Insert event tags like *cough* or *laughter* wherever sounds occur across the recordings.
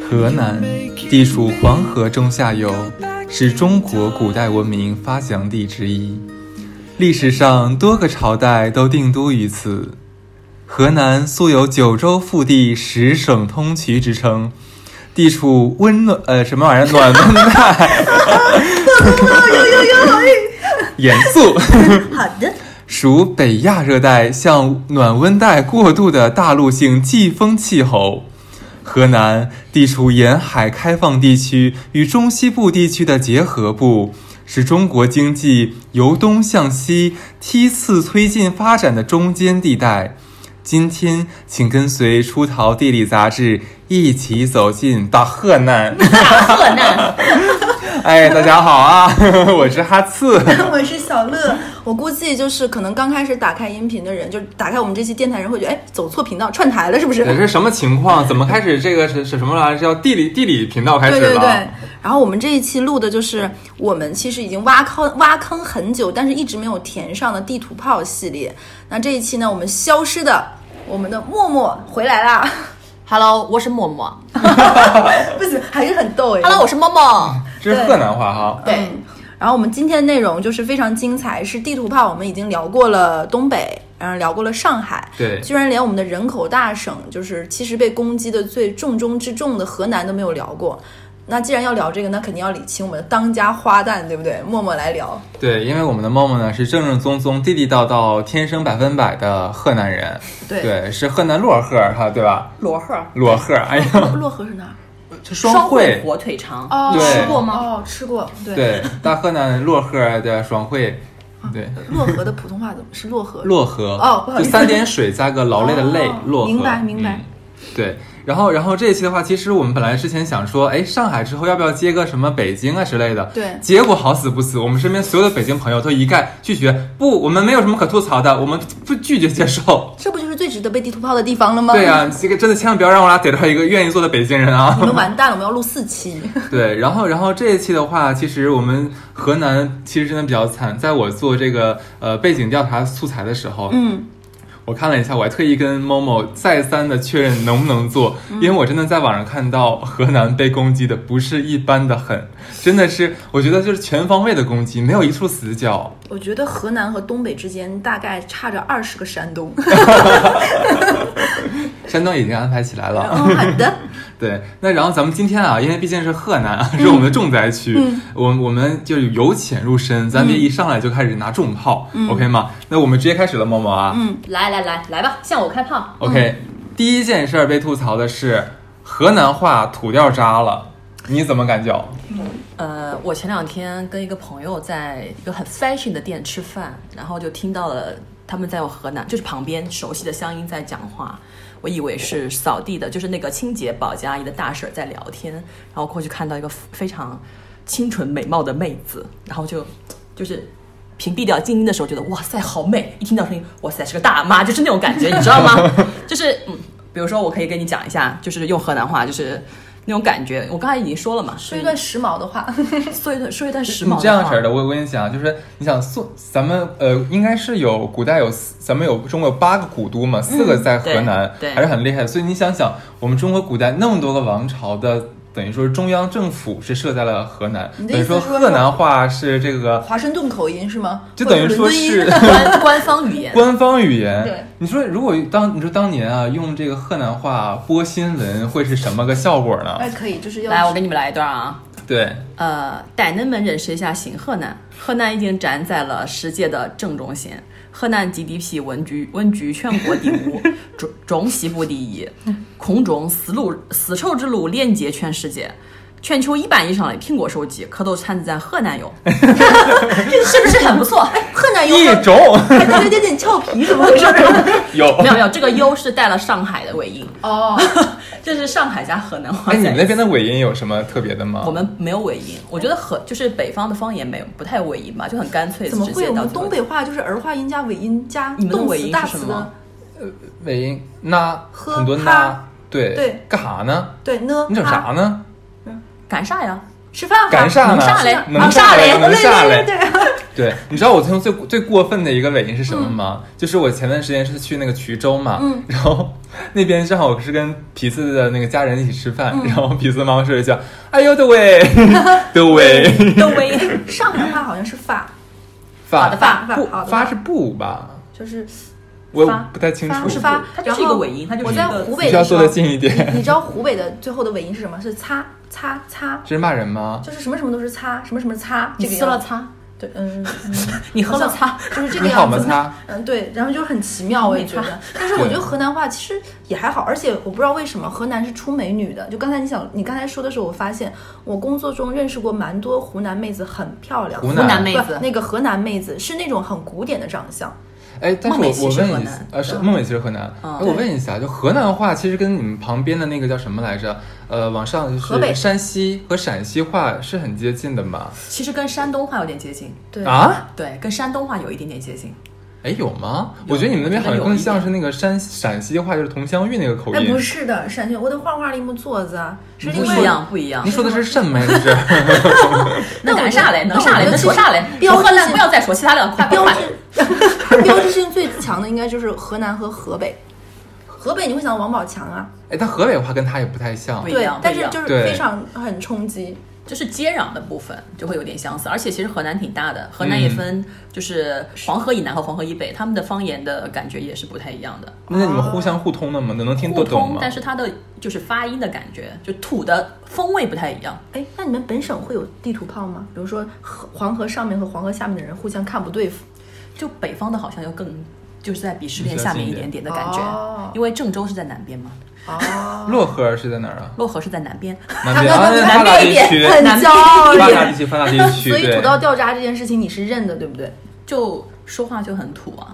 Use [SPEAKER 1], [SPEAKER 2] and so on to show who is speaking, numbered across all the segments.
[SPEAKER 1] 河南地处黄河中下游，是中国古代文明发祥地之一。历史上多个朝代都定都于此。河南素有“九州腹地，十省通衢”之称，地处温暖呃什么玩意儿暖温带，严肃。
[SPEAKER 2] 好的，
[SPEAKER 1] 属北亚热带向暖温带过渡的大陆性季风气候。河南地处沿海开放地区与中西部地区的结合部，是中国经济由东向西梯次推进发展的中间地带。今天，请跟随《出逃地理》杂志一起走进大河南。
[SPEAKER 2] 河南，
[SPEAKER 1] 哎，大家好啊， *laughs* 我是哈刺。
[SPEAKER 3] *laughs* 我是小乐，我估计就是可能刚开始打开音频的人，就是打开我们这期电台人会觉得，哎，走错频道，串台了是
[SPEAKER 1] *laughs*
[SPEAKER 3] 不是？
[SPEAKER 1] 这
[SPEAKER 3] 对
[SPEAKER 1] 是什么情况？怎么开始这个是是什么来着？叫地理地理频道开始
[SPEAKER 3] 对
[SPEAKER 1] 了？啊
[SPEAKER 3] 对。然后我们这一期录的就是我们其实已经挖坑挖坑很久，但是一直没有填上的地图炮系列。那这一期呢，我们消失的我们的默默回来啦， *laughs*
[SPEAKER 2] Hello，我是默默。
[SPEAKER 3] 不行，还是很逗哎。
[SPEAKER 2] Hello，我是默默。
[SPEAKER 1] 这是河南话哈。
[SPEAKER 2] 对
[SPEAKER 3] 嗯然后我们今天的内容就是非常精彩，是地图炮，我们已经聊过了东北，然后聊过了上海，
[SPEAKER 1] 对
[SPEAKER 3] 居然连我们的人口大省，就是其实被攻击的最重中之重的河南都没有聊过。那既然要聊这个，那肯定要理清我们的当家花旦，对不对？默默来聊，
[SPEAKER 1] 对，因为我们的梦梦呢是正正宗宗、地地道道、天生百分百的河南人，
[SPEAKER 3] 对
[SPEAKER 1] 是河南漯河哈，对吧？
[SPEAKER 2] 罗赫，
[SPEAKER 1] 漯河，哎
[SPEAKER 3] *laughs*
[SPEAKER 1] 呀，
[SPEAKER 3] *laughs* 洛河是哪儿？
[SPEAKER 1] 这
[SPEAKER 2] 双
[SPEAKER 1] 双
[SPEAKER 2] 汇
[SPEAKER 1] 汇，
[SPEAKER 2] 火腿肠。
[SPEAKER 3] 哦
[SPEAKER 1] 对吃
[SPEAKER 2] 过吗
[SPEAKER 3] 哦，吃过。对，啊
[SPEAKER 1] 对，大河南漯河的双汇，对，
[SPEAKER 3] 洛河的普通话怎么是洛河？
[SPEAKER 1] 漯河，
[SPEAKER 3] 哦不好
[SPEAKER 1] 就
[SPEAKER 3] 意思
[SPEAKER 1] 三点水加个劳累的累
[SPEAKER 3] 哦，
[SPEAKER 1] 漯河，
[SPEAKER 3] 明白明白
[SPEAKER 1] 嗯对，然后然后这一期的话，其实我们本来之前想说，哎，上海之后要不要接个什么北京啊之类的，
[SPEAKER 3] 对
[SPEAKER 1] 结果好死不死，我们身边所有的北京朋友都一概拒绝，不，我们没有什么可吐槽的，我们不拒绝接受。
[SPEAKER 3] 这不就是最值得被地图炮的地方了吗？
[SPEAKER 1] 对啊呀、这个真的千万不要让我俩逮到一个愿意做的北京人啊
[SPEAKER 3] *laughs* 你！们完蛋了，我们要录四期。
[SPEAKER 1] 对，然后然后这一期的话，其实我们河南其实真的比较惨，在我做这个呃背景调查素材的时候，
[SPEAKER 3] 嗯，
[SPEAKER 1] 我看了一下，我还特意跟某某再三的确认能不能做，因为我真的在网上看到河南被攻击的不是一般的狠，真的是我觉得就是全方位的攻击，没有一处死角。
[SPEAKER 3] 我觉得河南和东北之间大概差着二十个山 *laughs* 东。
[SPEAKER 1] 山东已经安排起来了。
[SPEAKER 3] 嗯，好的，
[SPEAKER 1] 对，那然后咱们今天啊，因为毕竟是河南啊，是我们的重灾区，我我们就是由浅入深，咱别一上来就开始拿重炮、o k 吗？那我们直接开始了，某某
[SPEAKER 3] 嗯
[SPEAKER 1] 啊、
[SPEAKER 2] 来来来来吧，向我开炮。
[SPEAKER 1] o k 第一件事儿被吐槽的是河南话土掉渣了，你怎么感觉？
[SPEAKER 4] 呃，我前两天跟一个朋友在一个很 fashion 的店吃饭，然后就听到了他们在我河南，就是旁边熟悉的乡音在讲话，我以为是扫地的，就是那个清洁保洁阿姨的大婶儿在聊天，然后过去看到一个非常清纯美貌的妹子，然后就就是。屏蔽掉静音的时候，觉得哇塞好美，一听到声音，哇塞是个大妈，就是那种感觉，你知道吗？ *laughs* 就是嗯，比如说我可以跟你讲一下，就是用河南话，就是那种感觉。我刚才已经说了嘛，
[SPEAKER 3] 说一段时髦的话，
[SPEAKER 4] 说一段说一段时髦
[SPEAKER 1] 你
[SPEAKER 4] 的
[SPEAKER 1] 这样
[SPEAKER 4] 话
[SPEAKER 1] 式儿的，我我跟你讲，就是你想宋，咱们呃，应该是有古代有四，咱们有中国有八个古都嘛，四个在河南，
[SPEAKER 4] 对对
[SPEAKER 1] 还是很厉害的。所以你想想，我们中国古代那么多个王朝的，等于说是中央政府是设在了河南，
[SPEAKER 3] 你的
[SPEAKER 1] 等于
[SPEAKER 3] 意思
[SPEAKER 1] 说
[SPEAKER 3] 是说
[SPEAKER 1] 河南话是这个，
[SPEAKER 3] *laughs* 华盛顿口音是吗？
[SPEAKER 1] 就等于
[SPEAKER 3] 或
[SPEAKER 1] 说
[SPEAKER 3] 者伦敦音
[SPEAKER 1] 是
[SPEAKER 4] *laughs* 官官方语
[SPEAKER 1] *laughs*
[SPEAKER 4] 言。
[SPEAKER 1] 官方语言。
[SPEAKER 3] 对，
[SPEAKER 1] 你说如果当你说当年啊，用这个河南话播新闻会是什么个效果呢？
[SPEAKER 3] *laughs* 哎，可以，就是要
[SPEAKER 4] 来，我给你们来一段啊。
[SPEAKER 1] 对，
[SPEAKER 4] 呃，歹人们认识一下新河南，河南已经站在了世界的正中心。河南 GDP 稳居稳居全国第五， *laughs* 中中西部第一，空中丝路丝绸之路连接全世界。全球一半以上的苹果手机可都产自咱河南
[SPEAKER 1] *laughs*
[SPEAKER 4] *laughs* 哟，是不是很不错？哎
[SPEAKER 3] 河南有
[SPEAKER 1] 一种
[SPEAKER 3] *laughs* 还还有一点点俏皮，怎么回事？
[SPEAKER 1] 有。
[SPEAKER 4] 没有没有，这个“优”是带了上海的尾音，
[SPEAKER 3] *laughs* 哦，
[SPEAKER 4] 这是上海加河南话
[SPEAKER 1] 哎，
[SPEAKER 4] 在一
[SPEAKER 1] 你
[SPEAKER 4] 起。
[SPEAKER 1] 们那边的尾音有什么特别的吗？
[SPEAKER 4] 我们没有尾音，我觉得和就是北方的方言没有不太有尾音吧，就很干脆，
[SPEAKER 3] 怎么
[SPEAKER 4] 直
[SPEAKER 3] 会？
[SPEAKER 4] 接
[SPEAKER 3] 我
[SPEAKER 4] 到
[SPEAKER 3] 们东北话就是儿化音加尾音加
[SPEAKER 4] 你们的
[SPEAKER 3] 动
[SPEAKER 4] 尾
[SPEAKER 3] 词
[SPEAKER 4] 音
[SPEAKER 3] 大
[SPEAKER 4] 是
[SPEAKER 3] 词
[SPEAKER 4] 什么
[SPEAKER 3] 的，
[SPEAKER 1] 尾音那
[SPEAKER 3] 呵
[SPEAKER 1] 很多
[SPEAKER 3] 哈
[SPEAKER 1] 那，对
[SPEAKER 3] 对，
[SPEAKER 1] 干啥呢？
[SPEAKER 3] 对呢。
[SPEAKER 1] 你整啥
[SPEAKER 3] 啊？
[SPEAKER 1] 呢？
[SPEAKER 4] 干啥呀？
[SPEAKER 3] 吃饭哈？嗯
[SPEAKER 1] 干啥呢？
[SPEAKER 4] 能啥嘞
[SPEAKER 1] 能啥嘞？
[SPEAKER 3] 对
[SPEAKER 1] 能啥
[SPEAKER 3] 啊哦对对
[SPEAKER 1] 嘞？
[SPEAKER 3] 对，
[SPEAKER 1] 对，你知道我从最最过分的一个尾音是什么吗？就是我前段时间是去那个衢州嘛，
[SPEAKER 3] 嗯
[SPEAKER 1] 然后那边正好是跟皮子的那个家人一起吃饭，
[SPEAKER 3] 嗯
[SPEAKER 1] 然后皮子妈妈说了一句：“哎呦的
[SPEAKER 3] *laughs*
[SPEAKER 1] 喂，的喂，
[SPEAKER 4] 都威，
[SPEAKER 3] 上海话好像是发，
[SPEAKER 1] 发
[SPEAKER 2] 的发
[SPEAKER 3] 发
[SPEAKER 1] 不
[SPEAKER 3] 好的
[SPEAKER 1] 发
[SPEAKER 3] 发
[SPEAKER 1] 是不吧？
[SPEAKER 3] 就是
[SPEAKER 1] 我
[SPEAKER 3] 发
[SPEAKER 1] 不太清楚，
[SPEAKER 3] 发是发，
[SPEAKER 4] 它就
[SPEAKER 3] 然
[SPEAKER 4] 是一个
[SPEAKER 3] 后
[SPEAKER 4] 尾音它就是
[SPEAKER 3] 我
[SPEAKER 4] 一
[SPEAKER 3] 在湖
[SPEAKER 4] 个字
[SPEAKER 1] 你
[SPEAKER 3] 北
[SPEAKER 1] 要
[SPEAKER 3] 的时
[SPEAKER 1] 坐
[SPEAKER 3] 候
[SPEAKER 1] 得，近一点。
[SPEAKER 3] 你知道湖北的最后的尾音是什么？是擦擦擦，
[SPEAKER 1] 这是骂人吗？
[SPEAKER 3] 就是什么什么都是擦，什么什么擦，这
[SPEAKER 2] 你
[SPEAKER 3] 个
[SPEAKER 2] 撕了
[SPEAKER 3] 样子。
[SPEAKER 2] 擦，
[SPEAKER 3] 对，嗯，
[SPEAKER 4] *laughs* 你喝了擦，
[SPEAKER 3] *laughs* 就是这个
[SPEAKER 1] 你好
[SPEAKER 3] 样
[SPEAKER 1] 吗？
[SPEAKER 3] 子。
[SPEAKER 1] 擦，
[SPEAKER 3] *laughs* 嗯，对，然后就很奇妙，我也觉
[SPEAKER 4] 没
[SPEAKER 3] 得。但是我觉得河南话其实也还好，而且我不知道为什么河南是出美女的。就刚才你想，你刚才说的时候，我发现我工作中认识过蛮多湖南妹子，很漂亮。
[SPEAKER 1] 湖
[SPEAKER 2] 湖南
[SPEAKER 1] 南
[SPEAKER 2] 妹
[SPEAKER 3] 不
[SPEAKER 2] 子，
[SPEAKER 3] 那个河南妹子是那种很古典的长相，
[SPEAKER 1] 哎，但是
[SPEAKER 4] 孟美
[SPEAKER 1] 我
[SPEAKER 4] 岐
[SPEAKER 1] 我
[SPEAKER 4] 是河
[SPEAKER 1] 问一
[SPEAKER 4] 南
[SPEAKER 1] 下，呃，是
[SPEAKER 4] 对
[SPEAKER 1] 孟美岐是河南。
[SPEAKER 4] 嗯
[SPEAKER 1] 哎，我问一下，就河南话其实跟你们旁边的那个叫什么来着？呃，往上就
[SPEAKER 3] 河北
[SPEAKER 1] 是山西和陕西话是很接近的嘛？
[SPEAKER 4] 其实跟山东话有点接近，
[SPEAKER 3] 对，
[SPEAKER 1] 啊？
[SPEAKER 4] 对，跟山东话有一点点接近。
[SPEAKER 1] 哎，有吗？
[SPEAKER 4] 有
[SPEAKER 1] 我觉得你们那边好像
[SPEAKER 4] 我觉得有
[SPEAKER 1] 更
[SPEAKER 4] 一点
[SPEAKER 1] 像是那个山陕西话，就是佟湘玉那个口
[SPEAKER 3] 哎，
[SPEAKER 1] 音
[SPEAKER 3] 不。是的，陕西，我的画画里木坐子啊，是另
[SPEAKER 4] 不
[SPEAKER 3] 外
[SPEAKER 4] 一样，不一样
[SPEAKER 1] 您。说的是什么呀？这是
[SPEAKER 4] 那咱啥嘞？
[SPEAKER 3] 但
[SPEAKER 4] 能
[SPEAKER 3] 我觉得
[SPEAKER 4] 啥嘞？能说啥嘞？
[SPEAKER 3] 标
[SPEAKER 4] 说
[SPEAKER 3] 志
[SPEAKER 4] 河南
[SPEAKER 3] 性
[SPEAKER 4] 不要再说其他的了，快快
[SPEAKER 3] 标
[SPEAKER 4] 快！
[SPEAKER 3] 志标志性最强的应该就是河南和河北。河北你会想到王宝强啊，
[SPEAKER 1] 哎，但河北话跟他也不太像
[SPEAKER 4] 不一。样
[SPEAKER 3] 对，但是就是
[SPEAKER 1] 对
[SPEAKER 3] 非常很冲击。
[SPEAKER 4] *laughs* 就是接壤的部分就会有点相似，而且其实河南挺大的，河南也
[SPEAKER 1] 嗯
[SPEAKER 4] 分就是黄河以南和黄河以北，他们的方言的感觉也是不太一样的，
[SPEAKER 1] 那你们互相互通的吗？能能听得
[SPEAKER 4] 互
[SPEAKER 1] 懂
[SPEAKER 4] 通
[SPEAKER 1] 吗，？
[SPEAKER 4] 但是它的就是发音的感觉，就土的风味不太一样。
[SPEAKER 3] 哎，那你们本省会有地图炮吗？比如说河黄河上面和黄河下面的人互相看不对付，
[SPEAKER 4] 就北方的好像又更就是在鄙视链
[SPEAKER 1] 比较
[SPEAKER 4] 下
[SPEAKER 1] 近
[SPEAKER 4] 面
[SPEAKER 1] 一
[SPEAKER 4] 一
[SPEAKER 1] 点
[SPEAKER 4] 点点的感觉，
[SPEAKER 3] 哦
[SPEAKER 4] 因为郑州是在南边嘛，
[SPEAKER 3] 哦，
[SPEAKER 1] 漯河是在哪儿啊？
[SPEAKER 4] 漯河是在南边， *laughs*
[SPEAKER 1] 南边
[SPEAKER 3] 刚
[SPEAKER 1] 啊，
[SPEAKER 3] 刚
[SPEAKER 1] 发达
[SPEAKER 3] 南
[SPEAKER 1] 地
[SPEAKER 3] 边
[SPEAKER 1] 区，
[SPEAKER 3] 很
[SPEAKER 1] 发
[SPEAKER 3] 骄傲一
[SPEAKER 1] 达
[SPEAKER 3] 点
[SPEAKER 1] 地。区，发达地区，
[SPEAKER 3] 所以土
[SPEAKER 1] 对，
[SPEAKER 3] 豆掉渣这件事情你是认的，对不对？
[SPEAKER 4] 就说话就很土啊，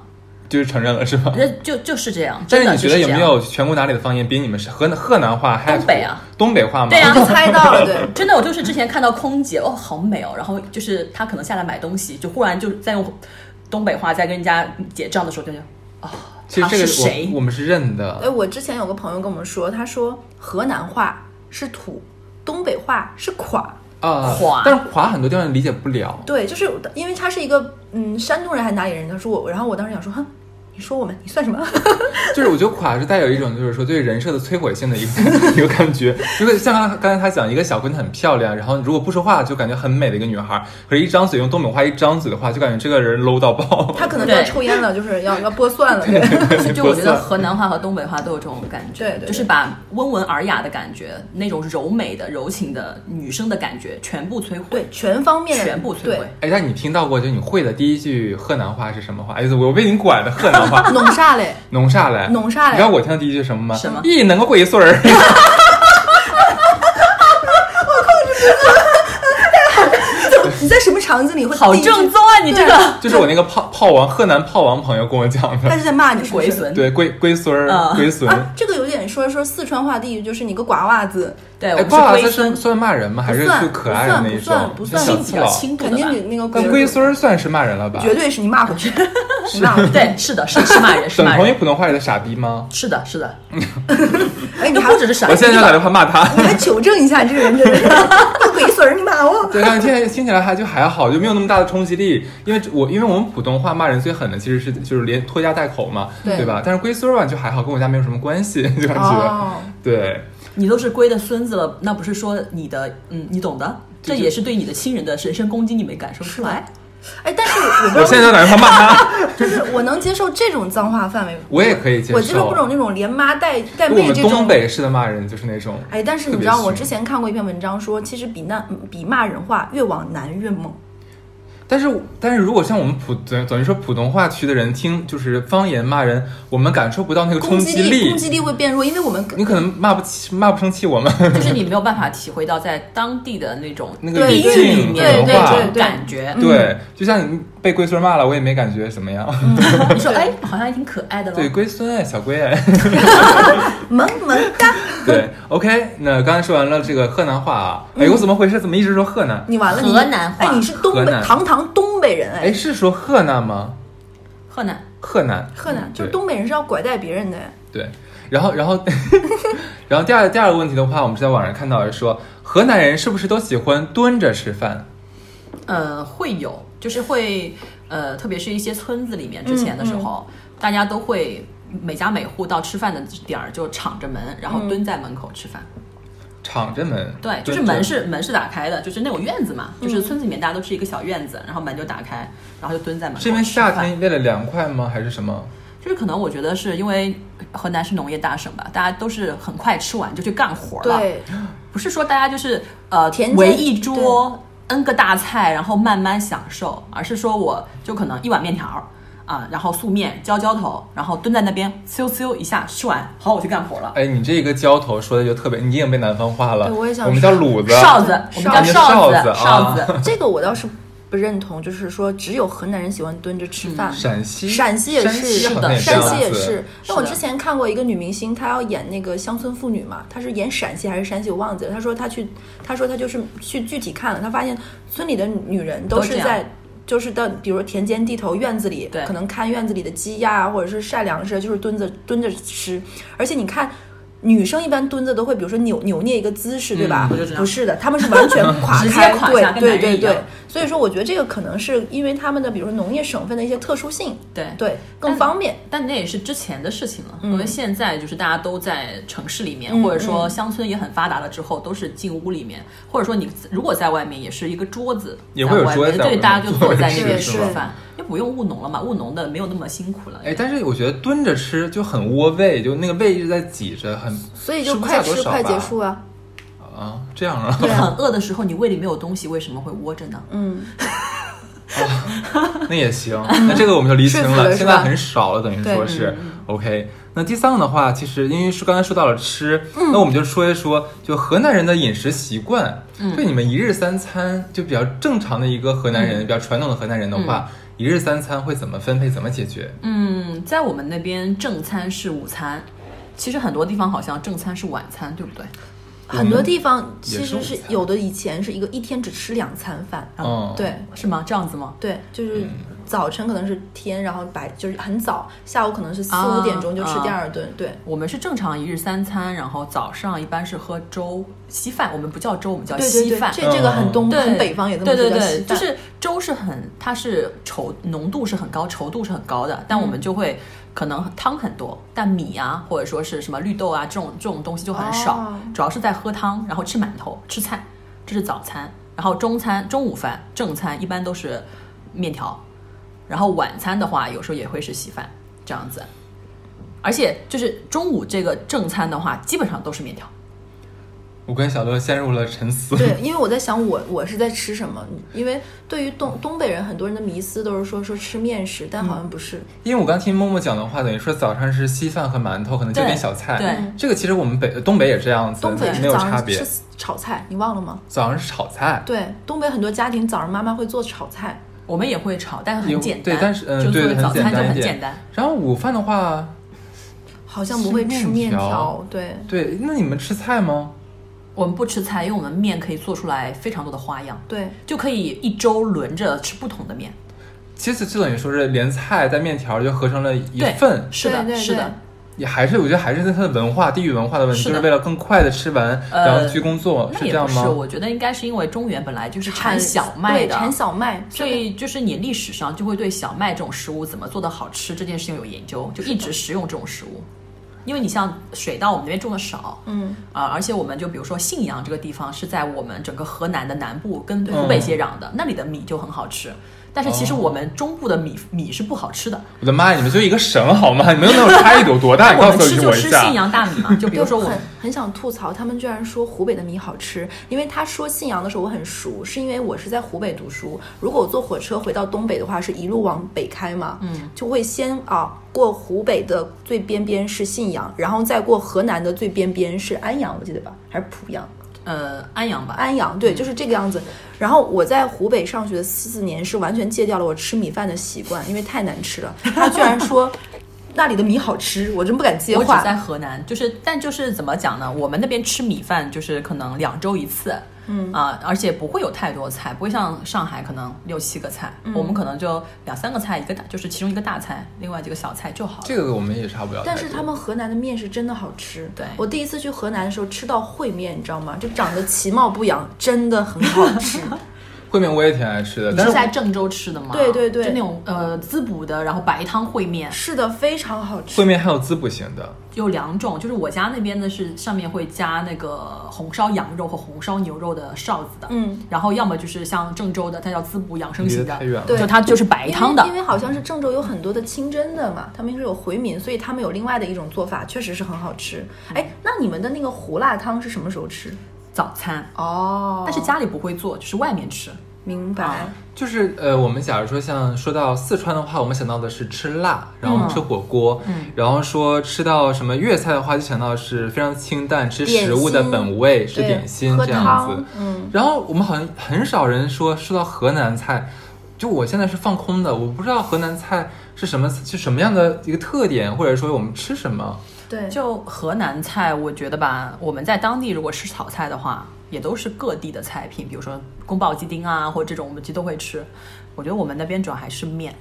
[SPEAKER 1] 就是承认了是吧？
[SPEAKER 4] 那就就是这样。
[SPEAKER 1] 但
[SPEAKER 4] 真
[SPEAKER 1] 是
[SPEAKER 4] 的
[SPEAKER 1] 你觉
[SPEAKER 4] 就
[SPEAKER 1] 得
[SPEAKER 4] 是
[SPEAKER 1] 有
[SPEAKER 4] 这
[SPEAKER 1] 没
[SPEAKER 4] 样
[SPEAKER 1] 有全国哪里的方言比你们是河南河南话还
[SPEAKER 4] 东北啊？
[SPEAKER 1] 东北话吗？
[SPEAKER 4] 对啊
[SPEAKER 3] 我猜到了，对。
[SPEAKER 4] 真的，我就是之前看到空姐哦，好美哦，然后就是她可能下来买东西，就忽然就在用东北话在跟人家结账的时候，就就
[SPEAKER 1] *laughs*
[SPEAKER 4] 啊，
[SPEAKER 1] 其实
[SPEAKER 4] 她
[SPEAKER 1] 这个
[SPEAKER 4] 是谁
[SPEAKER 1] 我我？们是认
[SPEAKER 3] 哎，
[SPEAKER 1] 的。
[SPEAKER 3] 我之前有个朋友跟我们说，他说河南话是土，东北话是垮。
[SPEAKER 1] 啊，
[SPEAKER 4] 呃垮
[SPEAKER 1] 但是垮很多地方理解不了。
[SPEAKER 3] 对，就是因为他是一个嗯山东人还是哪里人，他说我，然后我当时想说，哼，你说我们你算什么？ *laughs*
[SPEAKER 1] 就是我觉得垮是带有一种就是说对人设的摧毁性的一
[SPEAKER 4] *laughs*
[SPEAKER 1] 个一个感觉，就是像刚才刚才他讲一个小姑娘很漂亮，然后如果不说话就感觉很美的一个女孩，可是一张嘴用东北话一张嘴的话，就感觉这个人 low 到爆。
[SPEAKER 3] 他可能就要
[SPEAKER 4] 对
[SPEAKER 3] 抽烟了，就是要要剥蒜了。对
[SPEAKER 4] 就就我觉得河南话和东北话都有这种感觉，
[SPEAKER 3] 对对对
[SPEAKER 4] 就是把温文尔雅的感觉，那种柔美的、柔情的女生的感觉全部摧毁
[SPEAKER 3] *laughs* 对，，全方面的
[SPEAKER 4] 全部摧
[SPEAKER 3] 对，
[SPEAKER 4] 毁。
[SPEAKER 1] 哎，但你听到过就你会的第一句河南话是什么话？哎，我被你拐的河南话
[SPEAKER 3] 弄啥嘞？ *laughs*
[SPEAKER 1] 弄啥嘞？
[SPEAKER 3] 弄啥嘞
[SPEAKER 1] 你知道我听的第一句是什么吗？
[SPEAKER 4] 什么
[SPEAKER 1] 咦，弄个龟孙
[SPEAKER 3] *laughs*
[SPEAKER 1] 儿。
[SPEAKER 3] 你在什么场景里会
[SPEAKER 4] 好
[SPEAKER 3] 第一句
[SPEAKER 4] 正？宗啊！你这个
[SPEAKER 1] 就是我那个炮炮王河南炮王朋友跟我讲
[SPEAKER 3] 他
[SPEAKER 1] 的，
[SPEAKER 3] 是在骂你是不是
[SPEAKER 4] 鬼损，
[SPEAKER 1] 对龟龟孙儿
[SPEAKER 4] 啊
[SPEAKER 1] 龟孙，
[SPEAKER 3] 啊！这个有点说说四川话地域，就是你个瓜娃子，
[SPEAKER 4] 对，我
[SPEAKER 1] 哎，
[SPEAKER 4] 们
[SPEAKER 1] 爸爸
[SPEAKER 4] 是
[SPEAKER 1] 这
[SPEAKER 4] 龟
[SPEAKER 1] 是
[SPEAKER 4] 孙，
[SPEAKER 1] 算骂人吗？还是
[SPEAKER 3] 不算
[SPEAKER 1] 就可爱的那一
[SPEAKER 3] 不
[SPEAKER 1] 种
[SPEAKER 3] 算？不算
[SPEAKER 1] 小
[SPEAKER 4] 轻
[SPEAKER 1] 气
[SPEAKER 4] 比较
[SPEAKER 1] 佬
[SPEAKER 4] 轻度
[SPEAKER 3] 肯
[SPEAKER 4] 的
[SPEAKER 3] 定
[SPEAKER 4] 吧
[SPEAKER 3] 你。那个
[SPEAKER 1] 但龟孙儿算是骂人了吧？
[SPEAKER 3] 绝对是你骂回
[SPEAKER 4] *laughs*
[SPEAKER 3] 去，你骂回去。
[SPEAKER 4] 对，是的，是是
[SPEAKER 1] *laughs*
[SPEAKER 4] 骂人，是
[SPEAKER 1] 沈
[SPEAKER 4] 骂
[SPEAKER 1] 腾有
[SPEAKER 4] 人，
[SPEAKER 1] 普通话里的傻逼吗？
[SPEAKER 4] 是的，是的，
[SPEAKER 3] 哎，你
[SPEAKER 4] 都
[SPEAKER 3] 还
[SPEAKER 4] 不只是傻
[SPEAKER 1] 我
[SPEAKER 4] 逼
[SPEAKER 1] 现在就打
[SPEAKER 4] 吧，
[SPEAKER 1] 电话骂他。 *laughs*
[SPEAKER 3] 你还求证一下这个人真的是个鬼孙儿，你骂我。
[SPEAKER 1] 对，但是听起来听起来还就还好，就没有那么大的冲击力，因为我因为我们普通话骂人最狠的其实是就是连拖家带口嘛，
[SPEAKER 3] 对
[SPEAKER 1] 对吧？但是龟孙儿吧就还好，跟我家没有什么关系，就感觉
[SPEAKER 3] 哦，
[SPEAKER 1] 对。
[SPEAKER 4] 你都是龟的孙子了，那不是说你的，嗯，你懂的，这也是对你的亲人的人身攻击，你没感受出来。
[SPEAKER 3] 哎，但是我不
[SPEAKER 1] *laughs* 我
[SPEAKER 3] 知
[SPEAKER 1] 现在就
[SPEAKER 3] 道，
[SPEAKER 1] 打电话骂他，
[SPEAKER 3] 就是我能接受这种脏话范围，
[SPEAKER 1] *laughs* 我也可以接受。啊
[SPEAKER 3] 我接受不了那种连妈带带
[SPEAKER 1] 我
[SPEAKER 3] 妹
[SPEAKER 1] 们
[SPEAKER 3] 这
[SPEAKER 1] 东
[SPEAKER 3] 种。
[SPEAKER 1] 北式的骂人就是那种，
[SPEAKER 3] 哎，但是
[SPEAKER 1] 特
[SPEAKER 3] 你
[SPEAKER 1] 别
[SPEAKER 3] 知道，我
[SPEAKER 1] 凶
[SPEAKER 3] 之前看过一篇文章说，其实比那比骂人话越往南越猛。
[SPEAKER 1] 但是但是如果像我们普等等于说普通话区的人听就是方言骂人，我们感受不到那个冲
[SPEAKER 3] 攻
[SPEAKER 1] 击
[SPEAKER 3] 击
[SPEAKER 1] 力，
[SPEAKER 3] 攻击力会变弱，因为我们
[SPEAKER 1] 你可能骂不起骂不生气我们
[SPEAKER 4] 就是你没有办法体会到在当地的那种
[SPEAKER 1] *laughs* 那个语
[SPEAKER 3] 对
[SPEAKER 1] 境
[SPEAKER 3] 对
[SPEAKER 1] 文
[SPEAKER 4] 面的
[SPEAKER 3] 对嗯
[SPEAKER 1] 化。
[SPEAKER 4] 那种感觉。
[SPEAKER 1] 对，就像你被龟孙骂了，我也没感觉怎么样。
[SPEAKER 4] 你说哎，好像还挺可爱的
[SPEAKER 1] *laughs* 对，
[SPEAKER 4] 咯。
[SPEAKER 1] 龟孙哎，小龟 *laughs* 哎，
[SPEAKER 3] 萌萌哒，
[SPEAKER 1] 对，OK。那刚才说完了这个河南话啊，
[SPEAKER 3] 嗯
[SPEAKER 1] 哎，我怎么回事？怎么一直说河南？
[SPEAKER 3] 你完了，你
[SPEAKER 4] 河南话
[SPEAKER 3] 哎，你是东
[SPEAKER 1] 河
[SPEAKER 3] 北
[SPEAKER 1] 南
[SPEAKER 3] 堂堂东北人哎
[SPEAKER 1] 哎，，是说河南吗？
[SPEAKER 4] 河南
[SPEAKER 1] 河南，
[SPEAKER 3] 河南就是
[SPEAKER 1] 对
[SPEAKER 3] 东北人是要拐带别人的哎，
[SPEAKER 1] 对，然后，然后， *laughs* 然后第二第二个问题的话，我们是在网上看到的说，河南人是不是都喜欢蹲着吃饭？
[SPEAKER 4] 呃会有，就是会呃，特别是一些村子里面，之前的时候，大家都会每家每户到吃饭的点儿就敞着门，然后蹲在门口吃饭。
[SPEAKER 1] 敞着门，
[SPEAKER 4] 对，就是
[SPEAKER 1] 蹲着
[SPEAKER 4] 门是门是打开的，就是那种院子嘛，就是村子里面大家都是一个小院子，然后门就打开，然后就蹲在门口。
[SPEAKER 1] 是因为夏，天为了凉快吗？还是什么？
[SPEAKER 3] 啊
[SPEAKER 4] 就是可能我觉得是因为河南是农业大省吧，大家都是很快吃完就去干活了。
[SPEAKER 3] 对，
[SPEAKER 4] 不是说大家就是呃
[SPEAKER 3] 田间
[SPEAKER 4] 围一桌 n 个大菜，然后慢慢享受，而是说我就可能一碗面条儿啊，然后素面浇浇头，然后蹲在那边嗖嗖一下吃完，好，我去干活了。
[SPEAKER 1] 哎，你这个浇头说的就特别，你已经被南方化了。
[SPEAKER 3] 对我也想
[SPEAKER 1] 们叫卤子，
[SPEAKER 4] 哨子，我们叫
[SPEAKER 1] 哨
[SPEAKER 4] 哨
[SPEAKER 1] 子
[SPEAKER 4] 子，
[SPEAKER 1] 啊
[SPEAKER 4] 哨子。
[SPEAKER 3] 这个我倒是不认同，就是说只有河南人喜欢蹲着吃饭。
[SPEAKER 1] 嗯陕西，
[SPEAKER 3] 陕西也
[SPEAKER 1] 山
[SPEAKER 3] 是，
[SPEAKER 1] 好像
[SPEAKER 4] 的
[SPEAKER 1] 也这
[SPEAKER 4] 是
[SPEAKER 3] 陕
[SPEAKER 1] 样
[SPEAKER 3] 西也
[SPEAKER 1] 子
[SPEAKER 3] 是。那我
[SPEAKER 4] 是的
[SPEAKER 3] 之前看过一个女明星，她要演那个乡村妇女嘛，她是演陕西还是山西，我忘记了。她说她去，她说她就是去具体看了，她发现村里的女人都
[SPEAKER 4] 都
[SPEAKER 3] 是
[SPEAKER 4] 这样
[SPEAKER 3] 在。就是到，比如田间地头院子里
[SPEAKER 4] 对，
[SPEAKER 3] 可能看院子里的鸡呀、或者是晒粮食，啊就是蹲着蹲着吃。而且你看，女生一般蹲着都会，比如说扭扭捏一个姿势，对吧？
[SPEAKER 4] 我嗯就知道
[SPEAKER 3] 不是的，她们是完
[SPEAKER 4] *laughs*
[SPEAKER 3] 全垮
[SPEAKER 4] 直接
[SPEAKER 3] 开，
[SPEAKER 4] 垮
[SPEAKER 3] 对
[SPEAKER 4] 下跟
[SPEAKER 3] 对
[SPEAKER 4] 男人
[SPEAKER 3] 对
[SPEAKER 4] 一
[SPEAKER 3] 对
[SPEAKER 4] 样。
[SPEAKER 3] 所以说，我觉得这个可能是因为他们的，比如说农业省份的一些特殊性，
[SPEAKER 4] 对
[SPEAKER 3] 对，
[SPEAKER 4] 但
[SPEAKER 3] 更方便。
[SPEAKER 4] 但那也是之前的事情了，
[SPEAKER 3] 嗯
[SPEAKER 4] 因为现在就是大家都在城市里面，
[SPEAKER 3] 嗯
[SPEAKER 4] 或者说乡村也很发达了之后，都是进屋里面，或者说你如果在外面也是一个桌子，
[SPEAKER 1] 也会有
[SPEAKER 4] 在外
[SPEAKER 1] 桌子
[SPEAKER 4] 面
[SPEAKER 1] 在外
[SPEAKER 4] 对，
[SPEAKER 1] 面
[SPEAKER 4] 大家就坐在那
[SPEAKER 3] 对
[SPEAKER 4] 边吃
[SPEAKER 3] 是
[SPEAKER 4] 饭，就不用务农了嘛，务农的没有那么辛苦了。
[SPEAKER 1] 哎，但是我觉得蹲着吃就很窝胃，就那个胃一直在挤着，很
[SPEAKER 3] 所以就
[SPEAKER 1] 吃不
[SPEAKER 3] 快
[SPEAKER 1] 下多
[SPEAKER 3] 吃
[SPEAKER 1] 少
[SPEAKER 3] 快
[SPEAKER 1] 吧
[SPEAKER 3] 结束啊，
[SPEAKER 1] 啊，这样啊。
[SPEAKER 3] 对啊
[SPEAKER 4] 很饿的时候，你胃里没有东西，为什么会窝着呢？
[SPEAKER 3] 嗯，
[SPEAKER 1] 那也行，那这个我们就厘清
[SPEAKER 3] 说服
[SPEAKER 1] 了。
[SPEAKER 3] 了嗯是嗯
[SPEAKER 1] 现
[SPEAKER 3] 吧
[SPEAKER 1] 在很少了，等于说是 OK。那第三个的话，其实因为是刚才说到了吃，
[SPEAKER 3] 嗯
[SPEAKER 1] 那我们就说一说，就河南人的饮食习惯。
[SPEAKER 3] 嗯
[SPEAKER 1] 对你们一日三餐，就比较正常的一个河南人，
[SPEAKER 3] 嗯
[SPEAKER 1] 比较传统的河南人的话，一日三餐会怎么分配，怎么解决？
[SPEAKER 4] 嗯，在我们那边正餐是午餐，其实很多地方好像正餐是晚餐，对不对？
[SPEAKER 3] 很多地方
[SPEAKER 1] 也
[SPEAKER 3] 其
[SPEAKER 1] 是午
[SPEAKER 3] 实是
[SPEAKER 1] 餐
[SPEAKER 3] 有的，以前是一个一天只吃两餐饭，
[SPEAKER 1] 嗯，，
[SPEAKER 3] 哦对
[SPEAKER 4] 是吗？这样子吗？
[SPEAKER 3] 对，就是早晨可能是天，然后白就是很早，下午可能是四五
[SPEAKER 4] 啊
[SPEAKER 3] 点钟就吃第
[SPEAKER 4] 啊
[SPEAKER 3] 二顿，对，
[SPEAKER 4] 我们是正常一日三餐，然后早上一般是喝粥稀饭，我们不叫粥，我们叫
[SPEAKER 3] 对对
[SPEAKER 4] 稀
[SPEAKER 3] 对，
[SPEAKER 4] 饭。
[SPEAKER 3] 这这个很
[SPEAKER 1] 嗯
[SPEAKER 3] 东
[SPEAKER 4] 对
[SPEAKER 3] 很北方也这么
[SPEAKER 4] 对
[SPEAKER 3] 说叫
[SPEAKER 4] 对对
[SPEAKER 3] 稀，
[SPEAKER 4] 就
[SPEAKER 3] 饭，
[SPEAKER 4] 是粥是很，它是稠浓度是很高，稠度是很高的，但我
[SPEAKER 3] 嗯
[SPEAKER 4] 们就会、可能汤很多，但米啊或者说是什么绿豆啊这种这种东西就很少，
[SPEAKER 3] 哦
[SPEAKER 4] 主要是在喝汤，然后吃馒头吃菜，这是早餐，然后中餐中午饭正餐一般都是面条，然后晚餐的话有时候也会是稀饭这样子，而且就是中午这个正餐的话基本上都是面条。
[SPEAKER 1] 我跟小乐陷入了沉思。
[SPEAKER 3] 对，因为我在想我我是在吃什么，因为对于东东北人很多人的迷思都是说说吃面食，
[SPEAKER 1] 嗯
[SPEAKER 3] 但好像不是，
[SPEAKER 1] *laughs* 因为我刚听默默讲的话，等于说早上是稀饭和馒头，可能就
[SPEAKER 4] 对
[SPEAKER 1] 点小菜。
[SPEAKER 4] 对
[SPEAKER 1] 这个其实我们北东北也这样子，
[SPEAKER 3] 东北
[SPEAKER 1] 没
[SPEAKER 3] 是
[SPEAKER 1] 有
[SPEAKER 3] 早
[SPEAKER 1] 差
[SPEAKER 3] 上
[SPEAKER 1] 别
[SPEAKER 3] 吃。炒菜，你忘了吗？
[SPEAKER 1] 早上是炒菜，
[SPEAKER 3] 对，东北很多家庭早上妈妈会做炒菜，
[SPEAKER 4] 我们也会炒，但是
[SPEAKER 1] 有
[SPEAKER 4] 很简单，
[SPEAKER 1] 对但是嗯
[SPEAKER 4] 就
[SPEAKER 1] 对
[SPEAKER 4] 做
[SPEAKER 1] 很
[SPEAKER 4] 早
[SPEAKER 1] 简
[SPEAKER 4] 餐就
[SPEAKER 1] 单一
[SPEAKER 4] 很
[SPEAKER 1] 点
[SPEAKER 4] 简单。
[SPEAKER 1] 然后午饭的话，
[SPEAKER 3] 好像不会吃面条，对，
[SPEAKER 1] 对，那你们吃菜吗？
[SPEAKER 4] 我们不吃菜，因为我们面可以做出来非常多的花样，
[SPEAKER 3] 对，
[SPEAKER 4] 就可以一周轮着吃不同的面。
[SPEAKER 1] 其实就等于说是连菜带面条就合成了一份，
[SPEAKER 4] 是的，
[SPEAKER 3] 对对
[SPEAKER 4] 是
[SPEAKER 3] 对
[SPEAKER 4] 的，
[SPEAKER 1] 也还是我觉得还是它的文化、地域文化的问题，
[SPEAKER 4] 是
[SPEAKER 1] 就
[SPEAKER 4] 的
[SPEAKER 1] 是为了更快的吃完，
[SPEAKER 4] 呃
[SPEAKER 1] 然后去工作，哦是
[SPEAKER 4] 那
[SPEAKER 1] 这
[SPEAKER 4] 也不
[SPEAKER 1] 样
[SPEAKER 4] 是，
[SPEAKER 1] 吗？
[SPEAKER 4] 我觉得应该是因为中原本来就是产小麦
[SPEAKER 3] 对
[SPEAKER 4] 的，
[SPEAKER 3] 产小麦，
[SPEAKER 4] 所以就是你历史上就会对小麦这种食物怎么做的好吃这件事情有研究，就一直食用这种食物。因为你像水稻，我们那边种的少，
[SPEAKER 3] 嗯
[SPEAKER 4] 啊、而且我们就比如说信阳这个地方是在我们整个河南的南部跟湖北接壤的，那里的米就很好吃。但是其实
[SPEAKER 1] 嗯哦
[SPEAKER 4] 我们中部的米、米是不好吃的，
[SPEAKER 1] 我的妈呀，你们就一个省好吗？你们那种差异
[SPEAKER 4] *laughs*
[SPEAKER 1] 有多大？你
[SPEAKER 4] 我
[SPEAKER 1] 告
[SPEAKER 4] 们
[SPEAKER 1] 诉
[SPEAKER 4] 吃就
[SPEAKER 1] 我一
[SPEAKER 4] 吃
[SPEAKER 1] 下
[SPEAKER 4] 信。阳大米嘛，就比
[SPEAKER 3] 就
[SPEAKER 4] 如说我
[SPEAKER 3] 很很想吐槽，他们居然说湖北的米好吃，因为他说信阳的时候我很熟，是因为我是在湖北读书。如果我坐火车回到东北的话，是一路往北开嘛，嗯，就会先啊过湖北的最边边是信阳，然后再过河南的最边边是安阳，我记得吧，还是濮阳？
[SPEAKER 4] 呃安阳吧，
[SPEAKER 3] 安阳，对，就是这个样子。然后我在湖北上学四四年，是完全戒掉了我吃米饭的习惯，因为太难吃了。他居然
[SPEAKER 4] *laughs*
[SPEAKER 3] 说那里的米好吃，我真不敢接
[SPEAKER 4] 我只
[SPEAKER 3] 话。
[SPEAKER 4] 在河南，就是但就是怎么讲呢？我们那边吃米饭就是可能两周一次，嗯啊、而且不会有太多菜，不会像上海可能六七个菜，
[SPEAKER 3] 嗯
[SPEAKER 4] 我们可能就两三个菜，一个大就是其中一个大菜，另外几个小菜就好了。
[SPEAKER 1] 这个我们也差不了太
[SPEAKER 3] 但
[SPEAKER 1] 多。
[SPEAKER 3] 是他们河南的面是真的好吃。
[SPEAKER 4] 对
[SPEAKER 3] 我第一次去
[SPEAKER 4] *laughs*
[SPEAKER 3] 河南的时候吃到烩面，你知道吗？就长得其貌不扬，真的很好吃。
[SPEAKER 1] 烩面我也挺爱吃的，
[SPEAKER 4] 你
[SPEAKER 1] 但
[SPEAKER 4] 是
[SPEAKER 1] 是
[SPEAKER 4] 在郑州吃的吗？
[SPEAKER 3] 对对对
[SPEAKER 4] 就那种呃滋补的，然后白汤烩面
[SPEAKER 3] 是的，非常好吃。
[SPEAKER 1] 烩面还有滋补型的，
[SPEAKER 4] 有两种，就是我家那边的是上面会加那个红烧羊肉和红烧牛肉的臊子的，
[SPEAKER 3] 嗯，
[SPEAKER 4] 然后要么就是像郑州的，它叫滋补养生
[SPEAKER 1] 离得
[SPEAKER 4] 型
[SPEAKER 1] 太
[SPEAKER 4] 的，
[SPEAKER 1] 远了。
[SPEAKER 3] 对
[SPEAKER 4] 就它就是白汤的
[SPEAKER 3] 因为，因为好像是郑州有很多的清真的嘛，他们是有回民，所以他们有另外的一种做法，确实是很好吃。
[SPEAKER 4] 嗯
[SPEAKER 3] 哎，那你们的那个胡辣汤是什么时候吃？
[SPEAKER 4] 早餐。
[SPEAKER 3] 哦
[SPEAKER 4] 但是家里不会做，就是外面吃。
[SPEAKER 3] 明白、
[SPEAKER 4] 啊
[SPEAKER 1] 就是呃，我们假如说像说到四川的话，我们想到的是吃辣，然后吃火锅，
[SPEAKER 4] 嗯
[SPEAKER 1] 然后说吃到什么粤菜的话，就想到是非常清淡，吃
[SPEAKER 3] 点
[SPEAKER 1] 食物的
[SPEAKER 3] 心
[SPEAKER 1] 本味，吃
[SPEAKER 3] 对
[SPEAKER 1] 点心
[SPEAKER 3] 喝
[SPEAKER 1] 这样
[SPEAKER 3] 汤
[SPEAKER 1] 子。，
[SPEAKER 3] 嗯，
[SPEAKER 1] 然后我们好像很少人说说到河南菜，就我现在是放空的，我不知道河南菜是什么，是什么样的一个特点，或者说我们吃什么。
[SPEAKER 3] 对，
[SPEAKER 4] 就河南菜，我觉得吧，我们在当地如果吃炒菜的话，也都是各地的菜品，比如说宫保鸡丁啊，或者这种我们其实都会吃。我觉得我们那边主要还是面，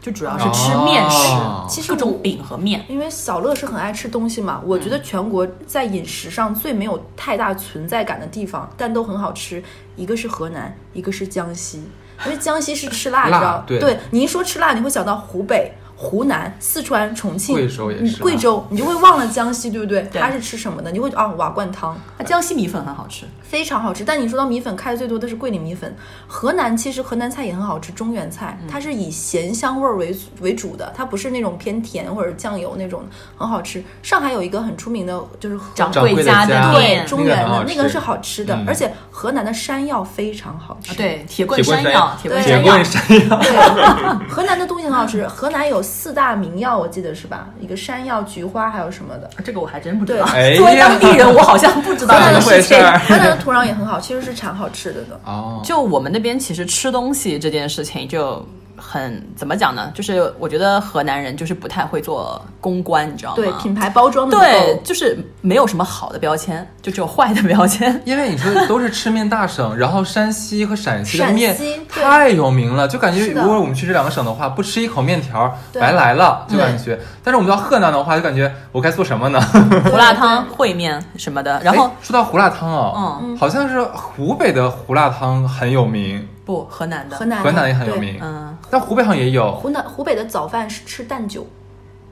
[SPEAKER 4] 就主要是吃面食，
[SPEAKER 1] 哦
[SPEAKER 3] 其实
[SPEAKER 4] 各
[SPEAKER 3] 我
[SPEAKER 4] 种饼和面。
[SPEAKER 3] 因为小乐是很爱吃东西嘛，我觉得全国在饮食上最没有太大存在感的地方，但都很好吃，一个是河南，一个是江西，因为江西是吃辣，你
[SPEAKER 1] 辣
[SPEAKER 3] 知道？
[SPEAKER 1] 对
[SPEAKER 3] 你一说吃辣，你会想到湖北、湖南、四川、重庆、
[SPEAKER 1] 贵州也
[SPEAKER 3] 嗯
[SPEAKER 1] 是辣
[SPEAKER 3] 贵州，你就会忘了江西，对不对？
[SPEAKER 4] 对
[SPEAKER 3] 它是吃什么的？你会啊、瓦罐汤
[SPEAKER 4] 那江西米粉很好吃，啊
[SPEAKER 3] 非常好吃，但你说到米粉，开的最多的是桂林米粉。河南其实河南菜也很好吃，中原菜它是以咸香味儿为为主的，它不是那种偏甜或者酱油那种，很好吃。上海有一个很出名的，就是河
[SPEAKER 4] 掌
[SPEAKER 1] 掌柜的
[SPEAKER 4] 家
[SPEAKER 1] 家
[SPEAKER 4] 面
[SPEAKER 3] 对
[SPEAKER 1] 那个
[SPEAKER 3] 中原
[SPEAKER 1] 很好
[SPEAKER 3] 的
[SPEAKER 1] 吃
[SPEAKER 3] 那个是好吃的
[SPEAKER 1] 嗯，
[SPEAKER 3] 而且河南的山药非常好吃。
[SPEAKER 4] 啊
[SPEAKER 3] *laughs*
[SPEAKER 4] 对，铁棍
[SPEAKER 1] 铁棍
[SPEAKER 4] 山
[SPEAKER 1] 山
[SPEAKER 4] 药
[SPEAKER 1] 药，
[SPEAKER 4] 铁棍
[SPEAKER 1] 铁
[SPEAKER 4] 山药
[SPEAKER 1] 棍，山药，
[SPEAKER 3] 对，河南的东西很好吃，河南有四大名药，我记得是吧？一个山药、菊花，还有什么的。
[SPEAKER 4] 啊这个我还真不知道。
[SPEAKER 1] 对
[SPEAKER 4] 作为当地人，我好像不知
[SPEAKER 1] 河
[SPEAKER 3] 河
[SPEAKER 4] 道
[SPEAKER 1] 南
[SPEAKER 3] 南
[SPEAKER 1] 的事
[SPEAKER 3] 的事
[SPEAKER 1] 情
[SPEAKER 3] 情， *laughs* 河南的土壤也很好，其实是产好吃
[SPEAKER 1] *laughs*
[SPEAKER 3] 的的。
[SPEAKER 1] 哦，
[SPEAKER 4] 就我们那边其实吃东西这件事情就很怎么讲呢？就是我觉得河南人就是不太会做公关，你知道
[SPEAKER 1] 哦
[SPEAKER 4] 吗？
[SPEAKER 3] 对，品牌包装的
[SPEAKER 4] 对，就是没有什么好的标签，就只有坏的标
[SPEAKER 1] *laughs*
[SPEAKER 4] 签。
[SPEAKER 1] 因为你说的都是吃面大省，然后山西和陕西的
[SPEAKER 3] 陕西
[SPEAKER 1] 面
[SPEAKER 3] 对
[SPEAKER 1] 太有名了，就感觉
[SPEAKER 3] 是的
[SPEAKER 1] 如果我们去这两个省的话，不吃一口面条
[SPEAKER 3] 对
[SPEAKER 1] 白来了，就感觉。但是我们到河南的话，就感觉我该做什
[SPEAKER 4] *laughs*
[SPEAKER 1] 么呢？
[SPEAKER 4] 胡辣汤、烩面什么的，然后
[SPEAKER 1] 哎说到胡辣汤哦，
[SPEAKER 4] 嗯，
[SPEAKER 1] 好像是湖北的胡辣汤很有名，
[SPEAKER 4] 不，河南的，
[SPEAKER 3] 河南的
[SPEAKER 1] 河南也很有
[SPEAKER 3] 对
[SPEAKER 1] 名，
[SPEAKER 4] 嗯，
[SPEAKER 1] 但湖北好像也有，
[SPEAKER 3] 湖南湖北的早饭是吃蛋酒，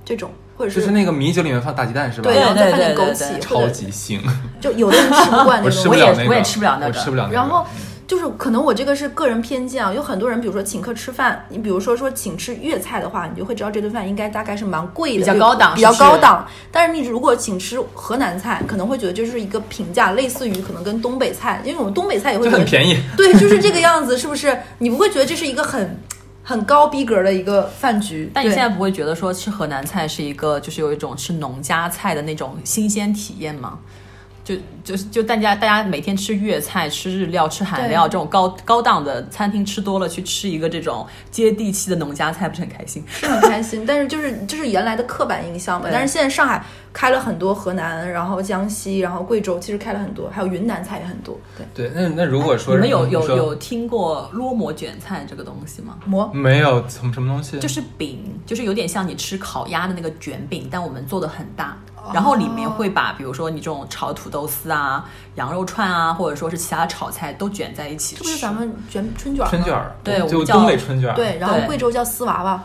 [SPEAKER 3] 这种或者
[SPEAKER 1] 就是是那个米酒里面放大鸡蛋是吧
[SPEAKER 3] 对，？然后再放点
[SPEAKER 4] 对
[SPEAKER 3] 枸
[SPEAKER 4] 对对
[SPEAKER 3] 杞，
[SPEAKER 1] 超
[SPEAKER 3] 或者
[SPEAKER 1] 级腥，
[SPEAKER 3] 就有的人吃不惯那
[SPEAKER 1] 我
[SPEAKER 3] 种
[SPEAKER 1] 吃
[SPEAKER 3] 东
[SPEAKER 1] 不
[SPEAKER 3] 西。
[SPEAKER 1] 了那个，
[SPEAKER 4] 我也吃不了那个
[SPEAKER 1] 我吃不了那个。
[SPEAKER 3] 然后就是可能我这个是个人偏见啊，有很多人，比如说请客吃饭，你比如说说请吃粤菜的话，你就会知道这顿饭应该大概是蛮贵的，
[SPEAKER 4] 比较高档
[SPEAKER 3] 比较
[SPEAKER 4] 是不是
[SPEAKER 3] 高档。但是你如果请吃河南菜，可能会觉得这是一个平价，类似于可能跟东北菜，因为我们东北菜也会
[SPEAKER 1] 就
[SPEAKER 3] 觉得
[SPEAKER 1] 很便宜，
[SPEAKER 3] 对，就是这个样子，是不是？你不会觉得这是一个很很高逼格的一个饭局？
[SPEAKER 4] *laughs* 但你
[SPEAKER 3] 对
[SPEAKER 4] 现在不会觉得说吃河南菜是一个，就是有一种吃农家菜的那种新鲜体验吗？就就是就大家大家每天吃粤菜、吃日料、吃韩料
[SPEAKER 3] 对
[SPEAKER 4] 这种高高档的餐厅吃多了，去吃一个这种接地气的农家菜，不是很开心？
[SPEAKER 3] 是很开心，但是就是就是原来的刻板印象嘛。
[SPEAKER 4] 对
[SPEAKER 3] 但是现在上海开了很多河南，然后江西，然后贵州，其实开了很多，还有云南菜也很多。对，
[SPEAKER 1] 对，那那如果说
[SPEAKER 4] 你们有有
[SPEAKER 1] 说
[SPEAKER 4] 有听过烙馍卷菜这个东西吗？
[SPEAKER 3] 馍
[SPEAKER 1] 没有什么什么东西？
[SPEAKER 4] 就是饼，就是有点像你吃烤鸭的那个卷饼，但我们做的很大，
[SPEAKER 3] 哦
[SPEAKER 4] 然后里面会把比如说你这种炒土豆丝啊、羊肉串啊，或者说是其他炒菜都卷在一起吃。
[SPEAKER 3] 这不是咱们卷春卷吗
[SPEAKER 1] 春卷儿，
[SPEAKER 4] 对我们
[SPEAKER 1] 就
[SPEAKER 4] 叫
[SPEAKER 1] 东北春卷儿，
[SPEAKER 3] 对，然后
[SPEAKER 4] 对
[SPEAKER 3] 贵州叫丝娃娃，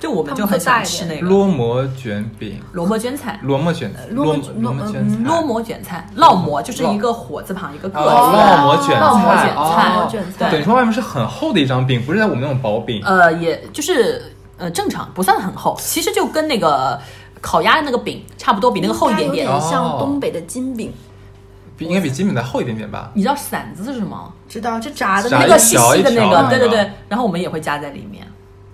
[SPEAKER 4] 就我们就
[SPEAKER 3] 他
[SPEAKER 4] 很
[SPEAKER 3] 们做大一
[SPEAKER 4] 想吃
[SPEAKER 3] 点
[SPEAKER 4] 那个
[SPEAKER 1] 烙馍卷饼，
[SPEAKER 4] 萝卜卷菜、
[SPEAKER 1] 萝馍卷，
[SPEAKER 3] 烙馍
[SPEAKER 1] 馍馍卷菜，
[SPEAKER 4] 烙馍卷菜、烙馍，就是
[SPEAKER 1] 烙
[SPEAKER 4] 一个火字旁一个个字。
[SPEAKER 1] 哦烙馍卷
[SPEAKER 3] 烙馍
[SPEAKER 1] 菜，
[SPEAKER 3] 卷菜
[SPEAKER 1] 哦
[SPEAKER 3] 烙馍卷菜嗯
[SPEAKER 1] 等于说外面是很厚的一张饼，不是像我们那种薄饼。
[SPEAKER 4] 呃，也就是呃正常，不算很厚，其实就跟那个烤鸭的那个饼差不多，比那个厚一点
[SPEAKER 3] 应
[SPEAKER 4] 嗯点
[SPEAKER 3] 该。 *laughs* 有
[SPEAKER 1] 哦
[SPEAKER 3] 点像东北的金饼，
[SPEAKER 1] 比应该比金饼再厚一点点吧。
[SPEAKER 4] 你知道馓子是什么？
[SPEAKER 3] 知道这炸的
[SPEAKER 1] 炸
[SPEAKER 3] 那
[SPEAKER 4] 那
[SPEAKER 1] 一
[SPEAKER 3] 个
[SPEAKER 4] 个细
[SPEAKER 1] 条
[SPEAKER 4] 细的
[SPEAKER 1] 一
[SPEAKER 4] 那
[SPEAKER 1] 条
[SPEAKER 4] 个，
[SPEAKER 1] 那
[SPEAKER 4] 对对
[SPEAKER 1] 个
[SPEAKER 4] 对。然后我们也会加在里面，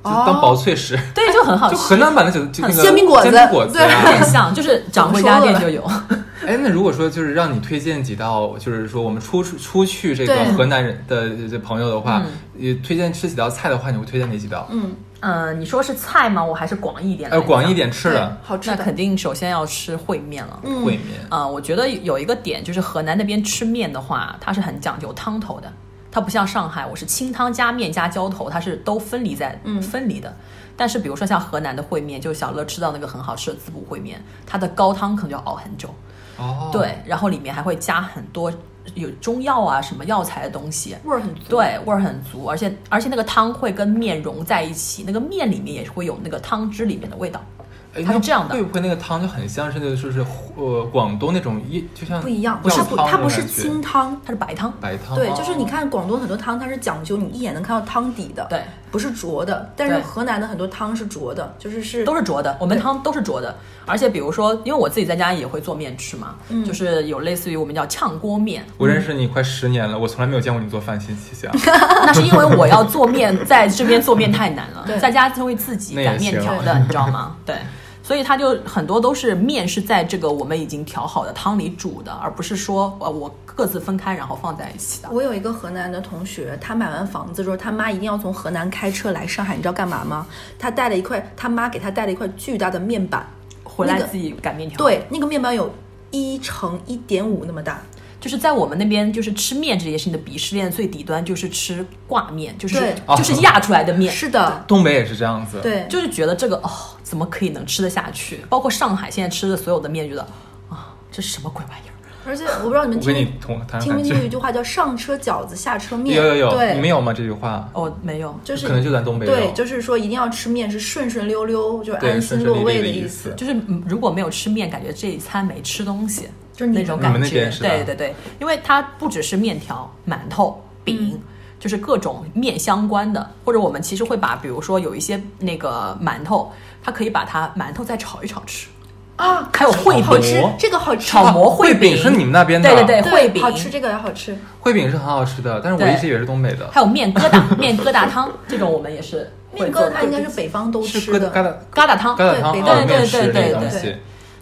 [SPEAKER 1] 就当薄脆食，
[SPEAKER 4] 对，就很好吃。
[SPEAKER 1] 就河南版的就就那个
[SPEAKER 3] 哦煎饼果子
[SPEAKER 1] 煎饼果子
[SPEAKER 4] 有
[SPEAKER 1] 呀。
[SPEAKER 4] 点像，就是掌柜家店就有。
[SPEAKER 1] *laughs*
[SPEAKER 4] *laughs*
[SPEAKER 1] 哎，那如果说就是让你推荐几道，就是说我们出出出去这个
[SPEAKER 3] 对
[SPEAKER 1] 河南人的这朋友的话，也推荐吃几道菜的话，你会推荐哪几道？
[SPEAKER 3] 嗯，
[SPEAKER 4] 嗯，你说是菜吗？我还是广义一点。
[SPEAKER 1] 呃，广义一。点吃
[SPEAKER 3] 对
[SPEAKER 1] 的
[SPEAKER 3] 好吃
[SPEAKER 4] 那
[SPEAKER 3] 的，
[SPEAKER 4] 肯定首先要吃烩面了。
[SPEAKER 1] 烩
[SPEAKER 3] 嗯，
[SPEAKER 1] 面，
[SPEAKER 4] 啊、我觉得有一个点就是河南那边吃面的话，它是很讲究汤头的，它不像上海，我是清汤加面加浇头，它是都分离在、
[SPEAKER 3] 嗯
[SPEAKER 4] 分离的。但是比如说像河南的烩面，就小乐吃到那个很好吃的滋
[SPEAKER 3] 嗯
[SPEAKER 4] 补烩面，它的高汤可能就要熬很久，
[SPEAKER 1] 哦，
[SPEAKER 4] 对，然后里面还会加很多有中药啊什么药材的东西，
[SPEAKER 3] 味儿很足。
[SPEAKER 4] 对，味儿很足，而且而且那个汤会跟面融在一起，那个面里面也会有那个汤汁里面的味道。
[SPEAKER 1] 哎
[SPEAKER 4] 它是
[SPEAKER 1] 那
[SPEAKER 4] 这样的
[SPEAKER 1] 会不会那个汤就很像是那个就是呃广东那种一就像
[SPEAKER 3] 不一样，
[SPEAKER 1] 药
[SPEAKER 3] 它不
[SPEAKER 1] 汤
[SPEAKER 3] 它
[SPEAKER 1] 那
[SPEAKER 3] 不
[SPEAKER 1] 种
[SPEAKER 3] 是
[SPEAKER 1] 感觉
[SPEAKER 3] 清汤，
[SPEAKER 4] 它是白汤，
[SPEAKER 1] 白汤，
[SPEAKER 3] 对，
[SPEAKER 1] 哦
[SPEAKER 3] 就是你看广东很多汤，它是讲究你一眼能看到汤底的，
[SPEAKER 4] 对，
[SPEAKER 3] 不是浊的。但是
[SPEAKER 4] 对
[SPEAKER 3] 河南的很多汤是浊的，就是是
[SPEAKER 4] 都是浊的，我们
[SPEAKER 3] 对
[SPEAKER 4] 汤都是浊的。而且比如说，因为我自己在家也会做面吃嘛，
[SPEAKER 3] 嗯
[SPEAKER 4] 就是有类似于我们叫炝锅面，
[SPEAKER 1] 我认识你快十年了，我从来没有见过你做饭，谢
[SPEAKER 3] *laughs*
[SPEAKER 1] 谢啊。
[SPEAKER 4] 那是因为我要做面，在这边做面太难了
[SPEAKER 3] 对，
[SPEAKER 4] 在家就会自己擀面条的，你知道吗？对。所以它就很多都是面是在这个我们已经调好的汤里煮的，而不是说呃我各自分开然后放在一起的。
[SPEAKER 3] 我有一个河南的同学，他买完房子之后，他妈一定要从河南开车来上海，你知道干嘛吗？他带了一块，他妈给他带了一块巨大的面板，
[SPEAKER 4] 回
[SPEAKER 3] 那
[SPEAKER 4] 来
[SPEAKER 3] 个
[SPEAKER 4] 自己擀面条。，
[SPEAKER 3] 对，那个面板有一乘一点五那么大，
[SPEAKER 4] 就是在我们那边，就是吃面这件事情的鄙视链最底端就是吃挂面，就是
[SPEAKER 3] 对
[SPEAKER 4] 就是压出来的面，
[SPEAKER 3] 是的，
[SPEAKER 1] 东北也是这样子，，
[SPEAKER 3] 对，
[SPEAKER 4] 就是觉得这个哦怎么可以能吃得下去？包括上海现在吃的所有的面，觉得啊这什么鬼玩意儿？
[SPEAKER 3] 而且我不知道你们
[SPEAKER 1] 我跟你
[SPEAKER 3] 听
[SPEAKER 1] 同谈
[SPEAKER 3] 听
[SPEAKER 1] 感
[SPEAKER 3] 没听
[SPEAKER 1] 觉
[SPEAKER 3] 过一，句话叫“上车饺子，下车面”，
[SPEAKER 1] 有有有，
[SPEAKER 3] 对，
[SPEAKER 1] 你们有吗？这句话
[SPEAKER 4] 哦，没有，
[SPEAKER 3] 就是
[SPEAKER 1] 可能就咱东北有
[SPEAKER 3] 对，就是说一定要吃面是顺顺溜溜，就是
[SPEAKER 1] 对
[SPEAKER 3] 安
[SPEAKER 1] 顺
[SPEAKER 3] 心
[SPEAKER 1] 顺利
[SPEAKER 3] 落
[SPEAKER 1] 利
[SPEAKER 3] 胃
[SPEAKER 1] 的
[SPEAKER 3] 意
[SPEAKER 1] 思。
[SPEAKER 4] 就是嗯如果没有吃面，感觉这一餐没吃东西，
[SPEAKER 3] 就是你嗯
[SPEAKER 4] 那种感
[SPEAKER 1] 嗯你们那
[SPEAKER 4] 觉
[SPEAKER 1] 边。是吧
[SPEAKER 4] 对对对，因为它不只是面条、馒头、
[SPEAKER 1] 嗯
[SPEAKER 4] 饼。就是各种面相关的，或者我们其实会把，比如说有一些那个馒头，它可以把它馒头再炒一炒吃，
[SPEAKER 3] 啊，
[SPEAKER 4] 还有烩
[SPEAKER 3] 好
[SPEAKER 1] 好
[SPEAKER 3] 吃
[SPEAKER 1] 吃
[SPEAKER 4] 饼，，
[SPEAKER 3] 这个好吃，
[SPEAKER 4] 炒馍
[SPEAKER 1] 烩
[SPEAKER 4] 饼
[SPEAKER 1] 饼是你们那边的，
[SPEAKER 4] 对对对
[SPEAKER 3] 对
[SPEAKER 4] 烩饼
[SPEAKER 3] 好吃，这个也好吃。
[SPEAKER 1] 烩饼是很好吃的，但是我
[SPEAKER 4] 对
[SPEAKER 1] 一直以为是东北的，
[SPEAKER 4] 还有面疙瘩、面疙瘩汤这种，我们也是会
[SPEAKER 3] 面
[SPEAKER 4] 做
[SPEAKER 3] 疙
[SPEAKER 4] 的。
[SPEAKER 3] 瘩应该是北方都
[SPEAKER 1] 是
[SPEAKER 3] 吃
[SPEAKER 1] 疙瘩疙
[SPEAKER 3] 的，
[SPEAKER 1] 瘩
[SPEAKER 4] 疙瘩汤，
[SPEAKER 1] 疙瘩汤
[SPEAKER 3] 对
[SPEAKER 1] 哦，
[SPEAKER 4] 对
[SPEAKER 1] 面
[SPEAKER 4] 对
[SPEAKER 1] 食
[SPEAKER 4] 对
[SPEAKER 1] 这个
[SPEAKER 4] 对
[SPEAKER 1] 东
[SPEAKER 4] 对
[SPEAKER 1] 西。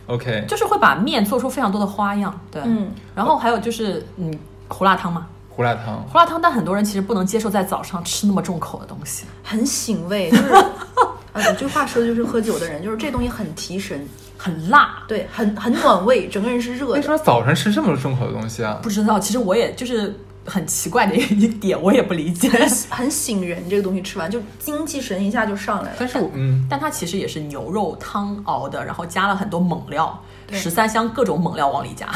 [SPEAKER 1] OK，
[SPEAKER 4] 就是会把面做出非常多的花样。对，
[SPEAKER 3] 嗯，
[SPEAKER 4] 然后还有就是嗯，胡辣汤嘛，
[SPEAKER 1] 胡辣汤，
[SPEAKER 4] 胡辣汤，但很多人其实不能接受在早上吃那么重口的东西。
[SPEAKER 3] 很醒胃，就是啊，有句话说的就是喝酒的人，就是这东西很提神，
[SPEAKER 4] 很辣，
[SPEAKER 3] 对，很很暖胃，整个人是热
[SPEAKER 1] 为
[SPEAKER 3] 的
[SPEAKER 1] 什。么早上吃这么重口的东西啊？
[SPEAKER 4] 不知道，其实我也就是很奇怪的一点，我也不理解。
[SPEAKER 3] 很醒人，这个东西吃完就精气神一下就上来了。
[SPEAKER 1] 但是我嗯，
[SPEAKER 4] 但它其实也是牛肉汤熬的，然后加了很多猛料，
[SPEAKER 3] 对
[SPEAKER 4] 十三香各种猛料往里加。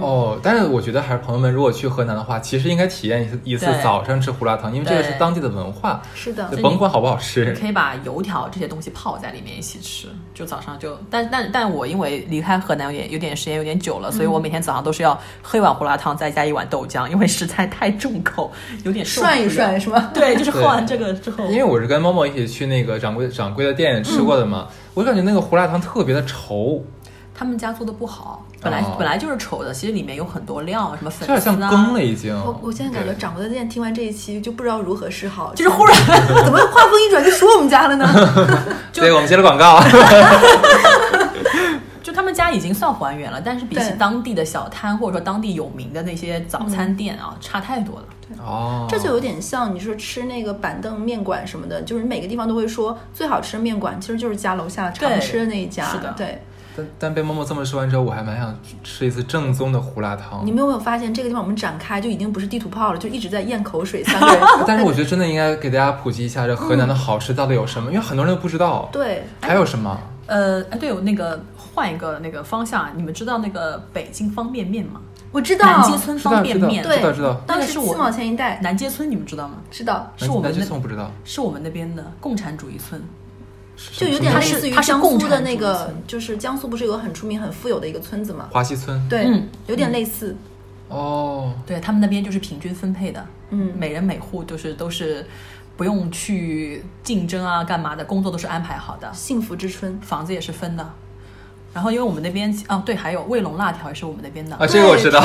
[SPEAKER 1] 哦，但是我觉得还是朋友们，如果去河南的话，其实应该体验一次一次
[SPEAKER 4] 对
[SPEAKER 1] 早上吃胡辣汤，因为这个
[SPEAKER 4] 对嗯
[SPEAKER 1] 是当地的文化，
[SPEAKER 3] 是的
[SPEAKER 1] 就，
[SPEAKER 4] 你
[SPEAKER 1] 甭管好不好
[SPEAKER 4] 你
[SPEAKER 1] 吃。
[SPEAKER 4] 可以把油条这些东西泡在里面一起吃，就早上就，但但但我因为离开河南也有点时间有点久了，所以我每天早上都是要喝一碗胡辣汤，再加一碗豆浆，因为实在太重口，有点受不了
[SPEAKER 3] 涮一。涮是吗？
[SPEAKER 4] 对，就是喝完这个之后，
[SPEAKER 1] 因为我是跟猫猫一起去那个掌柜掌柜的店吃过的嘛，
[SPEAKER 4] 嗯
[SPEAKER 1] 我感觉那个胡辣汤特别的稠，
[SPEAKER 4] 他们家做的不好，本来、
[SPEAKER 1] 哦
[SPEAKER 4] 本来就是稠的，其实里面有很多料，什
[SPEAKER 1] 有
[SPEAKER 4] 么粉
[SPEAKER 1] 点像
[SPEAKER 4] 丝啊，
[SPEAKER 1] 羹了已经。
[SPEAKER 3] 我我现在感觉
[SPEAKER 1] 对
[SPEAKER 3] 掌柜的店听完这一期就不知道如何是好，
[SPEAKER 4] 就是忽然
[SPEAKER 3] *laughs* 怎么话锋一转就说我们家了呢？
[SPEAKER 4] *laughs* 就
[SPEAKER 1] 对，我们接了广
[SPEAKER 4] *laughs*
[SPEAKER 1] 告。
[SPEAKER 4] 就他们家已经算还原了，但是比起
[SPEAKER 3] 对
[SPEAKER 4] 当地的小摊或者说当地有名的那些早餐店啊，差太多了。
[SPEAKER 1] 哦，
[SPEAKER 3] 这就有点像你说吃那个板凳面馆什么的，就是每个地方都会说最好吃的面馆其实就是家楼下常
[SPEAKER 4] 对
[SPEAKER 3] 吃的那一家。
[SPEAKER 4] 是的
[SPEAKER 3] 对，
[SPEAKER 1] 但但被猫猫这么说完之后，我还蛮想吃一次正宗的胡辣汤
[SPEAKER 4] 哦
[SPEAKER 3] 你。们有没有发现这个地方我们展开就已经不是地图炮了，就一直在咽口水，三个人。
[SPEAKER 4] *laughs*
[SPEAKER 1] 但是我觉得真的应该给大家普及一下这河南的好吃到底有什么，因为很多人都不知道。
[SPEAKER 3] 对，
[SPEAKER 1] 还有什么？
[SPEAKER 4] 呃，哎，对，我那个换一个那个方向，啊你们知道那个北京方便面吗？
[SPEAKER 3] 我知
[SPEAKER 4] 南
[SPEAKER 3] 道
[SPEAKER 4] 街，村
[SPEAKER 1] 知
[SPEAKER 4] 哎方
[SPEAKER 1] 道
[SPEAKER 4] 便
[SPEAKER 1] 知道
[SPEAKER 4] 面，
[SPEAKER 1] 知道
[SPEAKER 3] 对
[SPEAKER 1] 知道。
[SPEAKER 3] 当
[SPEAKER 4] 那
[SPEAKER 3] 时
[SPEAKER 4] 个是
[SPEAKER 3] 七
[SPEAKER 4] 我
[SPEAKER 3] 毛钱一袋，
[SPEAKER 4] 南街村你们知道吗？
[SPEAKER 3] 知道，
[SPEAKER 4] 是我们
[SPEAKER 1] 南京
[SPEAKER 4] 那
[SPEAKER 1] 不知道，
[SPEAKER 4] 是我们那边的共产主义村，
[SPEAKER 1] 就
[SPEAKER 3] 就有点
[SPEAKER 4] 它
[SPEAKER 3] 类
[SPEAKER 4] 是
[SPEAKER 3] 似于
[SPEAKER 4] 它是
[SPEAKER 3] 江
[SPEAKER 4] 共
[SPEAKER 3] 苏
[SPEAKER 4] 产
[SPEAKER 3] 的那
[SPEAKER 4] 主义
[SPEAKER 3] 个
[SPEAKER 4] 村，
[SPEAKER 3] 就是江苏不是有个很出名、很富有的一个村子吗？
[SPEAKER 1] 华西村。
[SPEAKER 3] 对
[SPEAKER 4] 嗯，
[SPEAKER 3] 有点类似。
[SPEAKER 1] 哦，
[SPEAKER 4] 对他们那边就是平均分配的，
[SPEAKER 3] 嗯，
[SPEAKER 4] 每人每户就是都是不用去竞争啊，干嘛的，工作都是安排好的，
[SPEAKER 3] 幸福之
[SPEAKER 4] *laughs*
[SPEAKER 3] 春，
[SPEAKER 4] 房子也是分的。然后因为我们那边哦，对，还有卫龙辣条也是我们那边的，
[SPEAKER 1] 啊，这个我知道，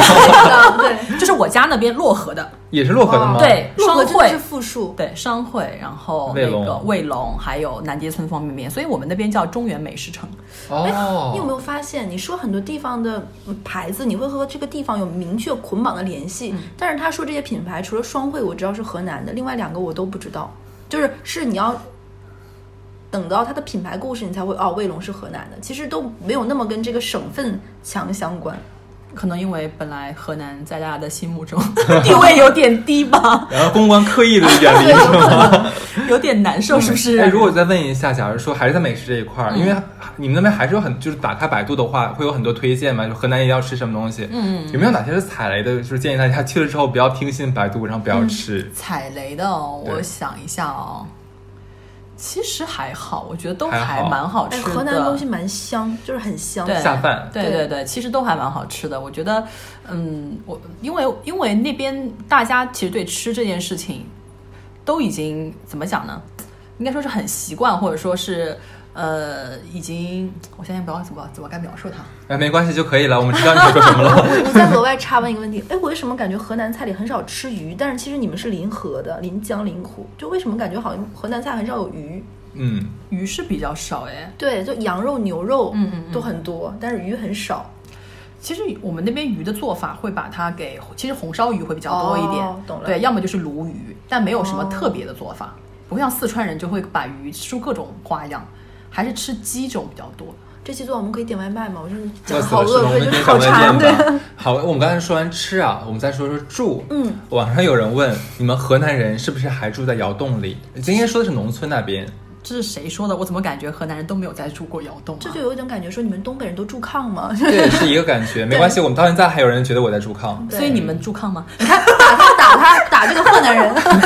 [SPEAKER 3] 对，
[SPEAKER 4] 就是我家那边漯河的，
[SPEAKER 1] *laughs* 也是漯河的吗？
[SPEAKER 3] 哦
[SPEAKER 4] 对，
[SPEAKER 3] 漯
[SPEAKER 4] 双
[SPEAKER 3] 河真的
[SPEAKER 4] 汇
[SPEAKER 3] 是复数，
[SPEAKER 4] 对商会，然后
[SPEAKER 1] 卫
[SPEAKER 4] 那
[SPEAKER 1] 龙
[SPEAKER 4] 个卫龙，还有南街村方便面，所以我们那边叫中原美食城。
[SPEAKER 1] 哦，
[SPEAKER 3] 哎你有没有发现，你说很多地方的嗯牌子，你会和这个地方有明确捆绑的联系？
[SPEAKER 4] 嗯
[SPEAKER 3] 但是他说这些品牌，除了双汇我知道是河南的，另外两个我都不知道。就是是你要等到它的品牌故事，你才会哦，卫龙是河南的，其实都没有那么跟这个省份强相关。
[SPEAKER 4] 可能因为本来河南在大家的心
[SPEAKER 1] *laughs*
[SPEAKER 4] 目中地位有点低吧，
[SPEAKER 1] 然后公关刻意的远离
[SPEAKER 3] *laughs*
[SPEAKER 1] 是吗？
[SPEAKER 4] 有点难受，是不
[SPEAKER 1] *laughs*
[SPEAKER 4] 是？
[SPEAKER 1] 哎，如果再问一下，假如说还是在美食这一块儿，因
[SPEAKER 3] 嗯
[SPEAKER 1] 为你们那边还是有很，就是打开百度的话，会有很多推荐嘛，就河南一定要吃什么东西。嗯，有没有哪些是踩雷的？就是建议大家去了之后不要听信百度，然后
[SPEAKER 3] 嗯
[SPEAKER 1] 不要吃。
[SPEAKER 4] 踩雷的、哦，
[SPEAKER 1] 对
[SPEAKER 4] 我想一下哦，其实还好，我觉得都
[SPEAKER 1] 还
[SPEAKER 4] 还
[SPEAKER 1] 好
[SPEAKER 4] 蛮好吃
[SPEAKER 3] 哎，
[SPEAKER 4] 的。
[SPEAKER 3] 河南东西蛮香，就是很香。
[SPEAKER 4] 对
[SPEAKER 1] 下饭
[SPEAKER 4] 对对对，其实都还蛮好吃的。我觉得，嗯，我因为因为那边大家其实对吃这件事情都已经怎么讲呢？应该说是很习惯，或者说是呃，已经我想想不知道怎么怎么该描述它。
[SPEAKER 1] 哎，没关系就可以了，我们知道你在说什么了。
[SPEAKER 3] 我我在额外插问一个问题，哎，我为什么感觉河南菜里很少吃鱼？但是其实你们是临河的，临江、临湖，就为什么感觉好像河南菜很少有鱼？
[SPEAKER 1] 嗯，
[SPEAKER 4] 鱼是比较少哎，
[SPEAKER 3] 对，就羊肉、牛肉，
[SPEAKER 4] 嗯嗯嗯
[SPEAKER 3] 都很多，但是鱼很少。
[SPEAKER 4] 其实我们那边鱼的做法会把它给，其实红烧鱼会比较多一点，
[SPEAKER 3] 哦懂了
[SPEAKER 4] 对，要么就是鲈鱼，但没有什么
[SPEAKER 3] 哦
[SPEAKER 4] 特别的做法，不会像四川人就会把鱼出各种花样，还是吃鸡种比较多。
[SPEAKER 3] 这期做我们可以点外卖吗？我真的讲
[SPEAKER 1] 饿
[SPEAKER 3] 得
[SPEAKER 1] 死
[SPEAKER 3] 好
[SPEAKER 1] 了是吗？我们先
[SPEAKER 3] 饿，对，就是
[SPEAKER 1] 讲
[SPEAKER 3] 好
[SPEAKER 1] 晚
[SPEAKER 3] 馋，对。 *laughs*
[SPEAKER 1] 吧。好，我们刚才说完吃啊，我们再说说住。
[SPEAKER 3] 嗯，
[SPEAKER 1] 网上有人问，你们河南人是不是还住在窑洞里？今天说的是农村那
[SPEAKER 3] *laughs*
[SPEAKER 1] 边。
[SPEAKER 4] 这是谁说的？我怎么感觉河南人都没有在住过窑洞、啊？
[SPEAKER 3] 这就有一种感觉，说你们东北人都住炕吗？ *laughs*
[SPEAKER 1] 这也是一个感觉，没关系，我们到现在还有人觉得我在住炕，
[SPEAKER 3] 对
[SPEAKER 4] 所以你们住炕吗？
[SPEAKER 3] 打他，打他，打这个河南人， *laughs*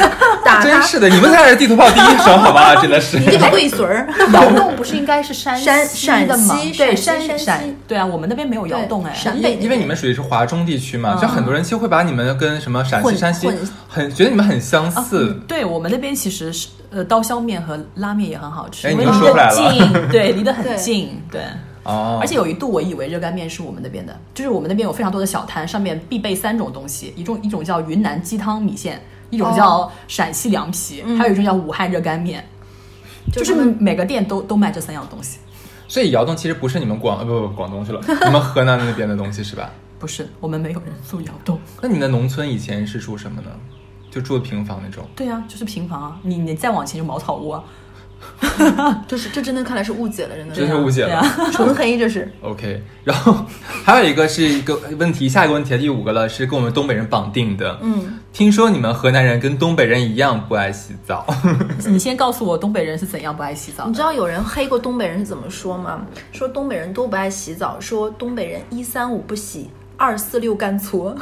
[SPEAKER 3] 打
[SPEAKER 1] 真
[SPEAKER 3] 他，
[SPEAKER 1] 是的，你们才是地图炮第一手，好吧？真的是
[SPEAKER 3] *laughs* 你。这
[SPEAKER 1] *laughs*
[SPEAKER 3] 个龟孙儿。
[SPEAKER 4] 窑洞不是应该是山
[SPEAKER 3] 山
[SPEAKER 4] 西的吗
[SPEAKER 3] 陕西？
[SPEAKER 4] 对，
[SPEAKER 3] 陕西
[SPEAKER 4] 山
[SPEAKER 3] 陕西
[SPEAKER 4] 陕对啊，我们那边没有窑洞哎
[SPEAKER 3] 对。陕北那边
[SPEAKER 1] 因为你们属于是华中地区嘛，
[SPEAKER 4] 嗯
[SPEAKER 1] 就很多人其实会把你们跟什么陕西、
[SPEAKER 3] 混
[SPEAKER 1] 山西
[SPEAKER 3] 混哦嗯
[SPEAKER 1] 很觉得你们很相
[SPEAKER 4] 啊
[SPEAKER 1] 似。
[SPEAKER 4] 对我们那边其实是呃刀削面和拉面也很好吃，
[SPEAKER 1] 哎
[SPEAKER 4] 因
[SPEAKER 1] 你
[SPEAKER 4] 为
[SPEAKER 1] 又
[SPEAKER 4] 离
[SPEAKER 1] 说回来
[SPEAKER 4] 得
[SPEAKER 1] 了
[SPEAKER 4] 近，对，离得
[SPEAKER 3] 对
[SPEAKER 4] 很近，对。
[SPEAKER 1] 哦，
[SPEAKER 4] 而且有一度我以为热干面是我们那边的，就是我们那边有非常多的小摊，上面必备三种东西，一种一种叫云南鸡汤米线，一种叫陕西凉皮，还有一种叫武汉热干面，
[SPEAKER 3] 就
[SPEAKER 4] 嗯就是是
[SPEAKER 3] 他们
[SPEAKER 4] 每个店都都卖这三样东西。
[SPEAKER 1] 所以窑洞其实不是你们广呃不不不广东去了，你们河南那边的东西是吧？
[SPEAKER 4] 不是，我们没有人住窑洞。
[SPEAKER 1] 那你们的农村以前是住什么呢？就住平房那种。
[SPEAKER 4] *laughs* 对啊，就是平房啊，你你再往前就茅草屋 *laughs* 啊，
[SPEAKER 3] 这是这真的看来是误解了，真的
[SPEAKER 1] 真是误解了
[SPEAKER 4] 对啊，
[SPEAKER 3] 纯黑，这是
[SPEAKER 1] *laughs* OK，然后 *laughs* 还有一个是一个问题，下一个问题第五个了，是跟我们东北人绑定的。
[SPEAKER 3] 嗯，
[SPEAKER 1] 听说你们河南人跟东北人一样不爱洗澡， *laughs*
[SPEAKER 4] 你先告诉我东北人是怎样不爱洗澡
[SPEAKER 3] 你
[SPEAKER 4] 的？
[SPEAKER 3] 知道有人黑过东北人是怎么说吗？说东北人都不爱洗澡，说东北人一三五不洗，二四六干搓。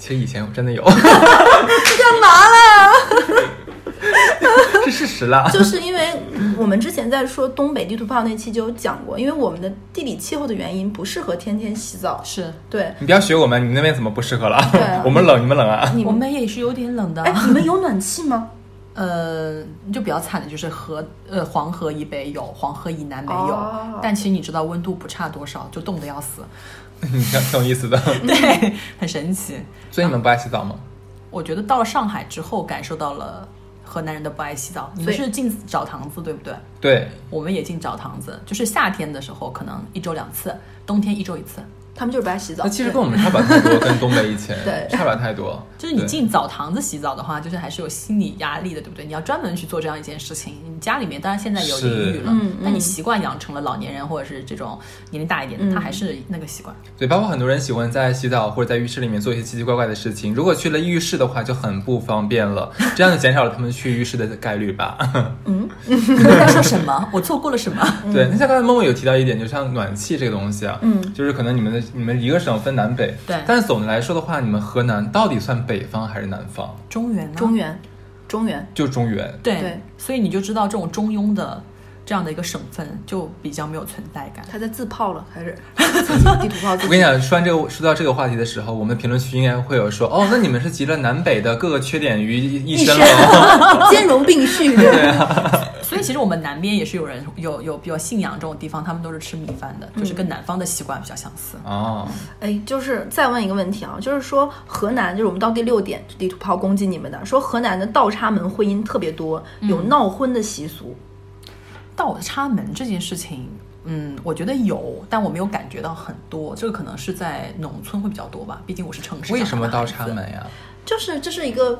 [SPEAKER 1] 其实以前我真的有，
[SPEAKER 3] *laughs* 干嘛
[SPEAKER 1] *laughs*
[SPEAKER 3] 啦？
[SPEAKER 1] 是事实
[SPEAKER 4] *laughs*
[SPEAKER 1] 啦。
[SPEAKER 3] 就是因为我们之前在说东北地图炮那期就有讲过，因为我们的地理气候的原因不适合天天洗澡。
[SPEAKER 4] *laughs* 是，
[SPEAKER 3] 对，
[SPEAKER 1] 你不要学我们，你们那边怎么不适合了？
[SPEAKER 3] 对啊
[SPEAKER 1] *laughs* 我们冷，你们冷啊？
[SPEAKER 3] 你
[SPEAKER 4] 我
[SPEAKER 3] 们
[SPEAKER 4] 们也是有点冷的啊。
[SPEAKER 3] 哎，你们有暖气吗？ *laughs*
[SPEAKER 4] 呃，就比较惨的就是河呃黄河以北有，黄河以南没有。
[SPEAKER 3] 哦
[SPEAKER 4] 但其实你知道温度不差多少，就冻得要死。
[SPEAKER 1] 你看挺有意思的。
[SPEAKER 4] *laughs* 对， *laughs* 很神奇。
[SPEAKER 1] 所以你们不爱洗澡吗？
[SPEAKER 4] 我觉得到了上海之后，感受到了河南人的不爱洗澡。你
[SPEAKER 3] 所
[SPEAKER 4] 们
[SPEAKER 3] 以
[SPEAKER 4] 是进澡堂子对不对？
[SPEAKER 1] 对，
[SPEAKER 4] 我们也进澡堂子，就是夏天的时候可能一周两次，冬天一周一次。
[SPEAKER 3] 他们就是不爱洗澡。
[SPEAKER 1] 那其实跟我们差不了太多，跟东北以前
[SPEAKER 3] 对
[SPEAKER 1] 差不了太多。
[SPEAKER 4] 就是你
[SPEAKER 1] 对
[SPEAKER 4] 进澡堂子洗澡的话，就是还是有心理压力的，对不对？你要专门去做这样一件事情。你家里面当然现在有
[SPEAKER 1] 是
[SPEAKER 4] 淋浴了
[SPEAKER 3] 嗯，
[SPEAKER 4] 但
[SPEAKER 3] 嗯
[SPEAKER 4] 你习惯养成了老年人或者是这种年龄大一点
[SPEAKER 3] 嗯
[SPEAKER 4] 的，他还是那个习
[SPEAKER 3] *laughs*
[SPEAKER 4] 惯。
[SPEAKER 1] 对，包括很多人喜欢在洗澡或者在浴室里面做一些奇奇怪怪的事情。如果去了浴室的话，就很不方便了，这样就减少了他们去浴室的概率吧。 *laughs*
[SPEAKER 4] 你在说什么？我错过了什么？
[SPEAKER 3] *laughs*
[SPEAKER 1] 对，那像刚才默默有提到一点，就像暖气这个东西啊，嗯，就是可能你们的你们一个省分南北，
[SPEAKER 4] 对
[SPEAKER 1] 但是总的来说的话，你们河南到底算北方还是南方？
[SPEAKER 4] 中原呢？
[SPEAKER 3] 中原，中原。
[SPEAKER 1] 就中原。
[SPEAKER 4] 对，
[SPEAKER 3] 对
[SPEAKER 4] 所以你就知道这种中庸的这样的一个省份就比较没有存在感。
[SPEAKER 3] 他在自泡了，
[SPEAKER 1] *laughs*
[SPEAKER 3] 还是自己地图炮自
[SPEAKER 1] 我跟你
[SPEAKER 3] 己？
[SPEAKER 1] 讲，说完这个说到这个话题的时候，我们评论区应该会有说，哦，那你们是集了南北的各个缺点于一一身了。
[SPEAKER 3] *laughs* 兼容并
[SPEAKER 1] *laughs*
[SPEAKER 3] 蓄，对，
[SPEAKER 4] 所以其实我们南边也是有人有有比较信仰这种地方，他们都是吃米饭的，就是
[SPEAKER 3] 嗯
[SPEAKER 4] 跟南方的习惯比较相似。
[SPEAKER 1] 哦， *laughs*
[SPEAKER 3] 哎，就是再问一个问题啊，就是说河南，就是我们到第六点，地图炮攻击你们的，说河南的倒插门婚姻特别多，有
[SPEAKER 4] 嗯
[SPEAKER 3] 闹婚的习俗，
[SPEAKER 4] 倒插门这件事情，嗯，我觉得有，但我没有感觉到很多。这个可能是在农村会比较多吧，毕竟我是城市。
[SPEAKER 1] 为什么倒插门？呀？
[SPEAKER 3] 就是这是一个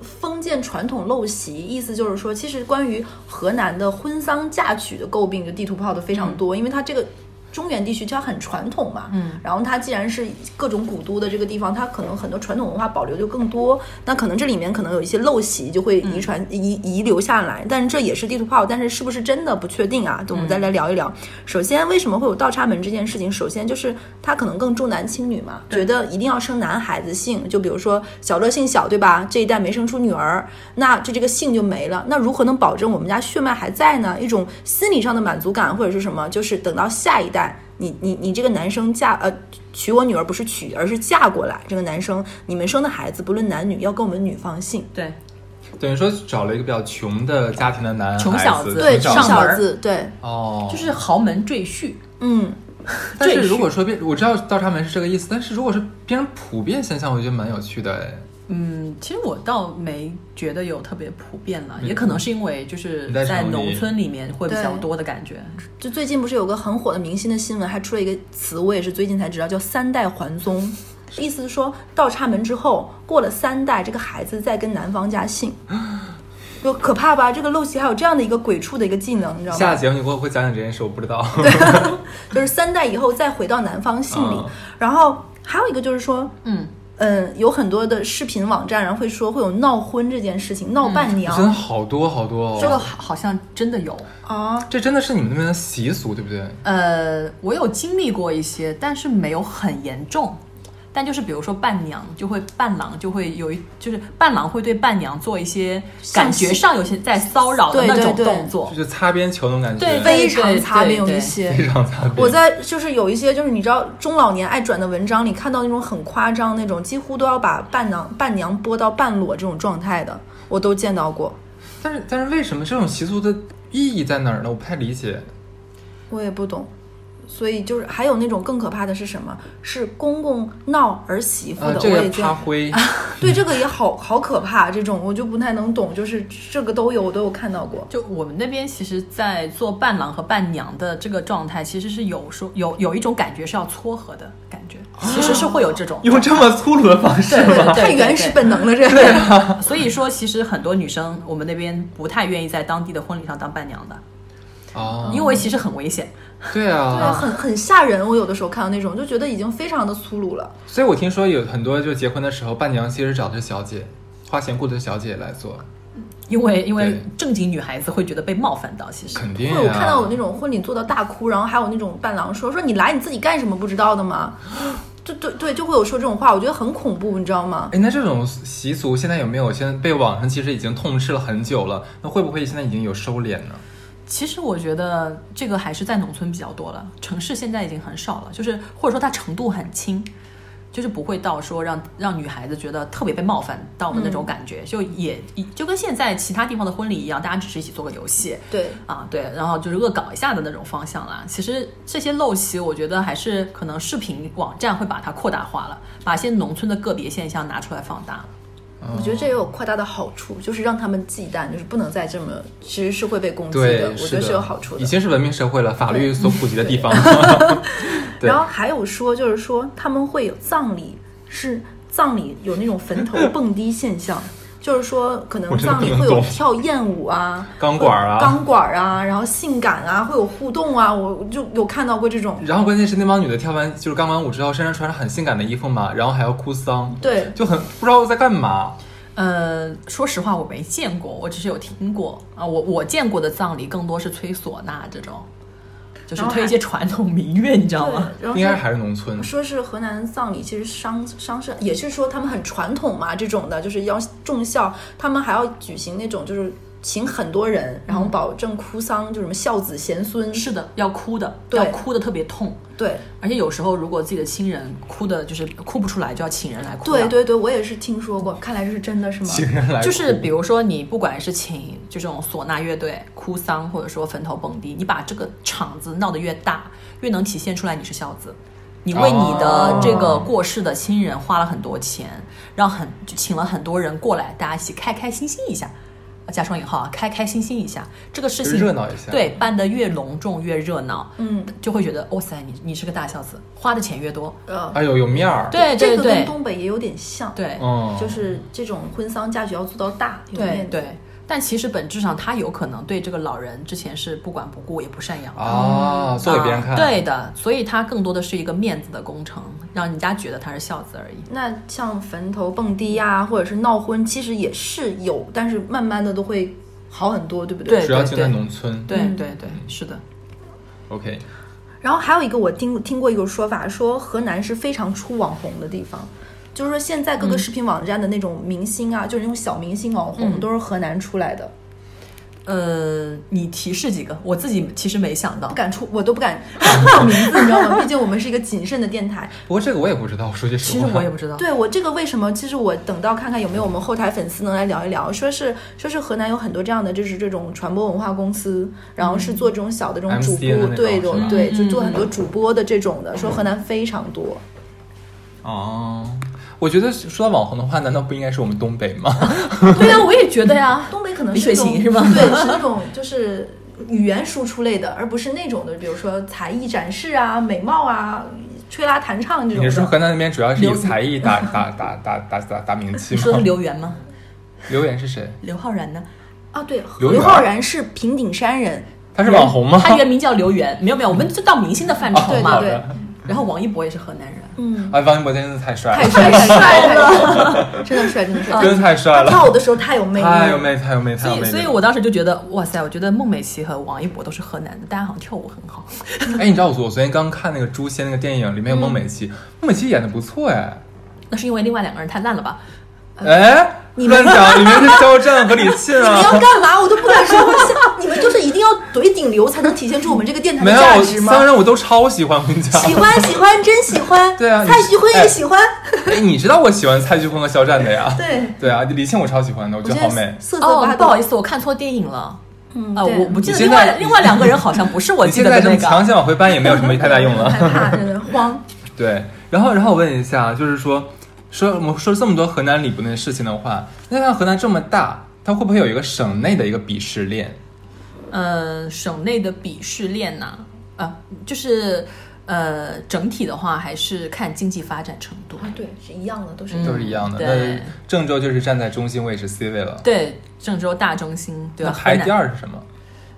[SPEAKER 3] 封建传统陋习，意思就是说，其实关于河南的婚丧嫁娶的诟病，就地图炮的非常多，因为它这个中原地区它很传统嘛，嗯，然后它既然是各种古都的这个地方，它可能很多传统文化保留就更多，那可能这里面可能有一些陋习就会遗传、遗遗留下来，但是这也是地图炮，但是是不是真的不确定啊？就我们再来聊一聊。首先，为什么会有倒插门这件事情？首先就是它可能更重男轻女嘛，觉得一定要生男孩子姓，就比如说小乐姓小，对吧？这一代没生出女儿，那这这个姓就没了。那如何能保证我们家血脉还在呢？一种心理上的满足感或者是什么？就是等到下一代，你你你这个男生嫁呃娶我女儿不是娶，而是嫁过来。这个男生你们生的孩子不论男女，要跟我们女方姓。
[SPEAKER 4] 对，
[SPEAKER 1] 等于说找了一个比较穷的家庭的男孩子，
[SPEAKER 4] 穷小子
[SPEAKER 3] 对，
[SPEAKER 1] 穷
[SPEAKER 4] 上
[SPEAKER 3] 上
[SPEAKER 4] 门
[SPEAKER 3] 小
[SPEAKER 4] 儿
[SPEAKER 3] 字，对，
[SPEAKER 1] 哦，
[SPEAKER 4] 就是豪门赘婿。
[SPEAKER 3] 嗯，
[SPEAKER 1] 但是
[SPEAKER 4] 赘婿
[SPEAKER 1] 如果说变，我知道倒插门是这个意思，但是如果是变成普遍现象，我觉得蛮有趣的哎。
[SPEAKER 4] 嗯，其实我倒没觉得有特别普遍了，
[SPEAKER 1] 嗯
[SPEAKER 4] 也可能是因为就是
[SPEAKER 1] 你在城
[SPEAKER 4] 在
[SPEAKER 1] 里
[SPEAKER 4] 农村里面会比较
[SPEAKER 3] 对
[SPEAKER 4] 多的感觉。
[SPEAKER 3] 就最近不是有个很火的明星的新闻，还出了一个词，我也是最近才知道，叫“三代还
[SPEAKER 4] *laughs*
[SPEAKER 3] 宗”，意思是说倒插门之后过了三代，这个孩子再跟男方家
[SPEAKER 4] *laughs*
[SPEAKER 3] 姓，就可怕吧？这个陋习还有这样的一个鬼畜的一个技能，你知道
[SPEAKER 1] 下
[SPEAKER 3] 吗？
[SPEAKER 1] 节目你给我会讲讲这件事，我不知道。 *laughs*
[SPEAKER 3] 就是三代以后再回到男方姓里
[SPEAKER 1] 嗯，
[SPEAKER 3] 然后还有一个就是说，
[SPEAKER 4] 嗯，
[SPEAKER 3] 嗯，有很多的视频网站，然后会说会有闹婚这件事情，闹
[SPEAKER 4] 嗯
[SPEAKER 3] 伴娘
[SPEAKER 1] 真的好多好多
[SPEAKER 4] 这个
[SPEAKER 1] 哦，
[SPEAKER 4] 好好像真的有。
[SPEAKER 3] 啊，
[SPEAKER 1] 这真的是你们那边的习俗，对不对？
[SPEAKER 4] 呃，我有经历过一些，但是没有很严重。但就是比如说伴娘就会伴郎就会有一就是伴郎会对伴娘做一些感觉上有些在骚扰的
[SPEAKER 3] 对
[SPEAKER 4] 那
[SPEAKER 3] 对
[SPEAKER 4] 种
[SPEAKER 3] 对
[SPEAKER 4] 动作
[SPEAKER 1] 就，是擦边球那种感觉，
[SPEAKER 4] 对对
[SPEAKER 3] 非常擦边有一
[SPEAKER 4] 对
[SPEAKER 3] 些。
[SPEAKER 1] 非常擦边。
[SPEAKER 3] 我在就是有一些就是你知道中老年爱转的文章里看到那种很夸张那种，几乎都要把伴娘伴娘播到半裸这种状态的，我都见到过。
[SPEAKER 1] 但是但是为什么这种习俗的意义在哪儿呢？我不太理解。
[SPEAKER 3] 我也不懂。所以就是还有那种更可怕的是什么？是公公闹儿媳妇
[SPEAKER 1] 呃，
[SPEAKER 3] 的，
[SPEAKER 1] 这
[SPEAKER 3] 我
[SPEAKER 1] 个
[SPEAKER 3] 也见
[SPEAKER 1] 趴。灰，
[SPEAKER 3] *laughs*
[SPEAKER 1] *laughs*
[SPEAKER 3] 对这个也好好可怕，这种我就不太能懂，就是这个都有，我都有看
[SPEAKER 1] *laughs*
[SPEAKER 3] 到过。
[SPEAKER 4] 就我们那边，其实，在做伴郎和伴娘的这个状态，其实是有说有有一种感觉是要撮合的感觉，其实是会有这种。
[SPEAKER 1] 用这么粗鲁的方式
[SPEAKER 4] 对对
[SPEAKER 1] 吗？
[SPEAKER 4] 对
[SPEAKER 3] 太原始本能了，这 *laughs* 个。
[SPEAKER 4] *laughs* 所以说，其实很多女生我们那边不太愿意在当地的婚礼上当伴娘的，
[SPEAKER 1] 哦，
[SPEAKER 4] 因为其实很危险。
[SPEAKER 1] 对
[SPEAKER 3] 对，
[SPEAKER 1] 啊，
[SPEAKER 3] 很很吓人。我有的时候看到那种，就觉得已经非常的粗鲁了。
[SPEAKER 1] 所以我听说有很多就结婚的时候，伴娘其实找的是小姐，花钱雇的小姐来做，
[SPEAKER 4] 因为因为
[SPEAKER 1] 对
[SPEAKER 4] 正经女孩子会觉得被冒犯到，其实
[SPEAKER 1] 肯定
[SPEAKER 3] 会有看到有
[SPEAKER 1] 啊。
[SPEAKER 3] 那种婚礼做到大哭，然后还有那种伴郎说说你来你自己干什么不知道的吗？ *gasps* 就对对，就会有说这种话，我觉得很恐怖，你知道吗？
[SPEAKER 1] 哎，那这种习俗现在有没有？现在被网上其实已经痛斥了很久了，那会不会现在已经有收敛呢？
[SPEAKER 4] 其实我觉得这个还是在农村比较多了，城市现在已经很少了，就是或者说它程度很轻，就是不会到说让让女孩子觉得特别被冒犯到的那种感觉，就也就跟现在其他地方的婚礼一样，大家只是一起做个游戏
[SPEAKER 3] 对，
[SPEAKER 4] 啊，对，然后就是恶搞一下的那种方向啦。其实这些陋习，我觉得还是可能视频网站会把它扩大化了，把一些农村的个别现象拿出来放大。
[SPEAKER 3] 我觉得这也有扩大的好处，就是让他们忌惮，就是不能再这么，其实是会被攻击
[SPEAKER 1] 对
[SPEAKER 3] 的。，我觉
[SPEAKER 1] 的
[SPEAKER 3] 得是有好处
[SPEAKER 1] 已
[SPEAKER 3] 的。
[SPEAKER 1] 经是文明社会了，法律所普及的地方。对
[SPEAKER 3] 然后还有说，就是说他们会有葬礼，是葬礼有那种坟头蹦迪现象。 *laughs* 就是说，可能
[SPEAKER 1] 我真的
[SPEAKER 3] 葬礼
[SPEAKER 1] 不能
[SPEAKER 3] 会有
[SPEAKER 1] 懂
[SPEAKER 3] 跳艳舞啊、
[SPEAKER 1] *laughs* 钢管儿啊
[SPEAKER 3] 钢管儿啊，然后性感啊，会有互动啊，我就有看到过这种。
[SPEAKER 1] 然后关键是那帮女的跳完就是钢管舞之后，身上穿着很性感的衣服嘛，然后还要哭丧，
[SPEAKER 3] 对，
[SPEAKER 1] 就很不知道在干嘛。
[SPEAKER 4] 呃，说实话，我没见过，我只是有听过啊。我我见过的葬礼更多是吹唢呐这种，就是
[SPEAKER 3] 然后还
[SPEAKER 4] 推一些传统民乐，你知道吗？
[SPEAKER 3] 对，然后
[SPEAKER 1] 应该
[SPEAKER 3] 说
[SPEAKER 1] 还是农村，
[SPEAKER 3] 说是河南葬礼，其实丧丧事也是说他们很传统嘛，这种的就是要重孝，他们还要举行那种就是请很多人，然后保证哭丧，就什么孝子贤孙，
[SPEAKER 4] 嗯是的，要哭的，
[SPEAKER 3] 对
[SPEAKER 4] 要哭的特别痛，
[SPEAKER 3] 对
[SPEAKER 4] 而且有时候如果自己的亲人哭的，就是哭不出来，就要请人来哭。啊
[SPEAKER 3] 对。对对，我也是听说过，看来这是真的是吗？
[SPEAKER 1] 请人来哭
[SPEAKER 4] 就是比如说，你不管是请这种唢呐乐队、哭丧，或者说坟头蹦迪，你把这个场子闹得越大，越能体现出来你是孝子。你为你
[SPEAKER 1] 哦
[SPEAKER 4] 的这个过世的亲人花了很多钱，让很就请了很多人过来，大家一起开开心心一下，啊加双引号啊，开开心心一下，这个事情
[SPEAKER 1] 热闹一下
[SPEAKER 4] 对，办得越隆重越热闹，
[SPEAKER 3] 嗯，
[SPEAKER 4] 就会觉得哇塞，你你是个大孝子，花的钱越多，
[SPEAKER 3] 呃，
[SPEAKER 1] 哎呦有面儿，
[SPEAKER 4] 对
[SPEAKER 3] 这
[SPEAKER 4] 对
[SPEAKER 3] 个跟
[SPEAKER 4] 对
[SPEAKER 3] 东北也有点像，，
[SPEAKER 4] 对，哦
[SPEAKER 1] 嗯，
[SPEAKER 3] 就是这种婚丧嫁娶要做到大，有
[SPEAKER 4] 对
[SPEAKER 3] 面子
[SPEAKER 4] 对，但其实本质上他有可能对这个老人之前是不管不顾也不赡养的。
[SPEAKER 1] 啊，做给别人看，
[SPEAKER 4] 啊对的，所以他更多的是一个面子的工程，让人家觉得他是孝子而已。
[SPEAKER 3] 那像坟头蹦迪呀、或者是闹婚，其实也是有，但是慢慢的都会好很多，对不对？
[SPEAKER 4] 对
[SPEAKER 1] 主要就在农村。
[SPEAKER 4] 对
[SPEAKER 3] 嗯
[SPEAKER 4] 对对，是的，
[SPEAKER 1] OK，
[SPEAKER 3] 然后还有一个我听听过一个说法，说河南是非常出网红的地方，就是说现在各个视频网站的那种明星啊，就是那种小明星网红，
[SPEAKER 4] 嗯
[SPEAKER 3] 都是河南出来的，
[SPEAKER 4] 呃，你提示几个？我自己其实没想到
[SPEAKER 3] 不，敢出，我都
[SPEAKER 1] *laughs*
[SPEAKER 3] 不敢报名字，你知道吗？毕竟我们是一个谨慎的电台。
[SPEAKER 1] 不过这个我也不知道，说句实
[SPEAKER 4] 其
[SPEAKER 1] 话，
[SPEAKER 4] 实我也不知道。
[SPEAKER 3] 对我这个为什么？其实我等到看看有没有我们后台粉丝能来聊一聊，说是说是河南有很多这样的，就是这种传播文化公司，然后是做这种小的这种
[SPEAKER 1] MCN
[SPEAKER 3] 主
[SPEAKER 1] 的那
[SPEAKER 3] 播，
[SPEAKER 1] 种是
[SPEAKER 3] 对
[SPEAKER 1] 吧
[SPEAKER 3] 的，对，就
[SPEAKER 4] 嗯
[SPEAKER 3] 做很多主播的这种的，说河南非常多。
[SPEAKER 1] 哦。我觉得说到网红的话，难道不应该是我们东北吗？
[SPEAKER 4] *laughs* 对啊呀、我也觉得呀。 *laughs*
[SPEAKER 3] 东北可能
[SPEAKER 4] 李
[SPEAKER 3] 是
[SPEAKER 4] 雪
[SPEAKER 3] 那种
[SPEAKER 4] 琴是吗
[SPEAKER 3] 对，是那种就是语言输出类的，而不是那种的，比如说才艺展示啊、美貌啊、吹拉弹唱
[SPEAKER 1] 你
[SPEAKER 3] 这种
[SPEAKER 1] 是说
[SPEAKER 3] 的。
[SPEAKER 1] 河南那边主要是以
[SPEAKER 4] 刘
[SPEAKER 1] 才艺
[SPEAKER 4] *laughs*
[SPEAKER 1] 打打打打打打打名气
[SPEAKER 4] 你说的
[SPEAKER 1] 吗
[SPEAKER 4] 是？刘源吗？
[SPEAKER 1] 刘源是谁？
[SPEAKER 4] 刘昊
[SPEAKER 1] *laughs*
[SPEAKER 4] 然呢？
[SPEAKER 3] 啊，对，
[SPEAKER 1] 刘
[SPEAKER 3] 刘
[SPEAKER 1] 源
[SPEAKER 3] 昊然是平顶山人，
[SPEAKER 1] 他是网红吗？
[SPEAKER 4] 他原名叫刘源，没有没有，我们就到明星的范畴
[SPEAKER 1] *laughs* 哦
[SPEAKER 3] 对
[SPEAKER 4] 嘛。
[SPEAKER 1] 好
[SPEAKER 3] 对对
[SPEAKER 1] 的，
[SPEAKER 4] 然后王一博也是河南人，
[SPEAKER 3] 嗯，
[SPEAKER 1] 哎，王一博真的太帅
[SPEAKER 3] 太
[SPEAKER 1] 了，
[SPEAKER 3] 帅
[SPEAKER 1] *laughs*
[SPEAKER 3] 太帅了，真的帅，真的帅，
[SPEAKER 1] 真的太帅
[SPEAKER 3] 他
[SPEAKER 1] 了，
[SPEAKER 3] 跳舞的时候太有魅力，
[SPEAKER 1] 太有魅力，太有魅力，太
[SPEAKER 4] 所
[SPEAKER 1] 有
[SPEAKER 4] 以
[SPEAKER 1] 魅力。
[SPEAKER 4] 所以我当时就觉得，哇塞，我觉得孟美岐和王一博都是河南的，大家好像跳舞很好。
[SPEAKER 1] 哎，你知道我昨我昨天刚看那个《诛仙》那个电影，里面有孟美岐，
[SPEAKER 4] 嗯
[SPEAKER 1] 孟美岐演的不错哎。
[SPEAKER 4] 那是因为另外两个人太烂了吧？呃
[SPEAKER 1] 哎，乱讲，里面是肖战和李沁
[SPEAKER 4] *laughs*
[SPEAKER 3] 你要
[SPEAKER 1] 啊。
[SPEAKER 3] 干嘛？我都不敢说话。你们就是一定要怼顶流，才能体现出我们这个电台
[SPEAKER 1] 没
[SPEAKER 3] 的
[SPEAKER 1] 有，
[SPEAKER 3] 价
[SPEAKER 1] 我
[SPEAKER 3] 值
[SPEAKER 1] 三个
[SPEAKER 3] 吗？
[SPEAKER 1] 人我都超喜欢，我跟你讲。
[SPEAKER 3] 喜欢喜欢，真喜欢。
[SPEAKER 1] 对啊
[SPEAKER 3] 蔡徐坤
[SPEAKER 1] 哎
[SPEAKER 3] 也喜欢。
[SPEAKER 1] 哎，你知道我喜欢蔡徐坤和肖战的呀？
[SPEAKER 3] 对，
[SPEAKER 1] 对啊，李沁我超喜欢的，我
[SPEAKER 3] 我
[SPEAKER 1] 觉得好美。
[SPEAKER 3] 瑟瑟
[SPEAKER 4] 哦
[SPEAKER 3] 发，
[SPEAKER 4] 不
[SPEAKER 3] 抖
[SPEAKER 4] 好意。思，我看错电影了。
[SPEAKER 3] 嗯
[SPEAKER 4] 啊，
[SPEAKER 3] 对
[SPEAKER 4] 我不记得
[SPEAKER 1] 你现
[SPEAKER 4] 另
[SPEAKER 1] 在
[SPEAKER 4] 外另外两个人好像不是我
[SPEAKER 1] 你
[SPEAKER 4] 记
[SPEAKER 1] 现
[SPEAKER 4] 得
[SPEAKER 1] 在
[SPEAKER 4] 的
[SPEAKER 1] 这
[SPEAKER 4] 那
[SPEAKER 1] 么强
[SPEAKER 4] 个。
[SPEAKER 1] 行往回搬也没有什么太大用了。
[SPEAKER 3] 害
[SPEAKER 4] *laughs*
[SPEAKER 3] 怕，真的
[SPEAKER 1] *laughs*
[SPEAKER 3] 慌。
[SPEAKER 1] 对，然后然后我问一下，就是说说我们说这么多河南礼部的事情的话，那像河南这么大，它会不会有一个省内的一个鄙视链？
[SPEAKER 4] 呃，省内的鄙视链呐、啊，就是呃，整体的话还是看经济发展程度。
[SPEAKER 3] 啊，对，是一样的，都是
[SPEAKER 4] 嗯
[SPEAKER 1] 都是一样的。
[SPEAKER 4] 对
[SPEAKER 1] 那郑州就是站在中心位置 C 位了。
[SPEAKER 4] 对，郑州大中心，对
[SPEAKER 1] 那
[SPEAKER 4] 吧？
[SPEAKER 1] 排
[SPEAKER 4] 河南
[SPEAKER 1] 第，二是什么？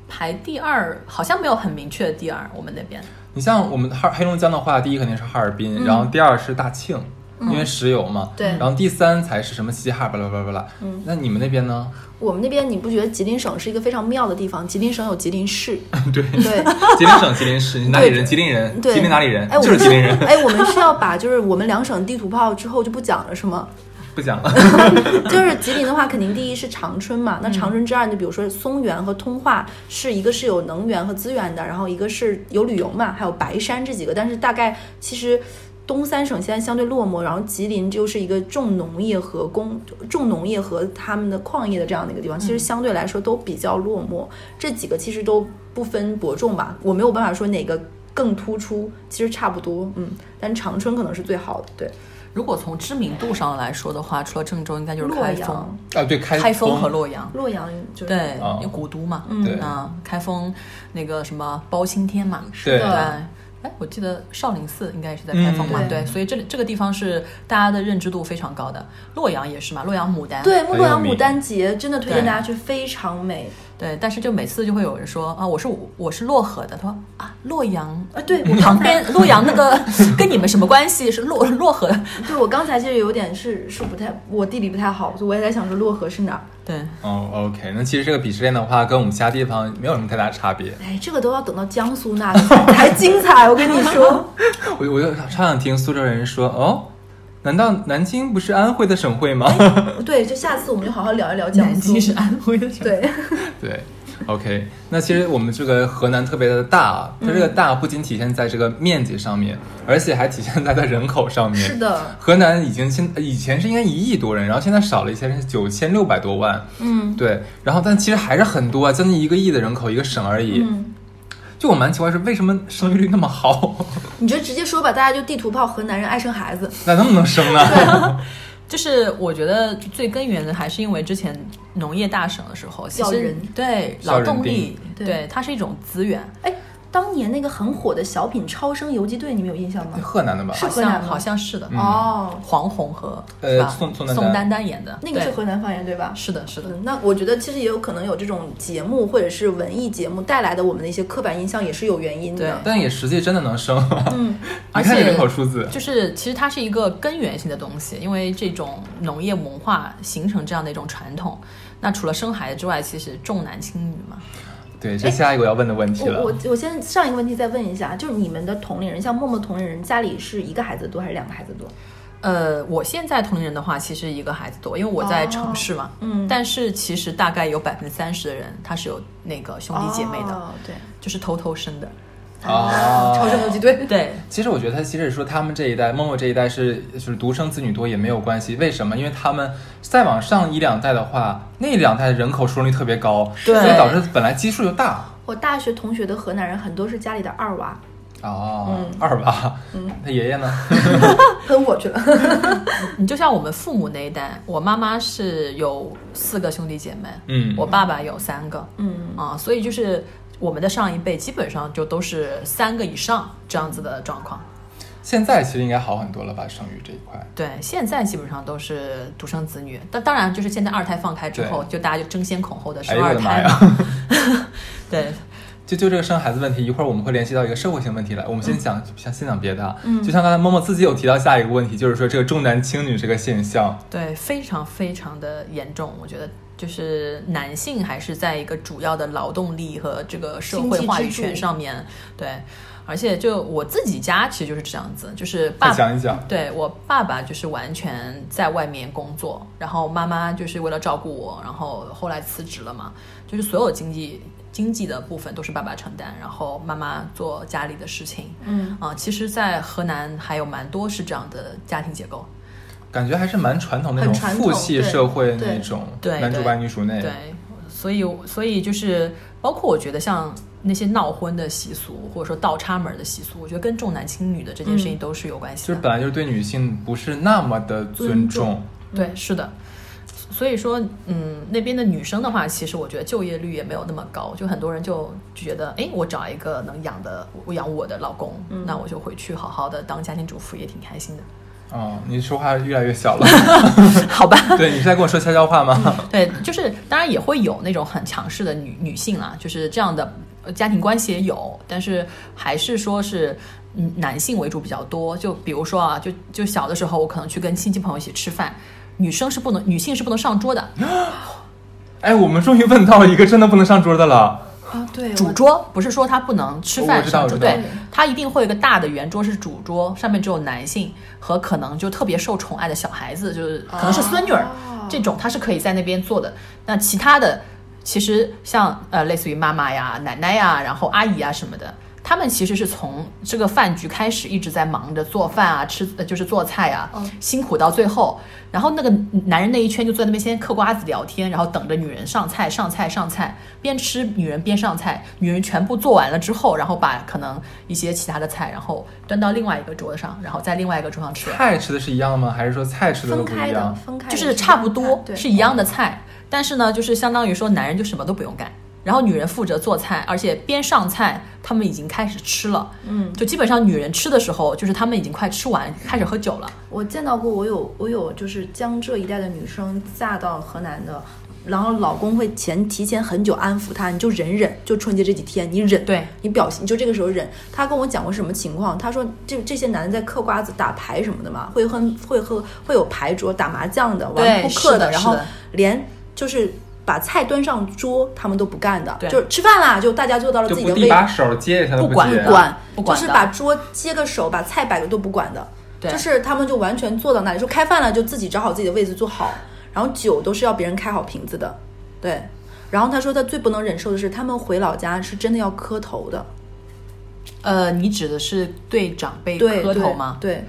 [SPEAKER 4] 排第二好像没有很明确的第二，我们那边。
[SPEAKER 1] 你像我们哈黑龙江的话，第一肯定是哈尔滨，
[SPEAKER 3] 嗯
[SPEAKER 1] 然后第二是大庆，因为石油嘛。
[SPEAKER 3] 对
[SPEAKER 1] 然后第三才是什么西哈巴拉巴拉巴拉。嗯。那你们那边呢？
[SPEAKER 3] 我们那边，你不觉得吉林省是一个非常妙的地方？吉林省有吉林市，
[SPEAKER 1] *laughs* 对。
[SPEAKER 3] 对，
[SPEAKER 1] 吉林省，吉林市，你哪里人？吉林人，
[SPEAKER 3] 对
[SPEAKER 1] 吉林哪里人？
[SPEAKER 3] 哎，我
[SPEAKER 1] 就是
[SPEAKER 3] 们。
[SPEAKER 1] 吉林人
[SPEAKER 3] *laughs* 哎，我们是要把就是我们两省地图炮之后就不讲了，是吗？
[SPEAKER 1] 不讲了。
[SPEAKER 3] *laughs* 就是吉林的话，肯定第一是长春嘛。那长春之二，就比如说松原和通化，是一个是有能源和资源的，然后一个是有旅游嘛，还有白山这几个。但是大概其实东三省现在相对落寞，然后吉林就是一个重农业和工重农业和他们的矿业的这样的一个地方，其
[SPEAKER 4] 嗯
[SPEAKER 3] 实相对来说都比较落寞。这几个其实都不分伯仲吧，我没有办法说哪个。更突出，其实差不多，嗯，但长春可能是最好的，对，
[SPEAKER 4] 如果从知名度上来说的话，除了郑州，应该就是
[SPEAKER 3] 洛
[SPEAKER 4] 开
[SPEAKER 3] 阳
[SPEAKER 4] 封、，
[SPEAKER 1] 啊，对，开
[SPEAKER 4] 开封和洛阳。
[SPEAKER 3] 洛阳就是
[SPEAKER 4] 对
[SPEAKER 1] 哦，
[SPEAKER 4] 有古都嘛，
[SPEAKER 3] 嗯
[SPEAKER 1] 对
[SPEAKER 4] 啊，开封那个什么包青天嘛，
[SPEAKER 1] 对
[SPEAKER 4] 对。哎，我记得少林寺应该也是在开封嘛，
[SPEAKER 3] 嗯
[SPEAKER 4] 对，所以这里这个地方是大家的认知度非常高的。洛阳也是嘛，洛阳牡丹，
[SPEAKER 3] 对，
[SPEAKER 1] 很
[SPEAKER 3] 洛
[SPEAKER 1] 有
[SPEAKER 3] 阳牡
[SPEAKER 1] 名
[SPEAKER 3] 丹节真的推荐
[SPEAKER 4] 对
[SPEAKER 3] 大家去，非常美。
[SPEAKER 4] 对，但是就每次就会有人说啊，我是我是漯河的，他说啊，洛阳
[SPEAKER 3] *laughs* 啊，对
[SPEAKER 4] 我
[SPEAKER 3] 我
[SPEAKER 4] 旁边洛阳
[SPEAKER 3] *laughs*
[SPEAKER 4] 那个跟你们什么关系？是洛洛河，
[SPEAKER 3] 对我刚才其实有点是是不太，我地理不太好，所以我也在想说漯河是哪儿。
[SPEAKER 4] 对，
[SPEAKER 1] 哦，OK，那其实这个鄙视链的话，跟我们其他地方没有什么太大差别。
[SPEAKER 3] 哎，这个都要等到江苏那里才 *laughs* 才精彩，我跟你 *laughs* 说。
[SPEAKER 1] 我我就超想听苏州人说，哦，难道南京不是安徽的省会吗？
[SPEAKER 3] 对，就下次我们就好好聊一聊江苏。
[SPEAKER 4] 安徽的，对，
[SPEAKER 3] 对， *laughs*
[SPEAKER 1] 对，OK，那其实我们这个河南特别的大啊，它这
[SPEAKER 3] 嗯
[SPEAKER 1] 个大不仅体现在这个面积上面，而且还体现在它人口上面。
[SPEAKER 3] 是。的，
[SPEAKER 1] 河南已经现以前是应该一亿多人，然后现在少了一些，是九千六百多万。
[SPEAKER 3] 嗯
[SPEAKER 1] 对，然后但其实还是很多啊，将近一个亿的人口，一个省而已。
[SPEAKER 3] 嗯，
[SPEAKER 1] 就我蛮奇怪是为什么生育率那么好， *laughs*
[SPEAKER 3] 你就直接说吧，大家就地图炮，河南人爱生孩子。
[SPEAKER 1] 那能不能生呢？
[SPEAKER 4] 就是我觉得最根源的还是因为之前农业大省的时候，其
[SPEAKER 3] 要
[SPEAKER 4] 实
[SPEAKER 3] 人
[SPEAKER 4] 对
[SPEAKER 1] 需要
[SPEAKER 4] 劳
[SPEAKER 1] 人
[SPEAKER 4] 动
[SPEAKER 1] 丁
[SPEAKER 4] 力，
[SPEAKER 3] 对
[SPEAKER 4] 对它是一种资源，
[SPEAKER 3] 哎，当年那个很火的小品《超生游击队》，你们有印象吗？
[SPEAKER 5] 河南的吧？
[SPEAKER 3] 是
[SPEAKER 4] 好
[SPEAKER 3] 河南
[SPEAKER 4] 像
[SPEAKER 3] 吗
[SPEAKER 4] 好像是的，
[SPEAKER 5] 嗯
[SPEAKER 3] 哦，
[SPEAKER 4] 黄宏和
[SPEAKER 5] 呃
[SPEAKER 4] 是吧
[SPEAKER 5] 宋宋丹丹
[SPEAKER 4] 宋丹丹演的，
[SPEAKER 3] 那个是
[SPEAKER 4] 对
[SPEAKER 3] 河南方言对吧？
[SPEAKER 4] 是的，是的，
[SPEAKER 3] 嗯，那我觉得其实也有可能有这种节目或者是文艺节目带来的我们的一些刻板印象也是有原因的。
[SPEAKER 5] 但也实际真的能生。
[SPEAKER 3] 嗯，
[SPEAKER 5] 你
[SPEAKER 4] 而
[SPEAKER 5] 看这
[SPEAKER 4] 且
[SPEAKER 5] 人口数字，
[SPEAKER 4] 就是其实它是一个根源性的东西，因为这种农业文化形成这样的一种传统。那除了生孩子之外，其实重男轻女嘛，
[SPEAKER 5] 对，
[SPEAKER 3] 哎
[SPEAKER 5] 这下一个我要问的问题
[SPEAKER 3] 我
[SPEAKER 5] 了。
[SPEAKER 3] 我我先上一个问题再问一下，就是你们的同龄人，像默默同龄人，家里是一个孩子多还是两个孩子多？
[SPEAKER 4] 呃，我现在同龄人的话，其实一个孩子多，因为我在城市嘛，
[SPEAKER 3] 嗯
[SPEAKER 4] 但是其实大概有百分之三十的人他是有那个兄弟姐妹的，
[SPEAKER 3] 哦、对，
[SPEAKER 4] 就是偷偷生
[SPEAKER 3] *laughs*
[SPEAKER 4] 的，
[SPEAKER 5] 啊，
[SPEAKER 3] 超生游击队， *laughs*
[SPEAKER 4] 对，
[SPEAKER 5] 其实我觉得他即使说他们这一代，默默这一代是就是独生子女多也没有关系，为什么？因为他们再往上一两代的话，那两代人口出生率特别高，
[SPEAKER 4] 对
[SPEAKER 5] 所以导致本来基数就大。
[SPEAKER 3] 我大学同学的河南人很多是家里的二娃， *laughs*
[SPEAKER 5] 哦，
[SPEAKER 4] 嗯
[SPEAKER 5] 二娃， *laughs* 他爷爷呢？
[SPEAKER 3] 喷火去了。
[SPEAKER 4] 你就像我们父母那一代，我妈妈是有四个兄弟姐妹，
[SPEAKER 5] 嗯
[SPEAKER 4] 我爸爸有三个，
[SPEAKER 3] 嗯，
[SPEAKER 4] 啊，所以就是我们的上一辈基本上就都是三个以上这样子的状况。
[SPEAKER 5] 现在其实应该好很多了吧，生育这一块。
[SPEAKER 4] 对，现在基本上都是独生子女，但当然就是现在二胎放开之后，就大家就争先恐后的
[SPEAKER 5] 哎
[SPEAKER 4] 生
[SPEAKER 5] 呦我
[SPEAKER 4] 二
[SPEAKER 5] 的妈
[SPEAKER 4] 胎
[SPEAKER 5] 呀
[SPEAKER 4] 嘛。 *laughs* 对，
[SPEAKER 5] 就就这个生孩子问题，一会儿我们会联系到一个社会性问题来。我们先讲，先先讲别的啊。嗯，就像刚才默默自己有提到下一个问题，就是说这个重男轻女这个现象。
[SPEAKER 4] 对，非常非常的严重，我觉得。就是男性还是在一个主要的劳动力和这个社会话
[SPEAKER 3] 经
[SPEAKER 4] 语
[SPEAKER 3] 济支
[SPEAKER 4] 权
[SPEAKER 3] 柱
[SPEAKER 4] 上面，对，而且就我自己家其实就是这样子，就是爸
[SPEAKER 5] 快
[SPEAKER 4] 爸
[SPEAKER 5] 讲一讲，
[SPEAKER 4] 对我爸爸就是完全在外面工作，然后妈妈就是为了照顾我，然后后来辞职了嘛，就是所有经济经济的部分都是爸爸承担，然后妈妈做家里的事情。
[SPEAKER 3] 嗯，
[SPEAKER 4] 啊、其实，在河南还有蛮多是这样的家庭结构。
[SPEAKER 5] 感觉还是蛮传统那种
[SPEAKER 3] 很传统
[SPEAKER 5] 父系社会那种，
[SPEAKER 4] 对对
[SPEAKER 5] 男主外女主
[SPEAKER 1] 哎
[SPEAKER 5] 内。
[SPEAKER 4] 对，所以所以就是包括我觉得像那些闹婚的习俗，或者说倒插门的习俗，我觉得跟重男轻女的这件事情都是有关系
[SPEAKER 5] 就
[SPEAKER 4] 的。
[SPEAKER 5] 是本来就是对女性不是那么的尊
[SPEAKER 3] 尊重
[SPEAKER 4] 对，是的。所以说，嗯，那边的女生的话，其实我觉得就业率也没有那么高，就很多人就就觉得，哎，我找一个能养的，我养我的老公，那我就回去好好的当家庭主妇，也挺开心的， *laughs*
[SPEAKER 5] 哦，你说话越来越小了， *laughs*
[SPEAKER 4] 好吧？
[SPEAKER 5] 对你是在跟我说悄悄话
[SPEAKER 3] *laughs*
[SPEAKER 5] 吗？
[SPEAKER 4] 对，就是当然也会有那种很强势的女女性啦，就是这样的呃家庭关系也有，但是还是说是嗯男性为主比较多。就比如说啊，就就小的时候，我可能去跟亲戚朋友一起吃饭，女生是不能，女性是不能上桌的，
[SPEAKER 5] 哎，我们终于问到一个真的不能上桌的了。
[SPEAKER 3] 啊，对，
[SPEAKER 4] 主
[SPEAKER 3] 我
[SPEAKER 4] 桌不是说他不能吃
[SPEAKER 5] 哦我
[SPEAKER 4] 饭
[SPEAKER 5] 知道
[SPEAKER 4] 上
[SPEAKER 5] 我
[SPEAKER 4] 桌，
[SPEAKER 5] 知道
[SPEAKER 4] 对，他一定会有一个大的圆桌是主桌，上面只有男性和可能就特别受宠爱的小孩子，就是可能是孙女儿、
[SPEAKER 3] 哦
[SPEAKER 4] 这种，他是可以在那边坐的。那其他的，其实像呃类似于妈妈呀、奶奶呀，然后阿姨啊什么的。他们其实是从这个饭局开始一直在忙着做饭啊，吃呃就是做菜啊，辛苦到最后。然后那个男人那一圈就坐在那边先嗑瓜子聊天，然后等着女人上菜上菜上菜，边吃女人边上菜，女人全部做完了之后，然后把可能一些其他的菜，然后端到另外一个桌子上，然后在另外一个桌上吃完，
[SPEAKER 5] 菜吃的是一样吗？还是说菜吃的都
[SPEAKER 3] 分
[SPEAKER 5] 不
[SPEAKER 3] 开
[SPEAKER 5] 一
[SPEAKER 3] 的，
[SPEAKER 5] 样？
[SPEAKER 3] 分开的
[SPEAKER 4] 就是差不多
[SPEAKER 3] 对，
[SPEAKER 4] 是一样的菜，但是呢，就是相当于说男人就什么都不用干。然后女人负责做菜，而且边上菜，他们已经开始吃了。嗯，就基本上女人吃的时候，就是他们已经快吃完，开始喝酒了。
[SPEAKER 3] 我见到过，我有我有就是江浙一带的女生嫁到河南的，然后老公会前提前很久安抚她，你就忍忍，就春节这几天你忍，
[SPEAKER 4] 对
[SPEAKER 3] 你表现你就这个时候忍。她跟我讲过什么情况？她说这这些男的在嗑瓜子、打牌什么的嘛，会很会喝会有牌桌、打麻将的、玩
[SPEAKER 4] 对
[SPEAKER 3] 扑克
[SPEAKER 4] 是的
[SPEAKER 3] 然后
[SPEAKER 4] 是的
[SPEAKER 3] 连就是。把菜端上桌，他们都不干的，
[SPEAKER 4] 对
[SPEAKER 3] 就是吃饭啦，就大家坐到了
[SPEAKER 5] 就
[SPEAKER 3] 自己
[SPEAKER 5] 不
[SPEAKER 3] 的位
[SPEAKER 5] 递
[SPEAKER 3] 置，
[SPEAKER 5] 把手接一下都
[SPEAKER 4] 不管
[SPEAKER 5] 接
[SPEAKER 4] 不
[SPEAKER 3] 管，
[SPEAKER 4] 不管
[SPEAKER 3] 就是
[SPEAKER 4] 的
[SPEAKER 3] 把桌接个手，把菜摆个都不管的，
[SPEAKER 4] 对
[SPEAKER 3] 就是他们就完全坐到那里，说开饭了就自己找好自己的位置坐好，然后酒都是要别人开好瓶子的，对。然后他说他最不能忍受的是，他们回老家是真的要磕头的，
[SPEAKER 4] 呃，你指的是对长辈
[SPEAKER 3] 对，
[SPEAKER 4] 磕头
[SPEAKER 3] 对
[SPEAKER 4] 吗？
[SPEAKER 3] 对，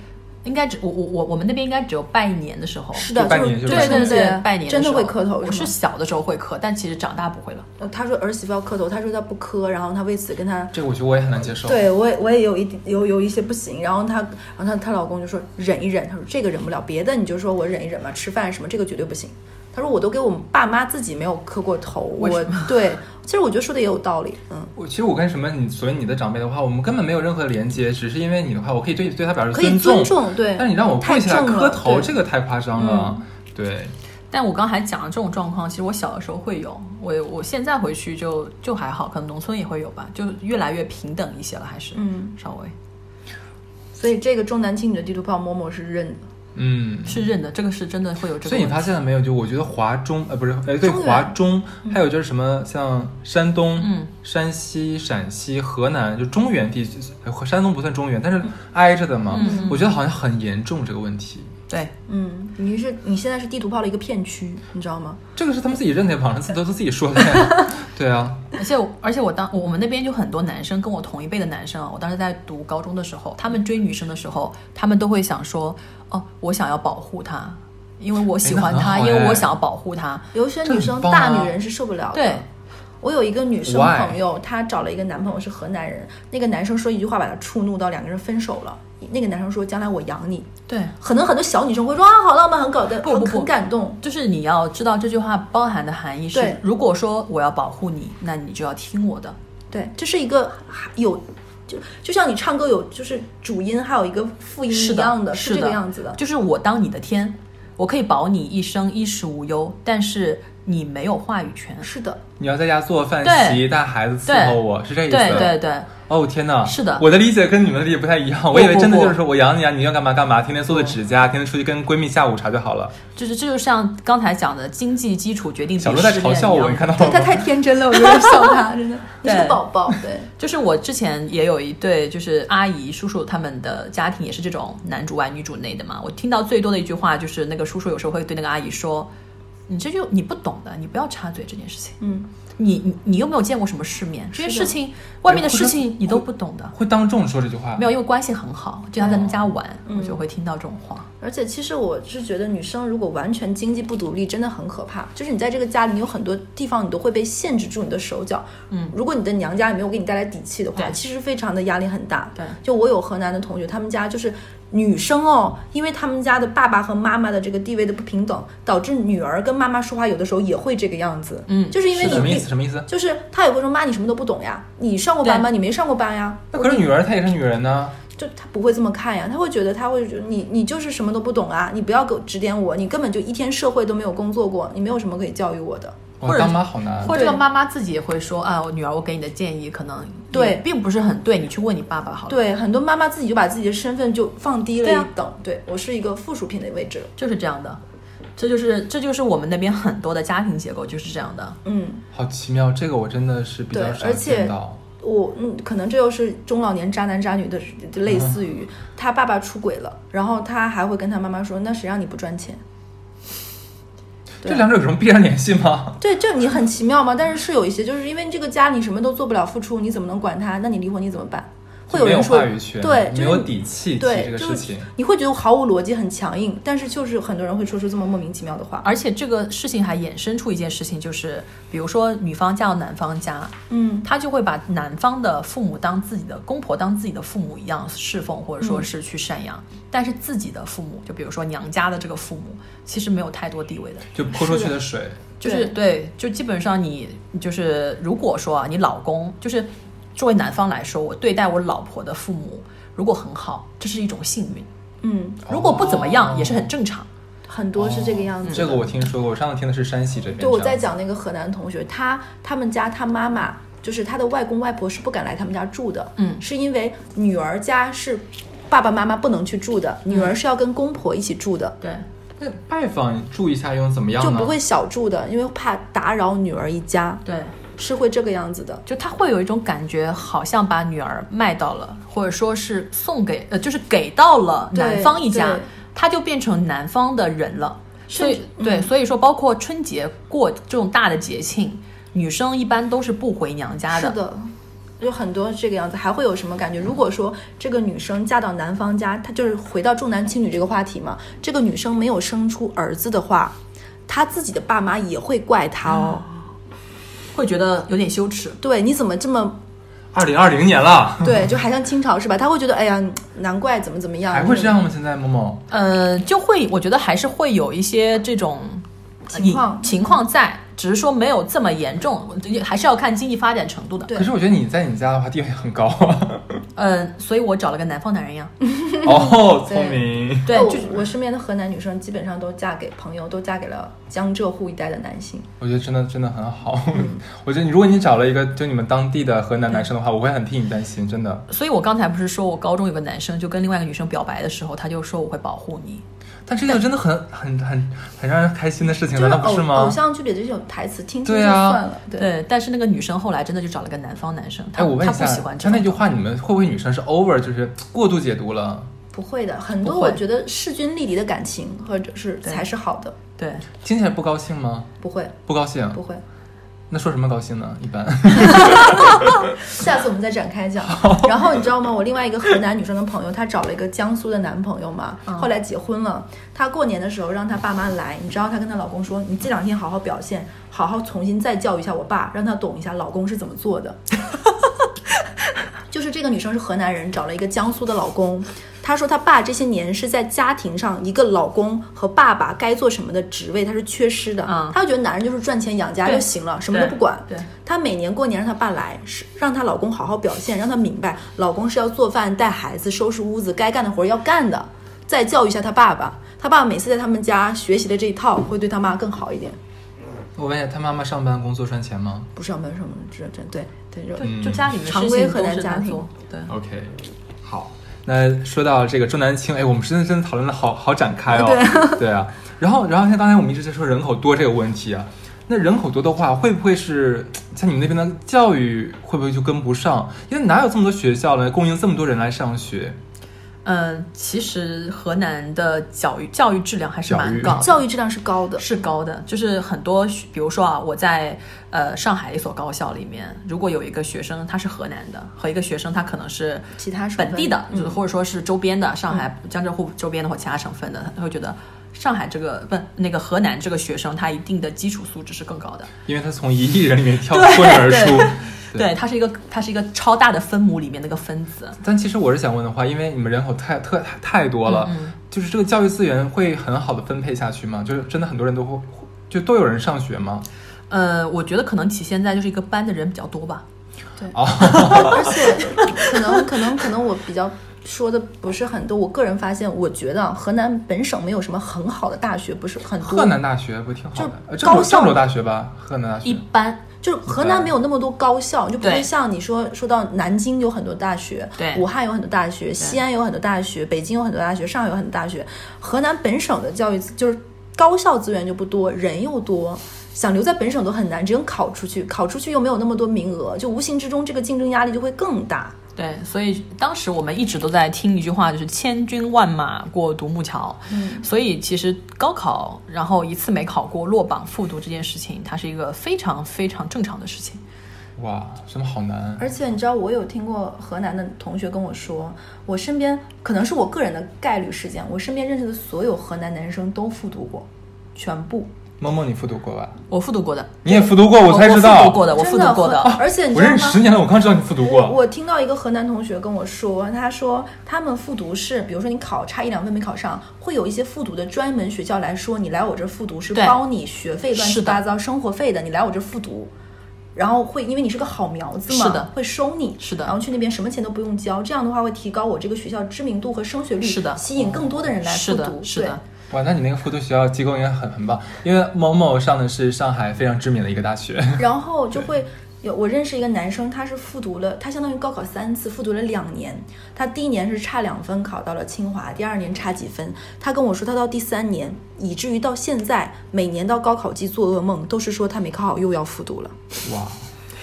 [SPEAKER 4] 应该只我我我我们那边应该只有拜年的时候。
[SPEAKER 3] 是的，
[SPEAKER 5] 拜
[SPEAKER 3] 就是
[SPEAKER 5] 年就是
[SPEAKER 3] 对
[SPEAKER 4] 对
[SPEAKER 3] 对
[SPEAKER 4] 对
[SPEAKER 3] 对，
[SPEAKER 4] 拜哦年
[SPEAKER 3] 真的
[SPEAKER 4] 的时候
[SPEAKER 3] 会磕头，
[SPEAKER 4] 我是
[SPEAKER 3] 吗
[SPEAKER 4] 小的时候会磕，但其实长大不会了。
[SPEAKER 3] 呃他说儿媳妇要磕头，他说他不磕，然后他为此跟他。
[SPEAKER 5] 这个我觉得我也很难接受。
[SPEAKER 3] 对我也我也有一点有有一些不行，然后她然后她她老公就说忍一忍，她说这个忍不了，别的你就说我忍一忍吧，吃饭什么这个绝对不行。他说我都给我爸妈自己没有磕过头，
[SPEAKER 4] 为
[SPEAKER 3] 我
[SPEAKER 4] 什么
[SPEAKER 3] 对，其实我觉得说的也有道理，嗯，
[SPEAKER 1] 我其实我跟什么你所谓你的长辈的话，我们根本没有任何连接，只是因为你的话，我可以对对他表示
[SPEAKER 3] 可以
[SPEAKER 1] 重，
[SPEAKER 3] 尊重，对，
[SPEAKER 1] 但你让我跪下来
[SPEAKER 3] 太正了嗯
[SPEAKER 1] 磕头，
[SPEAKER 3] 对
[SPEAKER 1] 这个太夸张了。对，
[SPEAKER 4] 但我刚才讲的这种状况，其实我小的时候会有，我我现在回去就就还好，可能农村也会有吧，就越来越平等一些了，还是
[SPEAKER 3] 嗯，
[SPEAKER 4] 稍微
[SPEAKER 3] 所以这个重男轻女的地图炮，嬷嬷是认的。
[SPEAKER 1] 嗯。
[SPEAKER 4] 是认的，这个是真的会有这个
[SPEAKER 1] 所
[SPEAKER 4] 问
[SPEAKER 1] 以
[SPEAKER 4] 题。
[SPEAKER 1] 你发现了没有？就我觉得华中，呃，不是，呃，对，华中，还有就是什么，像山东、
[SPEAKER 4] 嗯
[SPEAKER 1] 山西、陕西、河南，就中原地区，呃山东不算中原，但是挨着的嘛。
[SPEAKER 4] 嗯
[SPEAKER 1] 我觉得好像很严重这个问题。
[SPEAKER 4] 对，
[SPEAKER 3] 嗯，你是你现在是地图炮的一个片区，你知道吗？
[SPEAKER 1] 这个是他们自己认的，网上自己都是自己说的
[SPEAKER 4] *laughs*
[SPEAKER 1] 呀。对啊，
[SPEAKER 4] 而且我而且我当我们那边就很多男生跟我同一辈的男生啊，我当时在读高中的时候，他们追女生的时候，他们都会想说，哦，我想要保护她，因为我喜欢
[SPEAKER 1] 那很好
[SPEAKER 4] 她，
[SPEAKER 1] 哎
[SPEAKER 4] 因为我想要保护她。
[SPEAKER 3] 有些女
[SPEAKER 1] 这
[SPEAKER 3] 生、
[SPEAKER 1] 很棒啊
[SPEAKER 3] 大女人是受不了的。
[SPEAKER 4] 对，
[SPEAKER 3] 我有一个女生
[SPEAKER 1] Why？
[SPEAKER 3] 朋友，她找了一个男朋友是河南人，那个男生说一句话把她触怒到，两个人分手了。那个男生说：“将来我养你。
[SPEAKER 4] 对，”
[SPEAKER 3] 可能很多小女生会说：“啊，好浪漫，很搞的，
[SPEAKER 4] 不不
[SPEAKER 3] 很
[SPEAKER 4] 不
[SPEAKER 3] 很感动。
[SPEAKER 4] 就是你要知道这句话包含的含义是
[SPEAKER 3] 对，
[SPEAKER 4] 如果说我要保护你，那你就要听我的。”
[SPEAKER 3] 对，这是一个有，就就像你唱歌有就是主音，还有一个副音
[SPEAKER 4] 是
[SPEAKER 3] 一
[SPEAKER 4] 的
[SPEAKER 3] 样的，
[SPEAKER 4] 是
[SPEAKER 3] 是这个
[SPEAKER 4] 的
[SPEAKER 3] 样子的。
[SPEAKER 4] 就是我当你的天，我可以保你一生衣食无忧，但是你没有话语权。
[SPEAKER 3] 是的，
[SPEAKER 1] 你要在家做饭、
[SPEAKER 4] 对
[SPEAKER 1] 洗衣、带孩子、伺候
[SPEAKER 4] 对
[SPEAKER 1] 我，是这意
[SPEAKER 4] 对
[SPEAKER 1] 思。
[SPEAKER 4] 对对，
[SPEAKER 1] 哦天哪！
[SPEAKER 4] 是的
[SPEAKER 1] 我的理解跟你们的理解不太一样。我以为真的就是说我养你啊，你要干嘛干嘛，天天做做指甲，天天出去跟闺蜜下午茶就好了。
[SPEAKER 4] 就是这就像刚才讲的，经济基础决定
[SPEAKER 1] 小
[SPEAKER 4] 体
[SPEAKER 1] 时候在
[SPEAKER 4] 质
[SPEAKER 1] 嘲笑
[SPEAKER 4] 一
[SPEAKER 1] 我，
[SPEAKER 4] 样
[SPEAKER 1] 你看到
[SPEAKER 3] 对
[SPEAKER 1] 了
[SPEAKER 3] 她
[SPEAKER 1] 吗？
[SPEAKER 3] 太天真了，我有点笑她，真的。你是个
[SPEAKER 4] 对
[SPEAKER 3] 宝宝，对，
[SPEAKER 4] 就是我之前也有一对，就是阿姨叔叔他们的家庭也是这种男主外女主内的嘛。我听到最多的一句话就是那个叔叔有时候会对那个阿姨说：“你这就你不懂的，你不要插嘴这件事情。
[SPEAKER 3] 嗯。
[SPEAKER 4] 你你你又没有见过什么世面，这些
[SPEAKER 3] 是
[SPEAKER 4] 事
[SPEAKER 3] 的
[SPEAKER 4] 情外面的
[SPEAKER 1] 或者
[SPEAKER 4] 事情你都不懂的。”
[SPEAKER 1] 会当众说这句话？
[SPEAKER 4] 没有，因为关系很好，就他在他们家玩，
[SPEAKER 3] 嗯
[SPEAKER 4] 我就会听到这种话。
[SPEAKER 3] 而且，其实我是觉得，女生如果完全经济不独立，真的很可怕。就是你在这个家里，你有很多地方你都会被限制住你的手脚。
[SPEAKER 4] 嗯
[SPEAKER 3] 如果你的娘家也没有给你带来底气的话，
[SPEAKER 4] 对
[SPEAKER 3] 其实非常的压力很大。
[SPEAKER 4] 对
[SPEAKER 3] 就我有河南的同学，他们家就是女生哦，因为他们家的爸爸和妈妈的这个地位的不平等，导致女儿跟妈妈说话有的时候也会这个样子。
[SPEAKER 4] 嗯
[SPEAKER 3] 就是因为
[SPEAKER 1] 是什么
[SPEAKER 3] 你
[SPEAKER 1] 意思？什么意思？
[SPEAKER 3] 就是他也会说妈，你什么都不懂呀，你上过班吗？
[SPEAKER 4] 对
[SPEAKER 3] 你没上过班呀。
[SPEAKER 1] 那可是女儿，她也是女人呢。
[SPEAKER 3] 就他不会这么看呀，他会觉得他会觉得你你就是什么都不懂啊，你不要给我指点我，你根本就一天社会都没有工作过，你没有什么可以教育我的。
[SPEAKER 1] 哇，
[SPEAKER 4] 或者
[SPEAKER 1] 当妈好
[SPEAKER 3] 嗯
[SPEAKER 1] 难。
[SPEAKER 4] 或者这个妈妈自己也会说啊，我女儿，我给你的建议可能也
[SPEAKER 3] 对
[SPEAKER 4] 并不是很对，你去问你爸爸好了。，
[SPEAKER 3] 对，很多妈妈自己就把自己的身份就放低了
[SPEAKER 4] 对啊
[SPEAKER 3] 一等，对,、我是一个附属品的位置了。
[SPEAKER 4] 就是这样的，这就是这就是我们那边很多的家庭结构就是这样的。
[SPEAKER 3] 嗯，
[SPEAKER 1] 好奇妙，这个我真的是比较
[SPEAKER 3] 对
[SPEAKER 1] 少
[SPEAKER 3] 而且
[SPEAKER 1] 见到。
[SPEAKER 3] 我嗯，可能这又是中老年渣男渣女的，就类似于、
[SPEAKER 1] 嗯
[SPEAKER 3] 他爸爸出轨了，然后他还会跟他妈妈说，那谁让你不赚钱？对
[SPEAKER 1] 这两者有什么必然联系吗？
[SPEAKER 3] 对，这你很奇妙嘛。但是是有一些，就是因为这个家你什么都做不了，付出你怎么能管他？那你离婚你怎么办？会
[SPEAKER 1] 没有
[SPEAKER 3] 人说
[SPEAKER 1] 话语权，
[SPEAKER 3] 对，
[SPEAKER 1] 没
[SPEAKER 3] 就是
[SPEAKER 1] 有
[SPEAKER 3] 你
[SPEAKER 1] 底气提这
[SPEAKER 3] 对，
[SPEAKER 1] 个
[SPEAKER 3] 就
[SPEAKER 1] 事
[SPEAKER 3] 是
[SPEAKER 1] 情。
[SPEAKER 3] 你会觉得毫无逻辑、很强硬，但是就是很多人会说出这么莫名其妙的话。
[SPEAKER 4] 而且这个事情还衍生出一件事情，就是比如说女方嫁到男方家，
[SPEAKER 3] 嗯，
[SPEAKER 4] 她就会把男方的父母当自己的公婆当自己的父母一样侍奉，或者
[SPEAKER 3] 嗯
[SPEAKER 4] 说是去赡养，但是自己的父母，就比如说娘家的这个父母，其实没有太多地位的。
[SPEAKER 1] 就泼出去的水，
[SPEAKER 4] 就是对，就基本上你就是如果说啊，你老公就是作为男方来说，我对待我老婆的父母如果很好，这是一种幸运；
[SPEAKER 3] 嗯，哦
[SPEAKER 4] 如果不怎么样，
[SPEAKER 1] 哦
[SPEAKER 4] 也是很正常。
[SPEAKER 3] 很多是这个样子的。
[SPEAKER 1] 这个我听说过。我上次听的是山西这边。
[SPEAKER 3] 对我在
[SPEAKER 1] 这样
[SPEAKER 3] 讲那个河南同学，他他们家他妈妈就是他的外公外婆是不敢来他们家住的，
[SPEAKER 4] 嗯
[SPEAKER 3] 是因为女儿家是爸爸妈妈不能去住的，女儿是要跟公婆一起住的。
[SPEAKER 4] 对，
[SPEAKER 1] 那拜访住一下又能怎么样
[SPEAKER 3] 就
[SPEAKER 1] 呢？
[SPEAKER 3] 不会小住的，因为怕打扰女儿一家，
[SPEAKER 4] 对，
[SPEAKER 3] 是会这个样子的。
[SPEAKER 4] 就他会有一种感觉，好像把女儿卖到了，或者说是送给呃，就是给到了
[SPEAKER 3] 对
[SPEAKER 4] 男方一家
[SPEAKER 3] 对，
[SPEAKER 4] 他就变成男方的人了。所以
[SPEAKER 3] 甚至嗯
[SPEAKER 4] 对，所以说包括春节过这种大的节庆，女生一般都是不回娘家
[SPEAKER 3] 是的，有很多这个样子，还会有什么感觉？如果说这个女生嫁到男方家，她就是回到重男轻女这个话题嘛，这个女生没有生出儿子的话，她自己的爸妈也会怪她哦。
[SPEAKER 1] 嗯
[SPEAKER 4] 会觉得有点羞耻。
[SPEAKER 3] 对，你怎么这么
[SPEAKER 1] 二零二零年了，
[SPEAKER 3] 对？就还像清朝是吧？她会觉得哎呀，难怪怎么
[SPEAKER 1] 哎
[SPEAKER 3] 怎么样，
[SPEAKER 1] 还会这样吗？现在某某
[SPEAKER 4] 呃，就会我觉得还是会有一些这种
[SPEAKER 3] 情况
[SPEAKER 4] 情况在，只是说没有这么严重，还是要看经济发展程度的。
[SPEAKER 3] 对
[SPEAKER 1] 可是我觉得你在你家的话地位很高
[SPEAKER 3] *laughs*
[SPEAKER 1] 啊。
[SPEAKER 4] 嗯，所以我找了个南方男人 *laughs* 呀。
[SPEAKER 1] 哦，聪明。
[SPEAKER 4] 对，
[SPEAKER 3] 哦
[SPEAKER 4] 就是
[SPEAKER 3] 我身边的河南女生基本上都嫁给朋友，都嫁给了江浙沪一带的男性。
[SPEAKER 1] 我觉得真的真的很好。 *laughs* 我觉得你如果你找了一个就你们当地的河南男生的话，我会很替你担心，真的。
[SPEAKER 4] 所以我刚才不是说我高中有个男生就跟另外一个女生表白的时候，他就说我会保护你。
[SPEAKER 1] 但这个真的很很很很让人开心的事情，
[SPEAKER 3] 就
[SPEAKER 1] 难
[SPEAKER 3] 是
[SPEAKER 1] 道不是
[SPEAKER 3] 偶偶
[SPEAKER 1] 吗？
[SPEAKER 3] 像剧里的这种台词，听听就
[SPEAKER 1] 对
[SPEAKER 3] 算
[SPEAKER 1] 啊
[SPEAKER 3] 了。对
[SPEAKER 4] 对，但是那个女生后来真的就找了个南方男生，
[SPEAKER 1] 哎，
[SPEAKER 4] 她
[SPEAKER 1] 我问
[SPEAKER 4] 她
[SPEAKER 1] 一
[SPEAKER 4] 不
[SPEAKER 1] 下
[SPEAKER 4] 喜欢，这
[SPEAKER 1] 像
[SPEAKER 4] 样
[SPEAKER 1] 那句话，你们会不会女生是 over 就是过度解读了？
[SPEAKER 3] 不会的，很多
[SPEAKER 4] 不会
[SPEAKER 3] 我觉得势均力敌的感情，或者是才是好的。
[SPEAKER 4] 对，
[SPEAKER 1] 听起来不高兴吗？
[SPEAKER 3] 不会，
[SPEAKER 1] 不高兴。
[SPEAKER 3] 不会。
[SPEAKER 1] 那说什么高兴呢？一般。
[SPEAKER 3] 下次我们再展开讲。然后你知道吗？我另外一个河南女生的朋友，她找了一个江苏的男朋友嘛，后来结婚了。她过年的时候让她爸妈来，你知道她跟她老公说：“你这两天好好表现，好好重新再教育一下我爸，让他懂一下老公是怎么做的。” *laughs* 就是这个女生是河南人，找了一个江苏的老公。她说她爸这些年是在家庭上一个老公和爸爸该做什么的职位，她是缺失的。
[SPEAKER 4] 啊
[SPEAKER 3] 她就觉得男人就是赚钱养家
[SPEAKER 4] 对
[SPEAKER 3] 就行了，什么都
[SPEAKER 4] 对
[SPEAKER 3] 不管。
[SPEAKER 4] 对
[SPEAKER 3] 她每年过年让她爸来，是让她老公好好表现，让她明白老公是要做饭、带孩子、收拾屋子，该干的活儿要干的，再教育一下她爸爸。她爸爸每次在他们家学习的这一套，会对她妈更好一点。
[SPEAKER 1] *laughs* 我问一下，他妈妈上班工作赚钱吗
[SPEAKER 3] 不是要没有什么这这对对就
[SPEAKER 1] 嗯
[SPEAKER 4] 就就家里面
[SPEAKER 3] 常
[SPEAKER 4] 事
[SPEAKER 3] 规
[SPEAKER 4] 情
[SPEAKER 3] 河
[SPEAKER 4] 都
[SPEAKER 3] 南
[SPEAKER 4] 是
[SPEAKER 3] 家
[SPEAKER 4] 他
[SPEAKER 3] 庭
[SPEAKER 4] 做对。
[SPEAKER 1] ？OK，好。那说到这个重男轻，哎，我们真的真的讨论的好好展开哦。 *laughs* 对啊，然后然后像刚才我们一直在说人口多这个问题啊，那人口多的话，会不会是呃像你们那边的教育会不会就跟不上？因为哪有这么多学校呢，供应这么多人来上学？
[SPEAKER 4] 嗯，其实河南的教育教育质量还是
[SPEAKER 1] 教育
[SPEAKER 4] 蛮高的，
[SPEAKER 3] 教育质量是高的。
[SPEAKER 4] 是高的，就是很多学，比如说啊，我在呃上海一所高校里面，如果有一个学生他是河南的，和一个学生他可能是
[SPEAKER 3] 其他省份
[SPEAKER 4] 本地的，
[SPEAKER 3] 嗯
[SPEAKER 4] 就是或者说是周边的，上海、江浙沪周边的或其他省份的，他会觉得上海这个不那个河南这个学生他一定的基础素质是更高的，
[SPEAKER 1] 因为他从一亿人里 *laughs* 面跳脱颖而出。
[SPEAKER 4] 对，它是一个它是一个超大的分母里面那个分子，
[SPEAKER 1] 但其实我是想问的话，因为你们人口太特太太多了，就是这个教育资源会很好的分配下去吗？就是真的很多人都会就都有人上学吗？
[SPEAKER 4] 呃，我觉得可能体现在就是一个班的人比较多吧，
[SPEAKER 3] 而且可 *laughs* 能可能可能我比较说的不是很多，我个人发现，我觉得啊河南本省没有什么很好的大学，不是很多。
[SPEAKER 1] 河南大学不挺好的？呃
[SPEAKER 3] 就
[SPEAKER 1] 郑州
[SPEAKER 3] 高校
[SPEAKER 1] 郑州大学吧，河南大
[SPEAKER 4] 一
[SPEAKER 1] 学。
[SPEAKER 3] 嗯
[SPEAKER 4] 般
[SPEAKER 3] 就是河南没有那么多高校，就不会
[SPEAKER 4] 对
[SPEAKER 3] 像你说说到南京有很多大学，
[SPEAKER 4] 对
[SPEAKER 3] 武汉有很多大学，西安有很多大学，北京有很多大学，上海有很多大学。河南本省的教育资就是高校资源就不多，人又多，想留在本省都很难，只能考出去，考出去又没有那么多名额，就无形之中这个竞争压力就会更大。
[SPEAKER 4] 对，所以当时我们一直都在听一句话，就是“千军万马过独木桥”。嗯，所以其实高考，然后一次没考过落榜复读这件事情，它是一个非常非常正常的事情。
[SPEAKER 1] 哇，真的好难。
[SPEAKER 3] 而且你知道，我有听过河南的同学跟我说，我身边可能是我个人的概率事件，我身边认识的所有河南男生都复读过，全部。
[SPEAKER 1] 萌萌，你复读过吧？
[SPEAKER 4] 我复读过的，
[SPEAKER 1] 你也复读过，
[SPEAKER 3] 哦
[SPEAKER 1] 才知
[SPEAKER 4] 我
[SPEAKER 1] 道。
[SPEAKER 4] 复读过的，我复
[SPEAKER 3] 真
[SPEAKER 4] 读
[SPEAKER 3] 的
[SPEAKER 4] 过
[SPEAKER 3] 河
[SPEAKER 4] 的。哦
[SPEAKER 3] 而且你
[SPEAKER 1] 我
[SPEAKER 3] 知道
[SPEAKER 1] 认识十
[SPEAKER 3] 吗？
[SPEAKER 1] 年了，我刚知道你复读过。
[SPEAKER 3] 我听到一个河南同学跟我说，他说他们复读是，比如说你考差一两分没考上，会有一些复读的专门学校来说，你来我这儿复读是
[SPEAKER 4] 对
[SPEAKER 3] 包你学费、乱七
[SPEAKER 4] 是的
[SPEAKER 3] 八糟生活费的，你来我这儿复读。然后会，因为你是个好苗子嘛，
[SPEAKER 4] 是的
[SPEAKER 3] 会收你，
[SPEAKER 4] 是的
[SPEAKER 3] 然后去那边什么钱都不用交，这样的话会提高我这个学校知名度和升学率，
[SPEAKER 4] 是的
[SPEAKER 3] 吸引更多的人来复
[SPEAKER 4] 是的
[SPEAKER 3] 读，，
[SPEAKER 4] 是的，
[SPEAKER 1] 哇，那你那个复读学校机构应该很很棒，因为某某上的是上海非常知名的一个大学。
[SPEAKER 3] 对，然后就会有我认识一个男生，他是复读了，他相当于高考三次，复读了两年，他第一年是差两分考到了清华，第二年差几分，他跟我说他到第三年，以至于到现在每年到高考季做噩梦，都是说他没考好又要复读了，
[SPEAKER 1] 哇，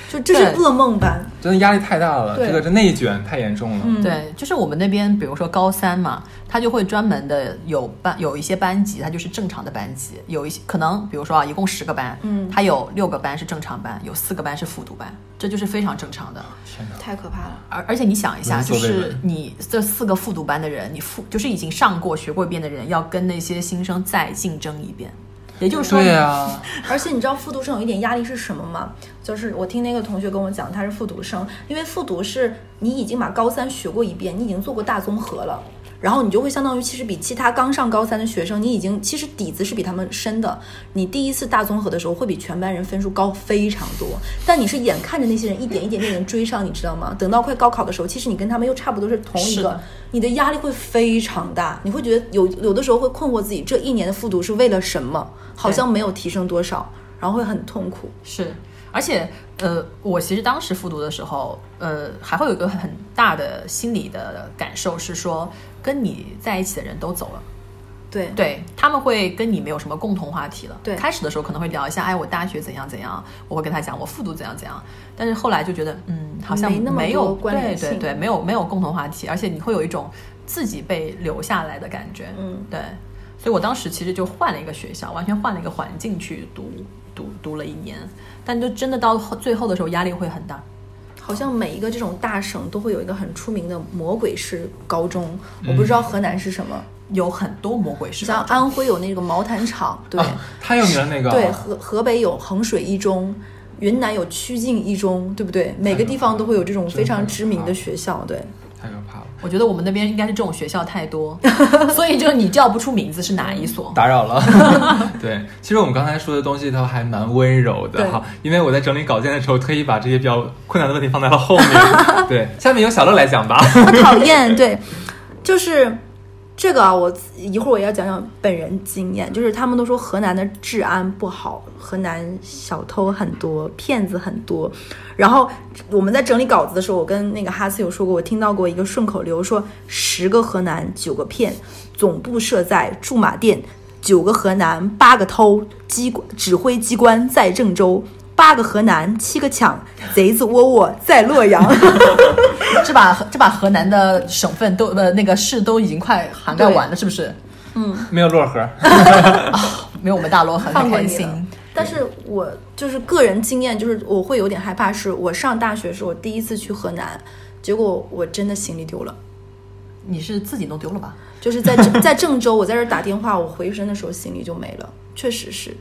[SPEAKER 3] 就这是
[SPEAKER 4] 对
[SPEAKER 3] 噩梦般，
[SPEAKER 1] 真的压力太大了，
[SPEAKER 3] 对嗯
[SPEAKER 1] 这个这内卷太严重了。
[SPEAKER 4] 对，就是我们那边，比如说高三嘛，他就会专门的有班，有一些班级，它就是正常的班级，有一些可能，比如说啊，一共十个班，
[SPEAKER 3] 嗯
[SPEAKER 4] 它有六个班是正常班，有四个班是复读班，这就是非常正常的。
[SPEAKER 1] 天哪！
[SPEAKER 3] 太可怕了。
[SPEAKER 4] 而而且你想一下，
[SPEAKER 1] 闻
[SPEAKER 4] 就
[SPEAKER 1] 所未
[SPEAKER 4] 是
[SPEAKER 1] 闻
[SPEAKER 4] 你这四个复读班的人，你复就是已经上过学过一遍的人，要跟那些新生再竞争一遍，也就是说，
[SPEAKER 1] 对啊，
[SPEAKER 3] *laughs* 而且你知道复读生有一点压力是什么吗？就是我听那个同学跟我讲，他是复读生，因为复读是你已经把高三学过一遍，你已经做过大综合了。然后你就会相当于其实比其他刚上高三的学生，你已经其实底子是比他们深的。你第一次大综合的时候会比全班人分数高非常多，但你是眼看着那些人一点一点点点追上，你知道吗？等到快高考的时候，其实你跟他们又差不多是同一
[SPEAKER 4] 是
[SPEAKER 3] 个
[SPEAKER 4] 的，
[SPEAKER 3] 你的压力会非常大，你会觉得有有的时候会困惑自己这一年的复读是为了什么，好像没有提升多少，然后会很痛苦。
[SPEAKER 4] 是，而且呃，我其实当时复读的时候，呃，还会有一个很大的心理的感受是说，跟你在一起的人都走了。
[SPEAKER 3] 对
[SPEAKER 4] 对他们会跟你没有什么共同话题了。
[SPEAKER 3] 对
[SPEAKER 4] 开始的时候可能会聊一下，哎，我大学怎样怎样，我会跟他讲我复读怎样怎样，但是后来就觉得，嗯，好像
[SPEAKER 3] 没那么
[SPEAKER 4] 没有
[SPEAKER 3] 多关联
[SPEAKER 4] 对对
[SPEAKER 3] 性
[SPEAKER 4] 对，没有没有共同话题，而且你会有一种自己被留下来的感觉。
[SPEAKER 3] 嗯，
[SPEAKER 4] 对，所以我当时其实就换了一个学校，完全换了一个环境去读读读了一年，但就真的到后最后的时候压力会很大。
[SPEAKER 3] 好像每一个这种大省都会有一个很出名的魔鬼式高中，我不知道河南是什么，
[SPEAKER 4] 有很多魔鬼式
[SPEAKER 3] 像
[SPEAKER 4] 高中嗯
[SPEAKER 3] 安徽有那个毛毯厂，对、
[SPEAKER 1] 哦
[SPEAKER 5] 啊，太有名了那个，
[SPEAKER 3] 对，河河北有衡水一中，云南有曲靖一中，对不对？每个地方都会有这种非常知名的学校，对。
[SPEAKER 5] 太可怕了，
[SPEAKER 4] 我觉得我们那边应该是这种学校太
[SPEAKER 3] *laughs*
[SPEAKER 4] 多，所以就是你叫不出名字是哪一所。
[SPEAKER 5] 打扰了。
[SPEAKER 3] *laughs*
[SPEAKER 5] 对，其实我们刚才说的东西都还蛮温柔的
[SPEAKER 3] 对
[SPEAKER 5] 哈，因为我在整理稿件的时候特意把这些比较困难的问题放在了后面。
[SPEAKER 3] *laughs*
[SPEAKER 5] 对，下面由小乐来讲吧。
[SPEAKER 3] 我讨厌，对，就是这个啊，我一会儿我要讲讲本人经验，就是他们都说河南的治安不好，河南小偷很多，骗子很多。然后我们在整理稿子的时候，我跟那个哈斯有说过，我听到过一个顺口溜，说十个河南九个骗，总部设在驻马店，九个河南八个偷，机关指挥机关在郑州。八个河南，七个抢，贼子窝窝在洛阳。
[SPEAKER 4] 这把这把河南的省份都呃那个市都已经快涵盖完了，是不是？
[SPEAKER 5] 没有摞盒，
[SPEAKER 4] 没有我们大罗很
[SPEAKER 3] 放过
[SPEAKER 4] 开
[SPEAKER 3] 你
[SPEAKER 4] 心。
[SPEAKER 3] 了。但是我就是个人经验，就是我会有点害怕，是我上大学时候第一次去河南，结果我真的行李丢了。
[SPEAKER 4] 你是自己弄丢了吧？
[SPEAKER 3] 就是在
[SPEAKER 4] *laughs*
[SPEAKER 3] 郑在郑州，我在这儿打电话，我回身的时候行李就没了，确实是，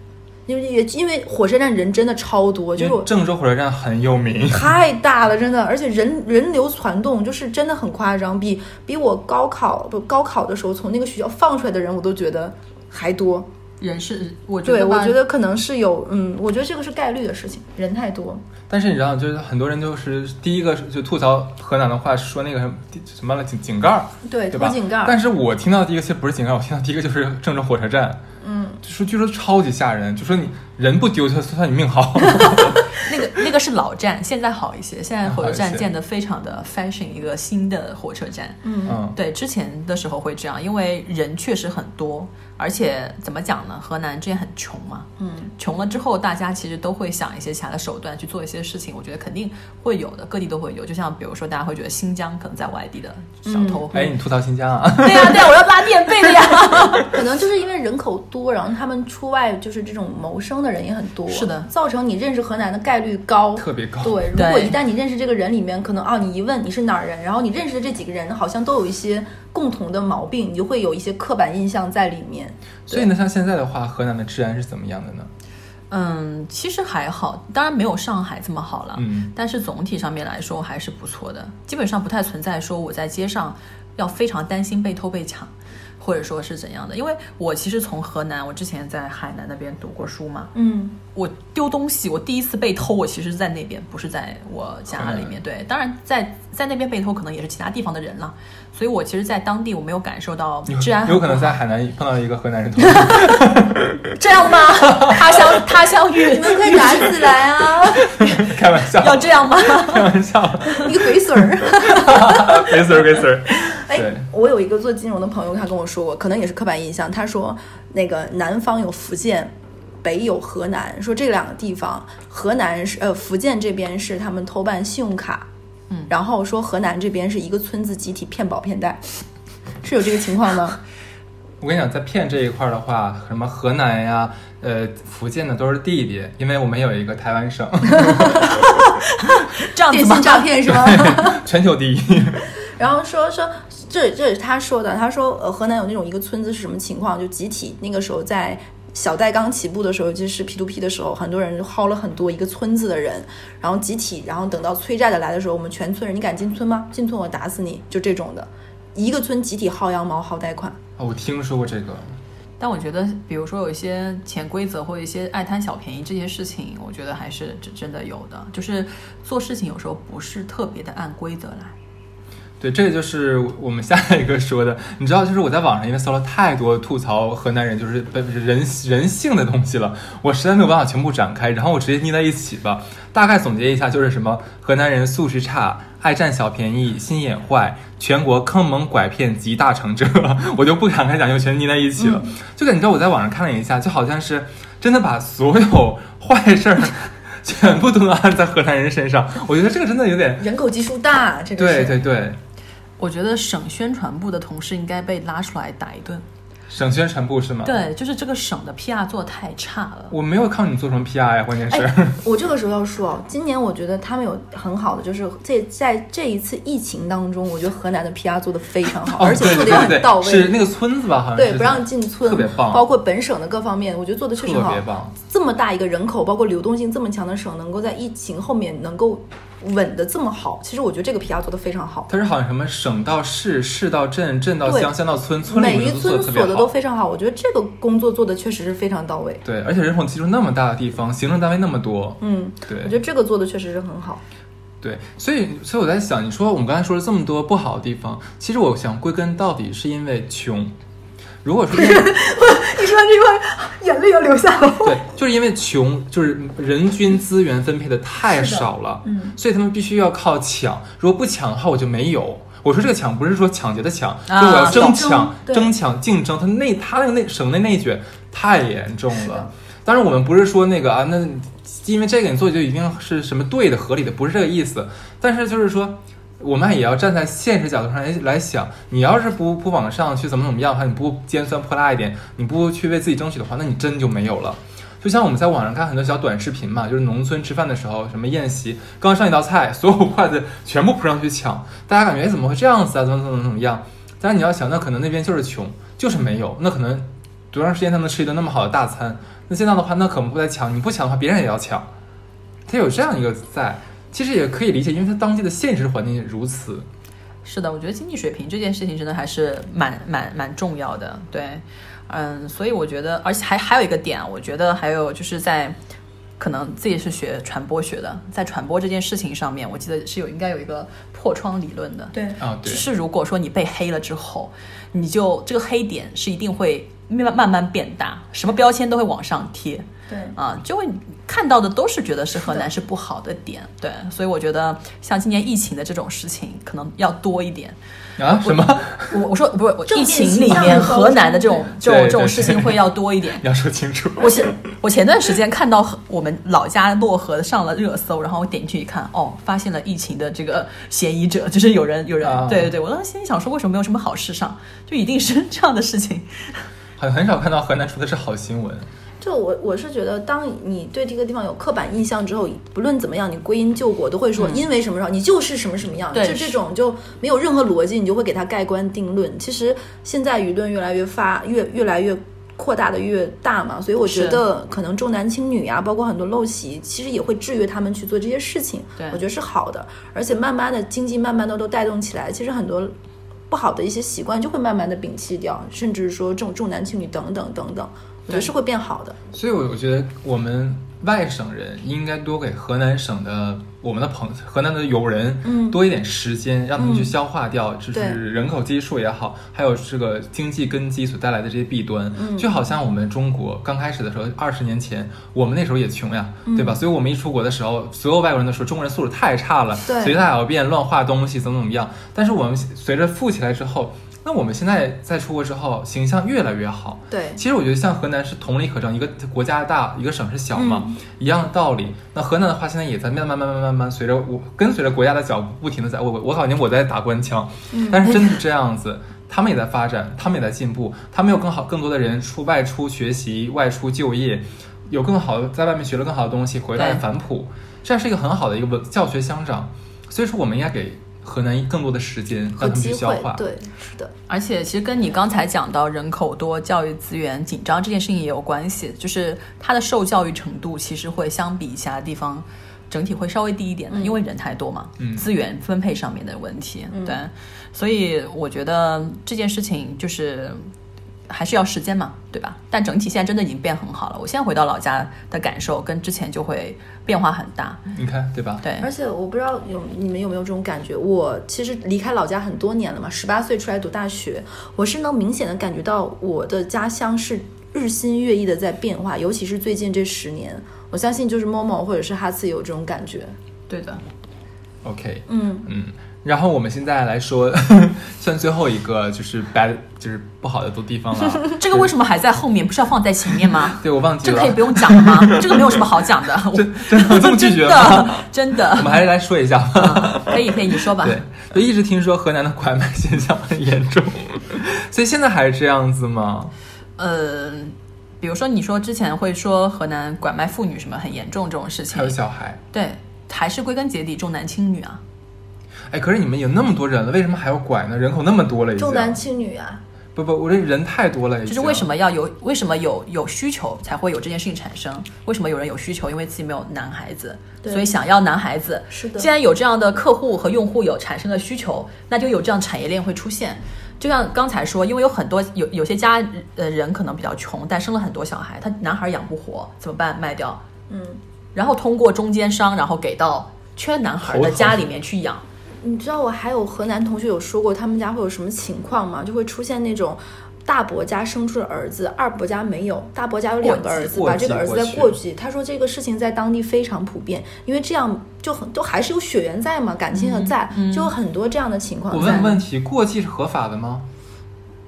[SPEAKER 3] 因为也因为火车站人真的超多，就
[SPEAKER 5] 因
[SPEAKER 3] 是
[SPEAKER 5] 为
[SPEAKER 3] 我
[SPEAKER 5] 郑州火车站很有名。
[SPEAKER 3] 太大了，真的，而且人人流攒动，就是真的很夸张，比比我高考不高考的时候从那个学校放出来的人，我都觉得还多。
[SPEAKER 4] 人是我觉得
[SPEAKER 3] 对，我
[SPEAKER 4] 吧
[SPEAKER 3] 觉得可能是有，嗯，我觉得这个是概率的事情，人太多。
[SPEAKER 5] 但是你知道，就是很多人就是第一个就吐槽河南的话，说那个什么什么了井井盖儿，
[SPEAKER 3] 对，
[SPEAKER 5] 对
[SPEAKER 3] 偷
[SPEAKER 5] 吧？
[SPEAKER 3] 呃井盖儿。
[SPEAKER 5] 但是我听到第一个其实不是井盖儿，我听到第一个就是郑州火车站，嗯，就说据说超级吓人，就说你人不丢，就算你命
[SPEAKER 3] *laughs*
[SPEAKER 5] 好。
[SPEAKER 4] 那个那个是老站，现在好一些。现在火车
[SPEAKER 5] 好一
[SPEAKER 4] 站
[SPEAKER 5] 些
[SPEAKER 4] 建的非常的 fashion，一个新的火车站。
[SPEAKER 5] 嗯，
[SPEAKER 4] 对，之前的时候会这样，因为人确实很多，而且怎么讲呢？河南之前很穷嘛，嗯，穷了之后，大家其实都会想一些其他的手段去做一些事情，我觉得肯定会有的，各地都会有。就像比如说，大家会觉得新疆可能在外地的小偷会，
[SPEAKER 5] 哎，
[SPEAKER 1] 嗯
[SPEAKER 5] 你吐槽新疆啊？
[SPEAKER 4] 对呀、对呀、我要拉垫背的呀。
[SPEAKER 3] 可能就是因为人口多，然后他们出外就是这种谋生的人也很多，
[SPEAKER 4] 是的
[SPEAKER 3] 造成你认识河南的概率高，
[SPEAKER 5] 特别高
[SPEAKER 3] 对，如果
[SPEAKER 4] 对
[SPEAKER 3] 一旦你认识这个人里面，可能啊，你一问你是哪儿人，然后你认识的这几个人好像都有一些共同的毛病，你就会有一些刻板印象在里面。
[SPEAKER 5] 所以呢，像现在的话，河南的治安是怎么样的呢？
[SPEAKER 4] 嗯，其实还好，当然没有上海这么好了，
[SPEAKER 5] 嗯
[SPEAKER 4] 但是总体上面来说还是不错的，基本上不太存在说我在街上要非常担心被偷被抢，或者说是怎样的，因为我其实从河南，我之前在海南那边读过书嘛，
[SPEAKER 3] 嗯，
[SPEAKER 4] 我丢东西，我第一次被偷，我其实是在那边，不是在我家里面。对，当然在在那边被偷，可能也是其他地方的人了，所以我其实，在当地我没有感受到
[SPEAKER 5] 有
[SPEAKER 4] 治安很
[SPEAKER 5] 有可能
[SPEAKER 4] 不好
[SPEAKER 5] 在海南碰到一个河南人偷，
[SPEAKER 4] 这样吗？ *laughs* 他乡他乡遇
[SPEAKER 3] 你们快打起来啊！
[SPEAKER 5] *laughs*
[SPEAKER 3] *laughs*
[SPEAKER 5] 开玩笑，
[SPEAKER 4] 要这样吗？ *laughs*
[SPEAKER 5] 开玩笑，
[SPEAKER 3] 一个鬼水儿。
[SPEAKER 5] 给死儿给死儿。
[SPEAKER 3] 哎
[SPEAKER 5] 对，
[SPEAKER 3] 我有一个做金融的朋友，他跟我说过，可能也是刻板印象。他说，那个南方有福建，北有河南，说这两个地方，河南是呃福建这边是他们偷办信用卡，嗯，然后说河南这边是一个村子集体骗保骗贷，是有这个情况的。
[SPEAKER 5] 我跟你讲，在骗这一块儿的话，什么河南呀、呃福建的都是弟弟，因为我们有一个台湾省， *laughs*
[SPEAKER 4] 这样子
[SPEAKER 3] 电
[SPEAKER 4] 吗
[SPEAKER 3] 信？诈骗是吗？
[SPEAKER 5] 全球第一。 *laughs*
[SPEAKER 3] 然后说说这这也是他说的，他说呃河南有那种一个村子是什么情况，就集体那个时候在。小贷刚起步的时候，就是 P to P 的时候，很多人就薅了很多一个村子的人，然后集体，然后等到催债的来的时候，我们全村人，你敢进村吗？进村我打死你，就这种的，一个村集体薅羊毛、薅贷款。
[SPEAKER 5] 哦
[SPEAKER 1] 啊，我听说过这个，
[SPEAKER 4] 但我觉得，比如说有一些潜规则或者一些爱贪小便宜这些事情，我觉得还是真真的有的。就是做事情有时候不是特别的按规则来。
[SPEAKER 1] 对，这个就是我们下一个说的。你知道，就是我在网上因为搜了太多吐槽河南人就是不是人人性的东西了，我实在没有办法全部展开，然后我直接捏在一起吧。大概总结一下，就是什么河南人素质差，爱占小便宜，心眼坏，全国坑蒙拐骗集大成者。 *laughs* 我就不展开讲，就全捏在一起了。就感觉我在网上看了一下，就好像是真的把所有坏事儿 *laughs* 全部都能按在河南人身上。我觉得这个真的有点。
[SPEAKER 3] 人口基数大，这个
[SPEAKER 1] 对
[SPEAKER 3] 是
[SPEAKER 1] 对对，
[SPEAKER 4] 我觉得省宣传部的同事应该被拉出来打一顿。
[SPEAKER 1] 省宣传部是吗？
[SPEAKER 4] 对，就是这个省的 PR 做得太差了。
[SPEAKER 1] 我没有靠你做什么 PR 呀，关键是、
[SPEAKER 3] 哎，我这个时候要说，哦，今年我觉得他们有很好的，就是这在这一次疫情当中，我觉得河南的 PR 做的非常好，
[SPEAKER 1] *laughs* 哦
[SPEAKER 3] 而且
[SPEAKER 1] 对
[SPEAKER 3] 做的
[SPEAKER 1] 对
[SPEAKER 3] 也
[SPEAKER 1] 对
[SPEAKER 3] 很到位。
[SPEAKER 1] 是那个村子吧？好像
[SPEAKER 3] 对
[SPEAKER 1] 啊是
[SPEAKER 3] 不让进村，
[SPEAKER 1] 特别棒
[SPEAKER 3] 包括本省的各方面，我觉得做的确实
[SPEAKER 1] 特
[SPEAKER 3] 好。
[SPEAKER 1] 别棒。
[SPEAKER 3] 这么大一个人口，包括流动性这么强的省，能够在疫情后面能够稳的这么好，其实我觉得这个 PR 做的非常好。
[SPEAKER 1] 它是好像什么省到市，市到镇，镇到
[SPEAKER 3] 对
[SPEAKER 1] 乡，乡到村，村里
[SPEAKER 3] 每
[SPEAKER 1] 面
[SPEAKER 3] 一
[SPEAKER 1] 都做的
[SPEAKER 3] 村
[SPEAKER 1] 特别
[SPEAKER 3] 所的
[SPEAKER 1] 好。
[SPEAKER 3] 都非常好，我觉得这个工作做的确实是非常到位。
[SPEAKER 1] 对，而且人口基数那么大的地方，行政单位那么多，
[SPEAKER 3] 嗯，我觉
[SPEAKER 1] 对
[SPEAKER 3] 得这个做的确实是很好。
[SPEAKER 1] 对，所以所以我在想，你说我们刚才说了这么多不好的地方，其实我想归根到底是因为穷。如果说因为
[SPEAKER 3] 你说这块眼泪要流下来。
[SPEAKER 1] *laughs* 对，就是因为穷，就是人均资源分配的太少了，嗯，所以他们必须要靠抢。如果不抢的话，我就没有。我说这个抢不是说抢劫的抢，
[SPEAKER 4] 啊
[SPEAKER 1] 就我要争
[SPEAKER 4] 懂
[SPEAKER 1] 抢、
[SPEAKER 3] 对
[SPEAKER 1] 争抢、竞争，他内他那个内省内内卷太严重了。当然，我们不是说那个啊，那因为这个你做就一定是什么对的、合理的，不是这个意思。但是就是说，我们也要站在现实角度上来来想，你要是不不往上去怎么怎么样的话，你不尖酸泼辣一点，你不去为自己争取的话，那你真就没有了。就像我们在网上看很多小短视频嘛，就是农村吃饭的时候，什么宴席，刚上一道菜，所有筷子全部扑上去抢，大家感觉哎怎么会这样子啊？怎么怎么怎么样？但是你要想，那可能那边就是穷，就是没有，那可能多长时间才能吃一顿那么好的大餐？那现在的话，那可不在抢，你不抢的话，别人也要抢，它有这样一个在，其实也可以理解，因为它当地的现实环境如此。
[SPEAKER 4] 是的，我觉得经济水平这件事情真的还是蛮蛮蛮重要的，对，嗯，所以我觉得，而且还还有一个点，啊我觉得还有就是在可能自己是学传播学的，在传播这件事情上面，我记得是有应该有一个破窗理论的，
[SPEAKER 3] 对，
[SPEAKER 1] 啊，
[SPEAKER 4] 就
[SPEAKER 1] 对，
[SPEAKER 4] 是如果说你被黑了之后，你就这个黑点是一定会慢慢慢变大，什么标签都会往上贴，
[SPEAKER 3] 对
[SPEAKER 4] 啊，就会看到的都是觉得是河南是不好的点，对，所以我觉得像今年疫情的这种事情，可能要多一点。
[SPEAKER 1] 啊什么？
[SPEAKER 4] 我我说不是，我
[SPEAKER 3] 正
[SPEAKER 4] 疫
[SPEAKER 3] 面
[SPEAKER 4] 情
[SPEAKER 3] 形
[SPEAKER 4] 里
[SPEAKER 3] 象
[SPEAKER 4] 面
[SPEAKER 3] 的高
[SPEAKER 4] 河
[SPEAKER 3] 中
[SPEAKER 4] 南的这种这
[SPEAKER 1] 对
[SPEAKER 4] 种
[SPEAKER 1] 对
[SPEAKER 4] 这种
[SPEAKER 1] 对
[SPEAKER 4] 事情会要多一点。
[SPEAKER 1] 你要说清楚。
[SPEAKER 4] 我前我前段时间看到河我们老家漯河上了热搜，然后我点进去一看，哦，发现了疫情的这个嫌疑者，就是有人有人，
[SPEAKER 1] 啊
[SPEAKER 4] 对对对，我当时心里想说，为什么没有什么好事上，就一定是这样的事情。
[SPEAKER 1] 很很少看到河南出的是好新闻。
[SPEAKER 3] 就我我是觉得，当你对这个地方有刻板印象之后，不论怎么样，你归因救国都会说，因为什么什么，你就是什么什么样，
[SPEAKER 4] 嗯对
[SPEAKER 3] 就这种就没有任何逻辑，你就会给它盖棺定论。其实现在舆论越来越发越越来越。扩大的越大嘛，所以我觉
[SPEAKER 4] 是
[SPEAKER 3] 得可能重男轻女啊，包括很多陋习，其实也会制约他们去做这些事情。
[SPEAKER 4] 对
[SPEAKER 3] 我觉得是好的，而且慢慢的经济慢慢的都带动起来，其实很多不好的一些习惯就会慢慢的摒弃掉，甚至说重重男轻女等等等等，我觉得
[SPEAKER 4] 对
[SPEAKER 3] 是会变好的。
[SPEAKER 1] 所以，我我觉得我们外省人应该多给河南省的我们的朋河南的友人，
[SPEAKER 3] 嗯
[SPEAKER 1] 多一点时间，让他们去消化掉，就
[SPEAKER 3] 对
[SPEAKER 1] 是人口基数也好，还有这个经济根基所带来的这些弊端。
[SPEAKER 3] 嗯
[SPEAKER 1] 就好像我们中国刚开始的时候，二十年前我们那时候也穷呀，
[SPEAKER 3] 嗯
[SPEAKER 1] 对吧？所以我们一出国的时候，所有外国人都说中国人素质太差了，
[SPEAKER 3] 对
[SPEAKER 1] 随地大小便、乱画东西，怎么怎么样。但是我们随着富起来之后。那我们现在在出国之后，形象越来越好，
[SPEAKER 3] 对，
[SPEAKER 1] 其实我觉得像河南是同理可证，一个国家大，一个省是小嘛，
[SPEAKER 3] 嗯
[SPEAKER 1] 一样的道理。那河南的话，现在也在慢慢慢慢慢慢随着我跟随着国家的脚步，不停的在我我我感觉我在打官腔，
[SPEAKER 3] 嗯
[SPEAKER 1] 但是真的是这样子。他们也在发展，他们也在进步，他们有更好、更多的人出外出学习、外出就业，有更好的在外面学了更好的东西，回来
[SPEAKER 4] 对
[SPEAKER 1] 反哺，这样是一个很好的一个文教学相长。所以说，我们应该给河南更多的时间，让他
[SPEAKER 3] 和
[SPEAKER 1] 们去
[SPEAKER 3] 机
[SPEAKER 1] 消
[SPEAKER 3] 会
[SPEAKER 1] 化。，
[SPEAKER 3] 对，是的，
[SPEAKER 4] 而且其实跟你刚才讲到人口多、教育资源紧张这件事情也有关系，就是它的受教育程度其实会相比其他地方整体会稍微低一点的，因为人太多嘛，
[SPEAKER 1] 嗯
[SPEAKER 4] 资源分配上面的问题，对，所以我觉得这件事情就是还是要时间嘛，对吧？但整体现在真的已经变很好了，我现在回到老家的感受跟之前就会变化很大，
[SPEAKER 1] 你看对吧？
[SPEAKER 4] 对，
[SPEAKER 3] 而且我不知道有你们有没有这种感觉，我其实离开老家很多年了嘛，十八岁出来读大学，我是能明显的感觉到我的家乡是日新月异的在变化，尤其是最近这十年，我相信就是 Momo 或者是哈次有这种感觉。
[SPEAKER 4] 对的，。
[SPEAKER 1] OK，
[SPEAKER 3] 嗯
[SPEAKER 1] 嗯，然后我们现在来说， *laughs* 算最后一个就是 bad 就是不好的多地方了
[SPEAKER 4] *laughs* 这个为什么还在后面？不是要放在前面吗？
[SPEAKER 1] 对我忘记
[SPEAKER 4] 这
[SPEAKER 1] 了，
[SPEAKER 4] 个可以不用讲了吗？这个没有什么好讲
[SPEAKER 1] *laughs*
[SPEAKER 4] 的，我
[SPEAKER 1] 真真的这
[SPEAKER 4] *laughs*
[SPEAKER 1] 么拒绝吗？*laughs*
[SPEAKER 4] 真
[SPEAKER 1] 我
[SPEAKER 4] 的，
[SPEAKER 1] 们还是来说一下吧。
[SPEAKER 4] 可以可以，你说吧。
[SPEAKER 1] 对，就一直听说河南的拐卖现象很严重， *laughs* 所以现在还是这样子吗？
[SPEAKER 4] 呃，比如说你说之前会说河南拐卖妇女什么很严重这种事情
[SPEAKER 1] 还，有小孩？
[SPEAKER 4] 对，还是归根结底重男轻女啊。
[SPEAKER 1] 哎，可是你们有那么多人了，为什么还要拐呢？人口那么多了已经。
[SPEAKER 3] 重男轻女啊，
[SPEAKER 1] 不不，我这人太多了已经。
[SPEAKER 4] 就是为什么要有，为什么有有需求才会有这件事情产生？为什么有人有需求？因为自己没有男孩子，
[SPEAKER 3] 对
[SPEAKER 4] 所以想要男孩子。
[SPEAKER 3] 是的
[SPEAKER 4] 既然有这样的客户和用户有产生了需求，那就有这样产业链会出现。就像刚才说，因为有很多有有些家呃人可能比较穷，但生了很多小孩，他男孩养不活怎么办？卖掉，
[SPEAKER 3] 嗯，
[SPEAKER 4] 然后通过中间商，然后给到缺男孩的家里面去养。
[SPEAKER 3] 你知道我还有河南同学有说过他们家会有什么情况吗？就会出现那种。大伯家生出了儿子，二伯家没有。大伯家有两个儿子，
[SPEAKER 1] 过继
[SPEAKER 3] 把这个儿子再
[SPEAKER 1] 过继
[SPEAKER 3] 过继。他说这个事情在当地非常普遍，因为这样就很就还是有血缘在嘛，感情也在，就有很多这样的情况
[SPEAKER 1] 我
[SPEAKER 3] 在。
[SPEAKER 1] 问问题，过继是合法的吗？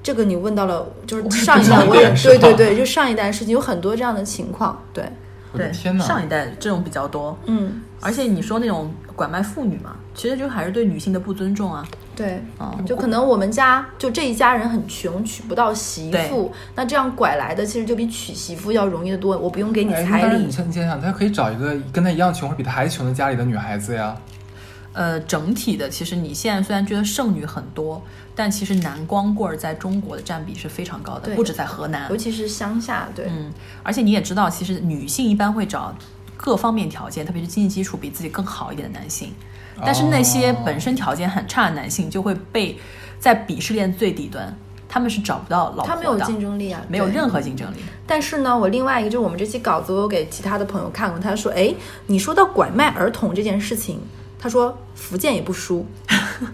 [SPEAKER 3] 这个你问到了，就是上一代我
[SPEAKER 1] 重
[SPEAKER 3] 也
[SPEAKER 1] 点是
[SPEAKER 3] 对
[SPEAKER 1] 吧
[SPEAKER 3] 对对，就上一代事情有很多这样的情况。对，
[SPEAKER 1] 我的
[SPEAKER 4] 对，
[SPEAKER 1] 天哪！
[SPEAKER 4] 上一代这种比较多，
[SPEAKER 3] 嗯，
[SPEAKER 4] 而且你说那种拐卖妇女嘛，其实就还是对女性的不尊重啊。
[SPEAKER 3] 对，
[SPEAKER 4] 啊、
[SPEAKER 3] 就可能我们家就这一家人很穷，娶不到媳妇
[SPEAKER 4] 对，
[SPEAKER 3] 那这样拐来的其实就比娶媳妇要容易的多。我不用给你
[SPEAKER 1] 哎
[SPEAKER 3] 彩
[SPEAKER 1] 但是
[SPEAKER 3] 礼
[SPEAKER 1] 你，想，你想想，他可以找一个跟他一样穷或比他还穷的家里的女孩子呀。
[SPEAKER 4] 呃，整体的，其实你现在虽然觉得剩女很多，但其实男光棍儿在中国的占比是非常高的，
[SPEAKER 3] 对
[SPEAKER 4] 不止在河南
[SPEAKER 3] 尤。其是乡下，对，
[SPEAKER 4] 嗯，而且你也知道，其实女性一般会找各方面条件，特别是经济基础比自己更好一点的男性，但是那些
[SPEAKER 1] 哦
[SPEAKER 4] 本身条件很差的男性就会被在鄙视链最底端，他们是找不到老婆的，
[SPEAKER 3] 他没有竞争力啊，
[SPEAKER 4] 没有
[SPEAKER 3] 对
[SPEAKER 4] 任何竞争力。
[SPEAKER 3] 但是呢，我另外一个就是我们这期稿子，我有给其他的朋友看过，他说：“哎，你说到拐卖儿童这件事情，他说福建也不输，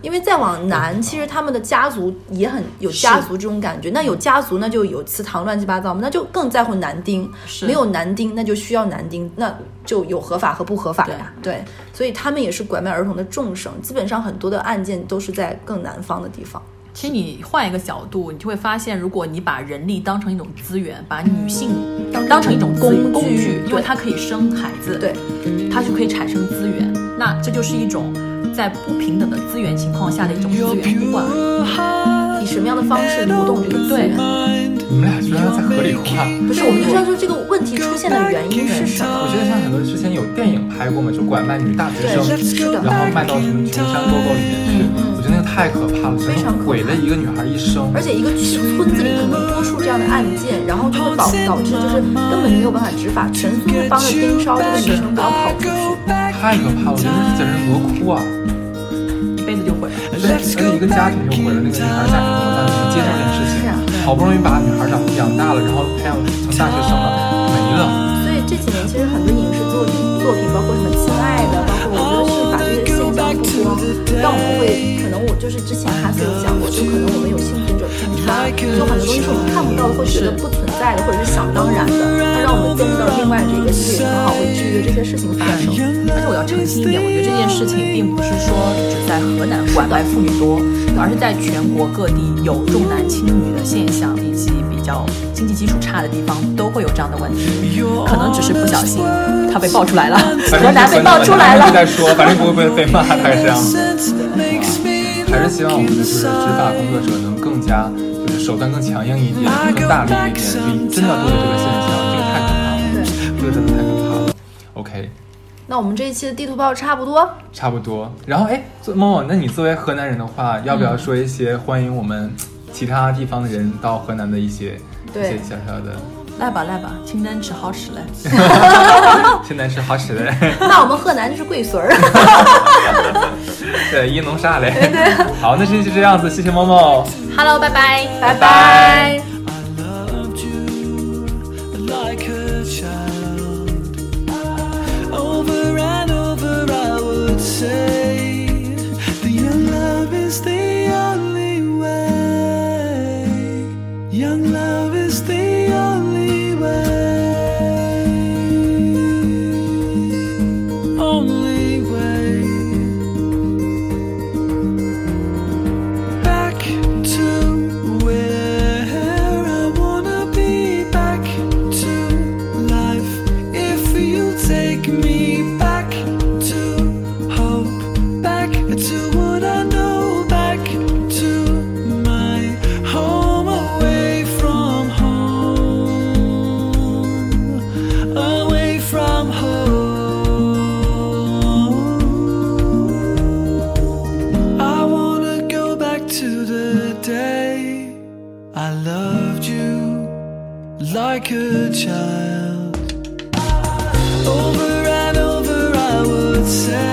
[SPEAKER 3] 因为再往南，其实他们的家族也很有家族这种感觉。那有家族，那就有祠堂乱七八糟嘛，那就更在乎男丁。
[SPEAKER 4] 是
[SPEAKER 3] 没有男丁，那就需要男丁，那就有合法和不合法呀。对，所以他们也是拐卖儿童的众生，基本上很多的案件都是在更南方的地方。
[SPEAKER 4] 其实你换一个角度，你就会发现，如果你把人力当成一种资源，把女性当当成一种资源
[SPEAKER 3] 工
[SPEAKER 4] 工
[SPEAKER 3] 具
[SPEAKER 4] 具，因为
[SPEAKER 3] 嗯对
[SPEAKER 4] 她可以生孩子，
[SPEAKER 3] 对，
[SPEAKER 4] 它就可以产生资源。那这就是一种在不平等的资源情况下的一种资源互换。
[SPEAKER 3] 以什么样的方式流动这个资源？
[SPEAKER 1] 你们俩居然在合理化。
[SPEAKER 3] 不是，我们就是要说这个问题出现的原因是什么。
[SPEAKER 1] 我觉得像很多之前有电影拍过嘛，就拐卖女大学生，
[SPEAKER 3] 对是的
[SPEAKER 1] 然后卖到什么穷山沟沟里面去，我觉得那个太可怕了，
[SPEAKER 3] 嗯非
[SPEAKER 1] 真
[SPEAKER 3] 常
[SPEAKER 1] 的
[SPEAKER 3] 可怕
[SPEAKER 1] 毁了一个女孩一生
[SPEAKER 3] 而。且一个村子里可能多数这样的案件，然后就会导导致就是根本没有办法执法，全村帮着盯梢这个女生不要跑出去。
[SPEAKER 1] 太可怕了，我觉得简直魔哭啊！
[SPEAKER 4] 一辈子就毁了。
[SPEAKER 1] 而且而且一个家庭就毁了，那个女孩家庭怎么办？去接受这件事
[SPEAKER 3] 是啊对
[SPEAKER 1] 情，好不容易把女孩长养大了，然后培养成大学生了，没了。
[SPEAKER 3] 所以这几年其实很多影视作品作品，包括什么《亲爱的》，包括我觉得是把这些现象曝光，让我们会可能我就是之前哈斯有讲过，就可能我们有幸存者偏差，就很多东西是我们看不到的，会觉得不存在的，或者是想当然的，那让我们增到另外这个视野，刚好会制约这些事情发生。
[SPEAKER 4] 而且我要澄清一点，我觉得这件事情并不是说只在河南拐卖妇女多，而是在全国各地有重男轻女的现象，以及比较经济基础差的地方都会有这样的问题，可能只是不小心它被爆出来了， *laughs* 河南被爆出
[SPEAKER 1] *laughs*
[SPEAKER 4] 来
[SPEAKER 1] 一直在
[SPEAKER 4] 了。
[SPEAKER 1] 说，反正不会被被骂，大概是这样子。还
[SPEAKER 6] 还
[SPEAKER 1] 是希望我们的就是执法工作者能更加就是手段更强硬一点，更大力一点，就真的要对这个现象，这个太可怕了，这个真的太可怕了。OK，
[SPEAKER 3] 那我们这一期的地图炮差不多，
[SPEAKER 1] 差不多。然后哎，作某某，那你作为河南人的话，要不要说一些欢迎我们其他地方的人到河南的一些一
[SPEAKER 3] 对
[SPEAKER 1] 些小小的？
[SPEAKER 4] 来吧来吧，清单只好使嘞。
[SPEAKER 1] 谢
[SPEAKER 5] 现在是好起
[SPEAKER 1] *laughs*
[SPEAKER 5] 来，
[SPEAKER 3] 那我们河南就是桂绥儿。
[SPEAKER 5] 对，一农啥嘞？
[SPEAKER 1] *laughs*
[SPEAKER 5] 好，那这期就这样子，谢谢猫猫。
[SPEAKER 2] *laughs* Hello，拜拜，拜
[SPEAKER 5] 拜。
[SPEAKER 6] I loved you like a child. Over and over, I would say that your love is the only way. Young love is the only way. Only way. Back to where I wanna be, back to life. If you take me back to hope, back to what I know, back to my home, away from home, away from home. I wanna go back to the day I loved you like a child. Over and over I would say